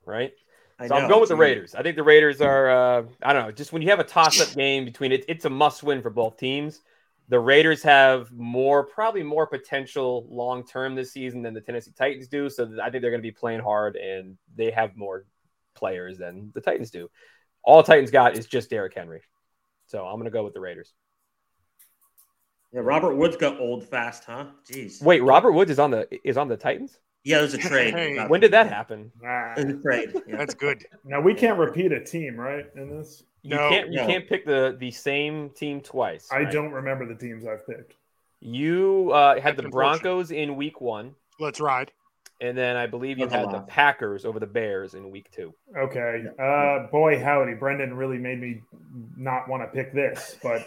[SPEAKER 1] Right.
[SPEAKER 2] I
[SPEAKER 1] So I'm
[SPEAKER 2] know.
[SPEAKER 1] going with the
[SPEAKER 2] It's weird.
[SPEAKER 1] Raiders. I think the Raiders are. Uh, I don't know. Just when you have a toss-up game between it, it's a must-win for both teams. The Raiders have more, probably more potential long-term this season than the Tennessee Titans do. So I think they're going to be playing hard, and they have more players than the Titans do. All Titans got is just Derrick Henry. So I'm going to go with the Raiders.
[SPEAKER 2] Yeah, Robert Woods got old fast, huh? Jeez.
[SPEAKER 1] Wait, Robert Woods is on the is on the Titans.
[SPEAKER 2] Yeah, there's a trade.
[SPEAKER 4] Hey.
[SPEAKER 2] about
[SPEAKER 1] When did that happen?
[SPEAKER 2] that.
[SPEAKER 3] Nah.
[SPEAKER 2] There's a trade. Yeah.
[SPEAKER 4] That's good.
[SPEAKER 3] Now we can't repeat a team, right? In this,
[SPEAKER 1] You
[SPEAKER 4] No,
[SPEAKER 1] can't you
[SPEAKER 2] no.
[SPEAKER 1] can't pick the the same team twice.
[SPEAKER 3] I
[SPEAKER 1] right?
[SPEAKER 3] don't remember the teams I've picked.
[SPEAKER 1] You uh, had
[SPEAKER 4] That's
[SPEAKER 1] the
[SPEAKER 4] unfortunate.
[SPEAKER 1] Broncos in Week One.
[SPEAKER 4] Let's ride.
[SPEAKER 1] And then I believe you
[SPEAKER 3] Oh,
[SPEAKER 2] Over
[SPEAKER 1] had the
[SPEAKER 2] last.
[SPEAKER 1] Packers over the Bears in week two.
[SPEAKER 3] Okay, uh, boy, howdy, Brendan really made me not want to pick this, but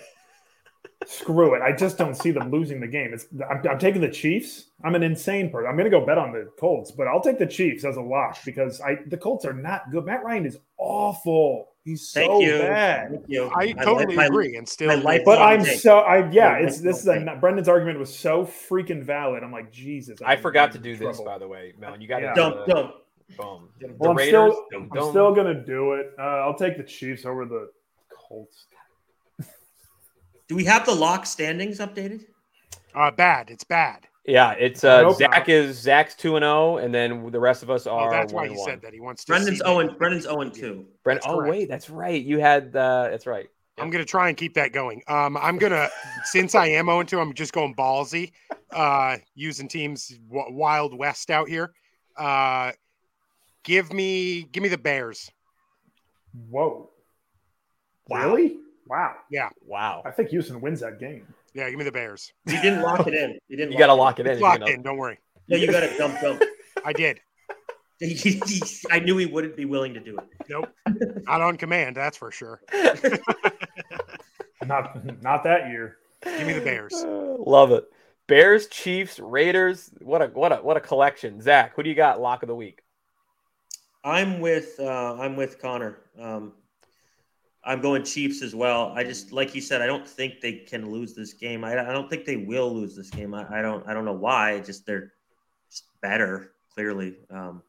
[SPEAKER 3] screw it. I just don't see them losing the game. It's I'm, I'm taking the Chiefs. I'm an insane person. I'm going to go bet on the Colts, but I'll take the Chiefs as a lock because I the Colts are not good. Matt Ryan is awful. He's so
[SPEAKER 2] Thank you.
[SPEAKER 3] bad.
[SPEAKER 2] Thank you.
[SPEAKER 4] I totally
[SPEAKER 2] my-
[SPEAKER 4] agree, and still,
[SPEAKER 2] my life-
[SPEAKER 3] But I'm
[SPEAKER 2] Take.
[SPEAKER 3] so I yeah.
[SPEAKER 2] Take.
[SPEAKER 3] It's this is a, Brendan's argument was so freaking valid. I'm like Jesus.
[SPEAKER 1] I
[SPEAKER 3] I'm
[SPEAKER 1] forgot
[SPEAKER 3] in
[SPEAKER 1] to do this,
[SPEAKER 3] trouble.
[SPEAKER 1] by the way, Mel. You got to
[SPEAKER 3] Yeah.
[SPEAKER 2] Don't don't.
[SPEAKER 1] Boom. The
[SPEAKER 3] Well, I'm
[SPEAKER 1] Raiders.
[SPEAKER 3] still
[SPEAKER 1] dum,
[SPEAKER 3] I'm
[SPEAKER 1] dum.
[SPEAKER 3] still gonna do it. Uh, I'll take the Chiefs over the Colts.
[SPEAKER 2] Do we have the lock standings updated?
[SPEAKER 4] uh, bad. It's bad.
[SPEAKER 1] Yeah, it's uh,
[SPEAKER 3] Nope.
[SPEAKER 1] Zach is Zach's two and zero, and then the rest of us
[SPEAKER 4] Oh,
[SPEAKER 1] are.
[SPEAKER 4] that's why
[SPEAKER 1] one
[SPEAKER 4] he said that. He wants to.
[SPEAKER 2] Brendan's oh
[SPEAKER 4] see
[SPEAKER 2] Owen.
[SPEAKER 4] me.
[SPEAKER 2] Brendan's Owen two.
[SPEAKER 1] Brent,
[SPEAKER 4] That's
[SPEAKER 1] oh
[SPEAKER 4] correct.
[SPEAKER 1] wait, that's right. You had uh, that's right.
[SPEAKER 4] I'm gonna try and keep that going. Um, I'm gonna since I am Owen two, I'm just going ballsy, uh, using teams w- wild west out here. Uh, give me give me the Bears.
[SPEAKER 3] Whoa.
[SPEAKER 1] Wow.
[SPEAKER 3] Really? Wow.
[SPEAKER 1] Wow,
[SPEAKER 3] I think Houston wins that game.
[SPEAKER 4] Yeah, give me the Bears.
[SPEAKER 2] You didn't lock it in. You didn't.
[SPEAKER 1] you got to
[SPEAKER 2] it
[SPEAKER 1] lock it in.
[SPEAKER 4] It's
[SPEAKER 1] if you're
[SPEAKER 4] locked
[SPEAKER 1] gonna-
[SPEAKER 4] in. Don't worry.
[SPEAKER 2] in. No, you got to dump dump.
[SPEAKER 4] I did.
[SPEAKER 2] I knew he wouldn't be willing to do it.
[SPEAKER 4] Not on command. That's for sure.
[SPEAKER 3] Not not that year.
[SPEAKER 4] Give me the Bears.
[SPEAKER 1] Uh, love it. Bears, Chiefs, Raiders. What a what a what a collection. Zach, who do you got? Lock of the week.
[SPEAKER 2] I'm with uh, I'm with Connor. Um, I'm going Chiefs as well. I just like you said, I don't think they can lose this game. I, I don't think they will lose this game. I, I don't I don't know why. It's Just they're just better clearly. Um,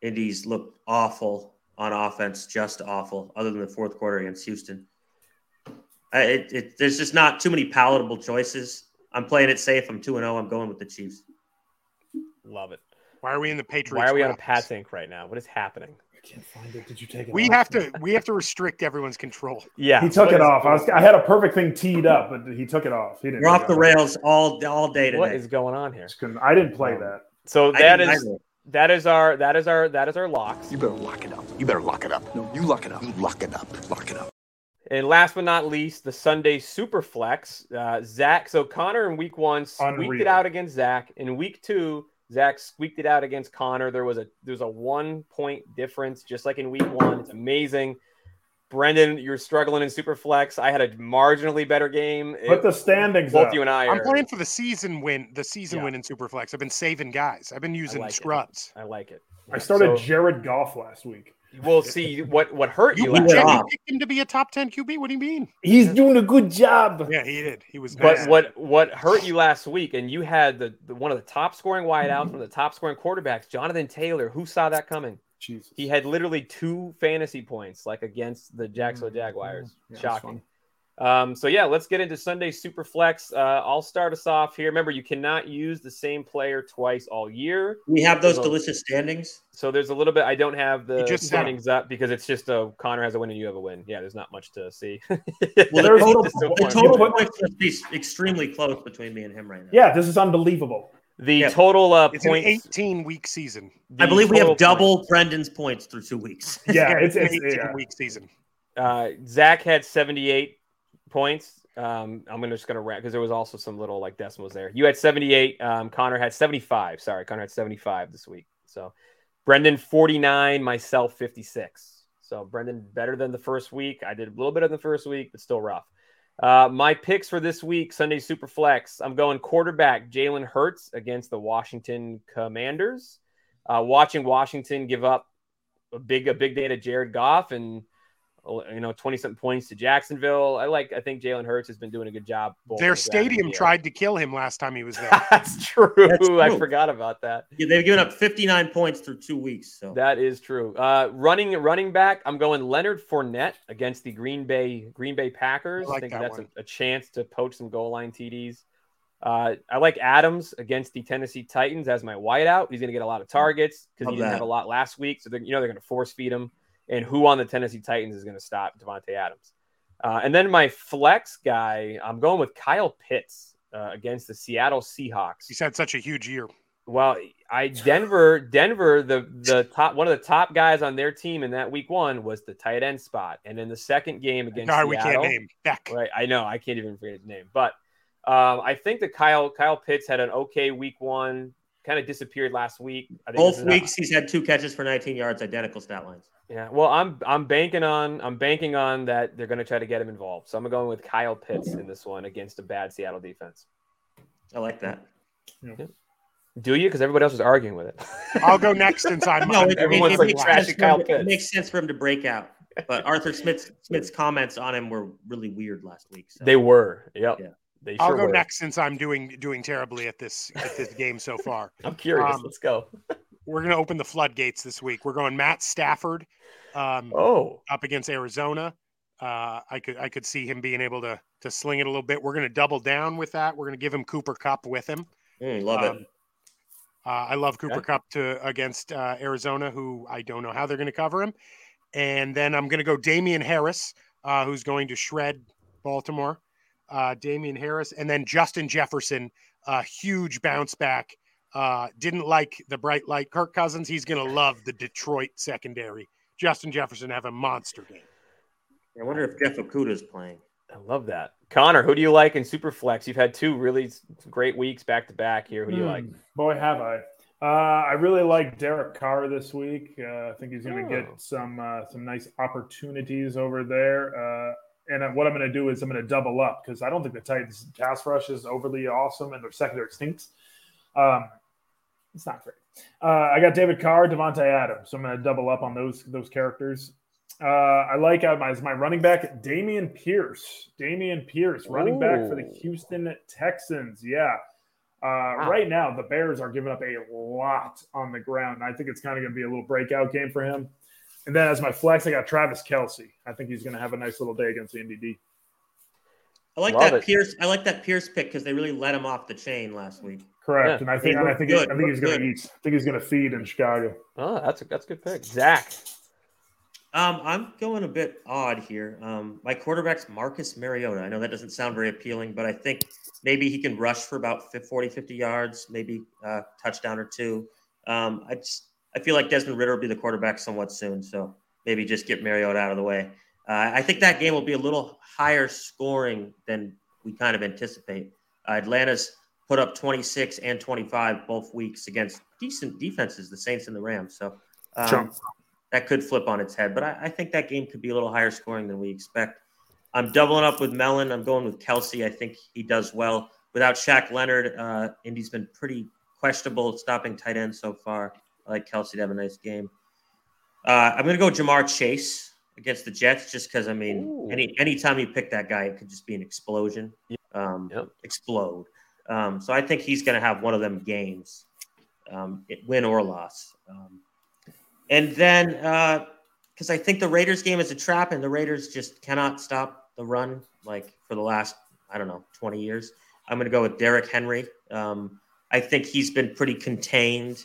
[SPEAKER 2] Indies looked awful on offense, just awful. Other than the fourth quarter against Houston, I, it, it, there's just not too many palatable choices. I'm playing it safe. I'm two and zero. I'm going with the Chiefs.
[SPEAKER 1] Love it.
[SPEAKER 4] Why are we in the Patriots?
[SPEAKER 1] Why are we on a
[SPEAKER 4] realms?
[SPEAKER 1] Pats Inc. right now? What is happening?
[SPEAKER 3] I can't find it. Did you take it?
[SPEAKER 4] We
[SPEAKER 3] off?
[SPEAKER 4] have to we have to restrict everyone's control.
[SPEAKER 1] Yeah,
[SPEAKER 3] He took
[SPEAKER 1] what
[SPEAKER 3] it
[SPEAKER 1] is-
[SPEAKER 3] off. I, was, I had a perfect thing teed up, but he took it off. He didn't.
[SPEAKER 2] We're off the
[SPEAKER 3] take it
[SPEAKER 2] rails all all day
[SPEAKER 1] What
[SPEAKER 2] today.
[SPEAKER 1] is going on here?
[SPEAKER 3] Just couldn't- I didn't
[SPEAKER 1] Um,
[SPEAKER 3] play that.
[SPEAKER 1] So
[SPEAKER 2] I
[SPEAKER 1] that
[SPEAKER 2] didn't
[SPEAKER 1] is
[SPEAKER 2] either.
[SPEAKER 1] that is our that is our that is our locks.
[SPEAKER 9] You better lock it up. You better lock it up. No, you lock it up. You lock it up. Lock it up.
[SPEAKER 1] And last but not least, the Sunday Super Flex. Uh, Zach, so Connor in week one squeaked it
[SPEAKER 3] Unreal.
[SPEAKER 1] out against Zach. In week two, Zach squeaked it out against Connor. There was a there's a one point difference, just like in week one. It's amazing. Brendan, you're struggling in Super Flex. I had a marginally better game.
[SPEAKER 3] Put
[SPEAKER 1] It-
[SPEAKER 3] the standings
[SPEAKER 1] both
[SPEAKER 3] up.
[SPEAKER 1] you and I
[SPEAKER 4] I'm
[SPEAKER 1] are-
[SPEAKER 4] playing for the season win, the season
[SPEAKER 1] Yeah.
[SPEAKER 4] win in Superflex. I've been saving guys. I've been using
[SPEAKER 1] like it.
[SPEAKER 4] scrubs.
[SPEAKER 1] I like it.
[SPEAKER 3] I started
[SPEAKER 1] So
[SPEAKER 3] Jared Goff last week.
[SPEAKER 1] we'll see what what hurt you.
[SPEAKER 4] You,
[SPEAKER 2] went
[SPEAKER 1] last
[SPEAKER 2] off.
[SPEAKER 1] week.
[SPEAKER 4] you picked him to be a top ten QB. What do you mean?
[SPEAKER 3] He's doing a good job.
[SPEAKER 4] Yeah, he did. He was.
[SPEAKER 1] But
[SPEAKER 4] nice.
[SPEAKER 1] what what hurt you last week, and you had the, the one of the top scoring wideouts, one of the top scoring quarterbacks, Jonathan Taylor. Who saw that coming?
[SPEAKER 3] Jesus.
[SPEAKER 1] He had literally two fantasy points, like against the Jacksonville Jaguars.
[SPEAKER 3] Yeah, that's
[SPEAKER 1] Shocking. Um, so yeah, let's get into Sunday super flex. Uh, I'll start us off here. Remember, you cannot use the same player twice all year.
[SPEAKER 2] We have those
[SPEAKER 1] Well-
[SPEAKER 2] delicious standings.
[SPEAKER 1] So there's a little bit I don't have the
[SPEAKER 4] You just said it.
[SPEAKER 1] standings up because it's just a Connor has a win and you have a win. Yeah, there's not much to see.
[SPEAKER 2] Well,
[SPEAKER 3] There's
[SPEAKER 2] the
[SPEAKER 3] no-
[SPEAKER 2] total, the
[SPEAKER 3] point.
[SPEAKER 2] total
[SPEAKER 3] You put-
[SPEAKER 2] points must be extremely close between me and him right now.
[SPEAKER 3] Yeah, this is unbelievable.
[SPEAKER 1] the
[SPEAKER 2] Yeah.
[SPEAKER 1] total uh,
[SPEAKER 4] It's
[SPEAKER 1] points.
[SPEAKER 4] an 18 week season.
[SPEAKER 1] the
[SPEAKER 2] I believe we
[SPEAKER 1] total
[SPEAKER 2] have double
[SPEAKER 1] points.
[SPEAKER 2] Brendan's points through two weeks.
[SPEAKER 3] Yeah, it's,
[SPEAKER 4] an
[SPEAKER 3] it's,
[SPEAKER 4] 18
[SPEAKER 3] yeah.
[SPEAKER 4] week season.
[SPEAKER 1] uh, Zach had 78 points. Um, I'm gonna just gonna wrap because there was also some little like decimals there. You had 78. Um, Connor had 75. Sorry, Connor had 75 this week. So Brendan 49, myself 56. So Brendan better than the first week. I did a little better than the first week, but still rough. Uh, my picks for this week, Sunday Super Flex. I'm going quarterback Jalen Hurts against the Washington Commanders. Uh, watching Washington give up a big a big day to Jared Goff and you know 20 something points to Jacksonville. I like I think Jalen Hurts has been doing a good job. bowling
[SPEAKER 4] Their
[SPEAKER 1] the ground in the
[SPEAKER 4] stadium
[SPEAKER 1] air.
[SPEAKER 4] tried to kill him last time he was there.
[SPEAKER 1] That's true.
[SPEAKER 2] That's
[SPEAKER 1] I
[SPEAKER 2] true.
[SPEAKER 1] forgot about that.
[SPEAKER 2] Yeah, They've given up 59 points through two weeks. So
[SPEAKER 1] That is true. Uh, running running back, I'm going Leonard Fournette against the Green Bay Green Bay Packers.
[SPEAKER 4] I
[SPEAKER 1] I,
[SPEAKER 4] like
[SPEAKER 1] think
[SPEAKER 4] that
[SPEAKER 1] that's a,
[SPEAKER 4] one.
[SPEAKER 1] a chance to poach some goal line TDs. Uh, I like Adams against the Tennessee Titans as my wideout. He's going to get a lot of targets because
[SPEAKER 2] Love
[SPEAKER 1] he didn't
[SPEAKER 2] that.
[SPEAKER 1] have a lot last week. So they're, you know they're going to force feed him. And who on the Tennessee Titans is going to stop Devontae Adams? Uh, and then my flex guy, I'm going with Kyle Pitts uh, against the Seattle Seahawks.
[SPEAKER 4] He's had such a huge year.
[SPEAKER 1] Well, I Denver, Denver, the the top one of the top guys on their team in that week one was the tight end spot, and in the second game against
[SPEAKER 4] Guy we
[SPEAKER 1] Seattle,
[SPEAKER 4] can't name. Beck.
[SPEAKER 1] right? I know I can't even forget his name, but um, I think that Kyle Kyle Pitts had an okay week one, kind of disappeared last week. I think this
[SPEAKER 2] both
[SPEAKER 1] is a-
[SPEAKER 2] weeks he's had two catches for 19 yards, identical stat lines.
[SPEAKER 1] yeah, well, I'm I'm banking on I'm banking on that they're going to try to get him involved, so I'm going with Kyle Pitts in this one against a bad Seattle defense.
[SPEAKER 2] I like that.
[SPEAKER 1] Do you? Because everybody else was arguing with it.
[SPEAKER 4] I'll go next since I'm.
[SPEAKER 2] No,
[SPEAKER 4] I'm
[SPEAKER 2] it,
[SPEAKER 1] Everyone's
[SPEAKER 2] it
[SPEAKER 1] like
[SPEAKER 2] makes
[SPEAKER 1] trashing
[SPEAKER 2] sense for
[SPEAKER 1] Kyle
[SPEAKER 2] him to- it
[SPEAKER 1] Pitts.
[SPEAKER 2] makes sense for him to break out. But Arthur Smith's Smith's comments on him were really weird last week. So.
[SPEAKER 1] They were. Yep.
[SPEAKER 2] Yeah.
[SPEAKER 1] They
[SPEAKER 4] I'll
[SPEAKER 1] sure
[SPEAKER 4] go
[SPEAKER 1] were.
[SPEAKER 4] next since I'm doing doing terribly at this at this game so far.
[SPEAKER 1] I'm curious.
[SPEAKER 4] Um,
[SPEAKER 1] Let's go.
[SPEAKER 4] We're gonna open the floodgates this week. We're going Matt Stafford um,
[SPEAKER 1] Oh,
[SPEAKER 4] up against Arizona. Uh, I could I could see him being able to to sling it a little bit. We're gonna double down with that. We're gonna give him Cooper Cup with him.
[SPEAKER 2] Mm, love
[SPEAKER 4] Um,
[SPEAKER 2] it.
[SPEAKER 4] Uh, I love Cooper
[SPEAKER 1] Okay.
[SPEAKER 4] Cup to against uh, Arizona, who I don't know how they're going to cover him. And then I'm going to go Damian Harris, uh, who's going to shred Baltimore. Uh, Damian Harris, and then Justin Jefferson, a huge bounce back. Uh, didn't like the bright light Kirk Cousins. He's going to love the Detroit secondary. Justin Jefferson have a monster game.
[SPEAKER 2] I wonder if Jeff Okuda's playing.
[SPEAKER 1] I love that. Connor, who do you like in Superflex? You've had two really s- great weeks back to back here. Who do you like?
[SPEAKER 3] Hmm, Boy, have I. Uh, I really like Derek Carr this week. Uh, I think he's going to
[SPEAKER 1] Oh.
[SPEAKER 3] get some uh, some nice opportunities over there. Uh, and uh, what I'm going to do is I'm going to double up because I don't think the Titans' pass rush is overly awesome and their secondary stinks. Um, it's not great. Uh, I got David Carr, Devontae Adams. So I'm going to double up on those those characters. Uh, I like uh, my, my running back, Damian Pierce. Damian Pierce, running back for the
[SPEAKER 1] Ooh.
[SPEAKER 3] Houston Texans. Yeah. Uh, Right now, the Bears are giving up a lot on the ground. And I think it's kind of going to be a little breakout game for him. And then as my flex, I got Travis Kelsey. I think he's going to have a nice little day against the NDD.
[SPEAKER 2] I like
[SPEAKER 1] Love
[SPEAKER 2] that
[SPEAKER 1] it.
[SPEAKER 2] Pierce. I like that Pierce pick because they really let him off the chain last week.
[SPEAKER 1] Yeah.
[SPEAKER 3] Correct. And I think
[SPEAKER 2] He
[SPEAKER 3] and I
[SPEAKER 2] looked
[SPEAKER 3] think
[SPEAKER 2] good.
[SPEAKER 3] I think he's
[SPEAKER 2] Looked
[SPEAKER 3] going to
[SPEAKER 2] good.
[SPEAKER 3] eat. I think he's going to feed in Chicago.
[SPEAKER 1] Oh, that's a that's a good pick. Zach.
[SPEAKER 2] Um, I'm going a bit odd here. Um, my quarterback's Marcus Mariota. I know that doesn't sound very appealing, but I think maybe he can rush for about fif- 40, 50 yards, maybe a touchdown or two. Um, I just I feel like Desmond Ritter will be the quarterback somewhat soon, so maybe just get Mariota out of the way. Uh, I think that game will be a little higher scoring than we kind of anticipate. Uh, Atlanta's put up 26 and 25 both weeks against decent defenses, the Saints and the Rams. So. Um,
[SPEAKER 3] Chunk.
[SPEAKER 2] that could flip on its head. But I, I think that game could be a little higher scoring than we expect. I'm doubling up with Mellon. I'm going with Kelsey. I think he does well. Without Shaq Leonard, uh, Indy's been pretty questionable at stopping tight ends so far. I like Kelsey to have a nice game. Uh, I'm going to go Jamar Chase against the Jets just because, I mean,
[SPEAKER 1] Ooh.
[SPEAKER 2] any anytime you pick that guy, it could just be an explosion. Um,
[SPEAKER 1] Yep.
[SPEAKER 2] Explode. Um, so I think he's going to have one of them games, um, it- win or loss. Um, and then, uh, because I think the Raiders game is a trap, and the Raiders just cannot stop the run like for the last I don't know twenty years. I'm going to go with Derrick Henry. Um, I think he's been pretty contained.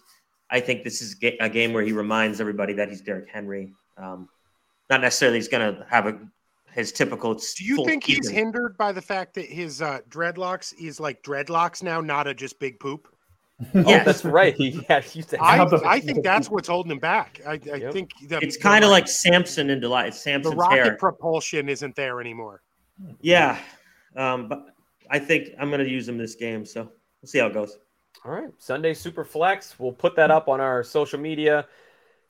[SPEAKER 2] I think this is ga- a game where he reminds everybody that he's Derrick Henry. Um, not necessarily he's going to have a his typical.
[SPEAKER 4] Do you
[SPEAKER 2] full
[SPEAKER 4] think he's
[SPEAKER 2] season.
[SPEAKER 4] hindered by the fact that his uh, dreadlocks is like dreadlocks now, not a just big poop?
[SPEAKER 1] Oh,
[SPEAKER 2] Yes.
[SPEAKER 1] that's right. He yeah, he used to
[SPEAKER 4] I,
[SPEAKER 1] have
[SPEAKER 3] the-
[SPEAKER 4] I think that's what's holding him back. I, I
[SPEAKER 1] Yep.
[SPEAKER 4] think the,
[SPEAKER 2] It's
[SPEAKER 4] the
[SPEAKER 2] kind of
[SPEAKER 4] rocket-
[SPEAKER 2] like Samson in Delight.
[SPEAKER 4] the
[SPEAKER 2] Samson's
[SPEAKER 4] rocket
[SPEAKER 2] hair.
[SPEAKER 4] propulsion isn't there anymore.
[SPEAKER 2] Yeah, um, but I think I'm going to use him this game. So we'll see how it goes.
[SPEAKER 1] All right. Sunday Super Flex. We'll put that up on our social media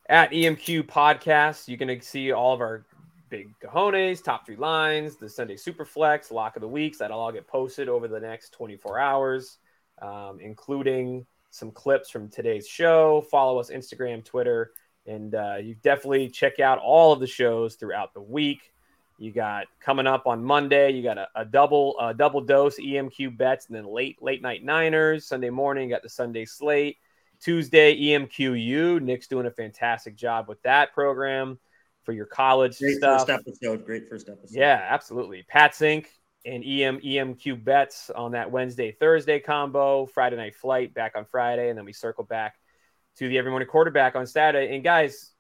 [SPEAKER 1] at EMQ Podcast. You can see all of our big cojones, top three lines, the Sunday Super Flex, lock of the weeks. That'll all get posted over the next 24 hours, um, including some clips from today's show. Follow us Instagram, Twitter, and uh, you definitely check out all of the shows throughout the week. You got coming up on Monday. You got a, a double a double dose EMQ bets, and then late late night Niners. Sunday morning, you got the Sunday slate. Tuesday E EMQU. Nick's doing a fantastic job with that program for your college
[SPEAKER 2] Great
[SPEAKER 1] stuff.
[SPEAKER 2] first episode. Great first episode.
[SPEAKER 1] Yeah, absolutely. Pat Sync and E EM EMQ bets on that Wednesday Thursday combo. Friday night flight back on Friday, and then we circle back to the every morning quarterback on Saturday. And guys,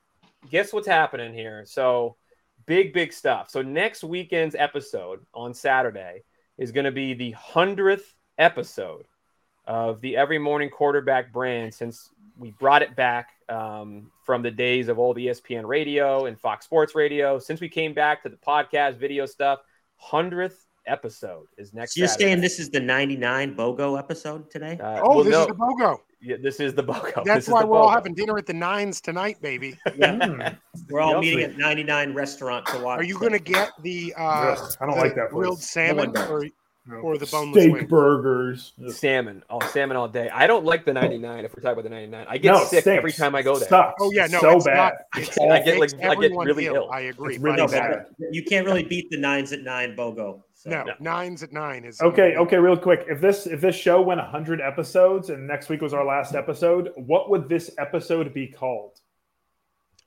[SPEAKER 1] guess what's happening here? So big, big stuff. So next weekend's episode on Saturday is going to be the hundredth episode of the Every Morning Quarterback brand since we brought it back um, from the days of old E ESPN Radio and Fox Sports Radio. Since we came back to the podcast video stuff, hundredth episode is next.
[SPEAKER 2] So you're
[SPEAKER 1] Saturday.
[SPEAKER 2] saying this is the 99 BOGO episode today?
[SPEAKER 1] Uh,
[SPEAKER 4] Oh,
[SPEAKER 1] well,
[SPEAKER 4] this
[SPEAKER 1] no,
[SPEAKER 4] is the BOGO.
[SPEAKER 1] yeah, this is the BOGO. This
[SPEAKER 4] That's
[SPEAKER 1] is
[SPEAKER 4] why
[SPEAKER 1] the
[SPEAKER 4] we're all
[SPEAKER 1] BOGO.
[SPEAKER 4] having dinner at the nines tonight, baby.
[SPEAKER 3] Hmm.
[SPEAKER 2] We're all
[SPEAKER 1] Yep.
[SPEAKER 2] meeting at 99 restaurant to watch.
[SPEAKER 4] Are you going to get the uh,
[SPEAKER 3] Ugh, I don't
[SPEAKER 4] the
[SPEAKER 3] like that place.
[SPEAKER 4] grilled salmon?
[SPEAKER 2] No one does.
[SPEAKER 4] Or or the boneless
[SPEAKER 3] steak
[SPEAKER 4] wing.
[SPEAKER 3] burgers.
[SPEAKER 1] Salmon, oh salmon all day. I don't like the 99. If we're talking about the 99, I get sick
[SPEAKER 3] stinks.
[SPEAKER 1] every time I go there.
[SPEAKER 3] Sucks.
[SPEAKER 4] Oh yeah, no,
[SPEAKER 3] so
[SPEAKER 4] it's
[SPEAKER 3] bad.
[SPEAKER 4] Not,
[SPEAKER 3] It's
[SPEAKER 1] I get
[SPEAKER 3] awful.
[SPEAKER 1] like- I get
[SPEAKER 4] everyone
[SPEAKER 1] really ill.
[SPEAKER 4] I agree.
[SPEAKER 3] It's really
[SPEAKER 4] but-
[SPEAKER 2] No,
[SPEAKER 3] bad.
[SPEAKER 2] You can't really beat the nines at nine BOGO. So.
[SPEAKER 4] No, nines at nine is uh,
[SPEAKER 3] Okay, okay, real quick. If this if this show went 100 episodes and next week was our last episode, what would this episode be called?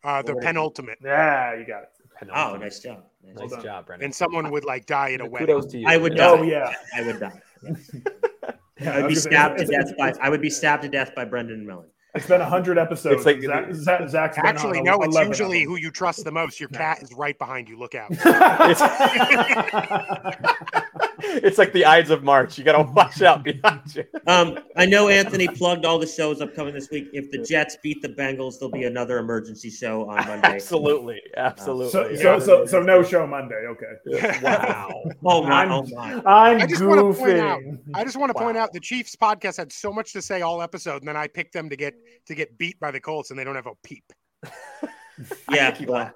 [SPEAKER 4] Uh, the penultimate,
[SPEAKER 3] Yeah, you got it.
[SPEAKER 2] Oh, nice job. Nice
[SPEAKER 1] Nice
[SPEAKER 3] Hold on.
[SPEAKER 1] job, Brendan.
[SPEAKER 4] and someone would like die at a wedding.
[SPEAKER 1] Kudos to you.
[SPEAKER 2] I would
[SPEAKER 1] Yeah.
[SPEAKER 3] Oh
[SPEAKER 2] die.
[SPEAKER 3] yeah.
[SPEAKER 2] I would die. I
[SPEAKER 3] Yeah,
[SPEAKER 2] would
[SPEAKER 3] was
[SPEAKER 2] be
[SPEAKER 3] gonna say,
[SPEAKER 2] stabbed to
[SPEAKER 3] it's-
[SPEAKER 2] death by. I would be stabbed to death by Brendan Mellon.
[SPEAKER 3] It's been 100 episodes.
[SPEAKER 1] It's like-
[SPEAKER 3] Zach, Zach, Zach's been
[SPEAKER 4] Actually,
[SPEAKER 3] on
[SPEAKER 4] no, it's
[SPEAKER 3] 11 of
[SPEAKER 4] usually
[SPEAKER 3] them.
[SPEAKER 4] who you trust the most. Your cat is right behind you. Look out.
[SPEAKER 1] it's like the Ides of March. You got to watch out behind you.
[SPEAKER 2] Um, I know Anthony plugged all the shows upcoming this week. If the Jets beat the Bengals, there'll be another emergency show on Monday.
[SPEAKER 1] Absolutely, absolutely.
[SPEAKER 3] so, so, so, so no show Monday. Okay.
[SPEAKER 2] Wow. Oh my.
[SPEAKER 3] I'm,
[SPEAKER 2] Oh my.
[SPEAKER 3] I'm
[SPEAKER 4] I just wanna point out-
[SPEAKER 3] goofing.
[SPEAKER 4] I just want to point out the Chiefs podcast had so much to say all episode, and then I picked them to get to get beat by the Colts, and they don't have a peep.
[SPEAKER 2] Yeah. well,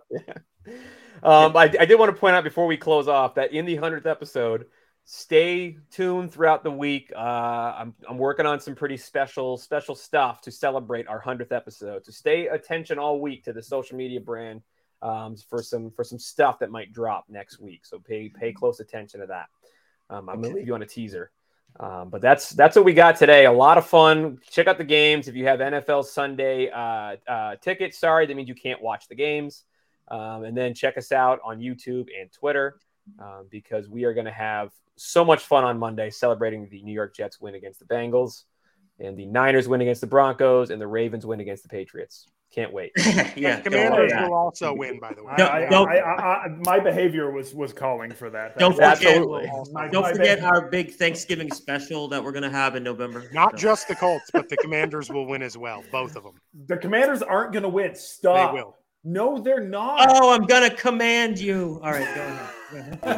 [SPEAKER 1] Um, I, I did want to point out before we close off that in the hundredth episode, stay tuned throughout the week. Uh, I'm I'm working on some pretty special special stuff to celebrate our hundredth episode. So stay attention all week to the social media brand um, for some for some stuff that might drop next week. So pay pay close attention to that. Um, I'm gonna leave you on a teaser. Um, but that's that's what we got today. A lot of fun. Check out the games if you have NFL Sunday uh, uh, tickets. Sorry, that means you can't watch the games. Um, and then check us out on YouTube and Twitter um, because we are going to have so much fun on Monday celebrating the New York Jets win against the Bengals and the Niners win against the Broncos and the Ravens win against the Patriots. Can't wait.
[SPEAKER 2] yeah.
[SPEAKER 4] The
[SPEAKER 2] don't
[SPEAKER 4] Commanders
[SPEAKER 2] worry.
[SPEAKER 4] will also win, by the way.
[SPEAKER 2] Don't-
[SPEAKER 3] I, I,
[SPEAKER 2] don't-
[SPEAKER 3] I, I, I, my behavior was was calling for that.
[SPEAKER 2] Don't
[SPEAKER 3] That-
[SPEAKER 2] forget-
[SPEAKER 1] Absolutely.
[SPEAKER 3] my-
[SPEAKER 2] Don't
[SPEAKER 3] my
[SPEAKER 2] forget
[SPEAKER 3] behavior-
[SPEAKER 2] our big Thanksgiving special that we're gonna have in November.
[SPEAKER 4] Not
[SPEAKER 2] So-
[SPEAKER 4] just the Colts, but the Commanders will win as well. Both of them.
[SPEAKER 3] the Commanders aren't going to win.
[SPEAKER 4] They
[SPEAKER 3] Stop.
[SPEAKER 4] will.
[SPEAKER 3] No, they're not.
[SPEAKER 2] Oh, I'm gonna command you. All right, go ahead.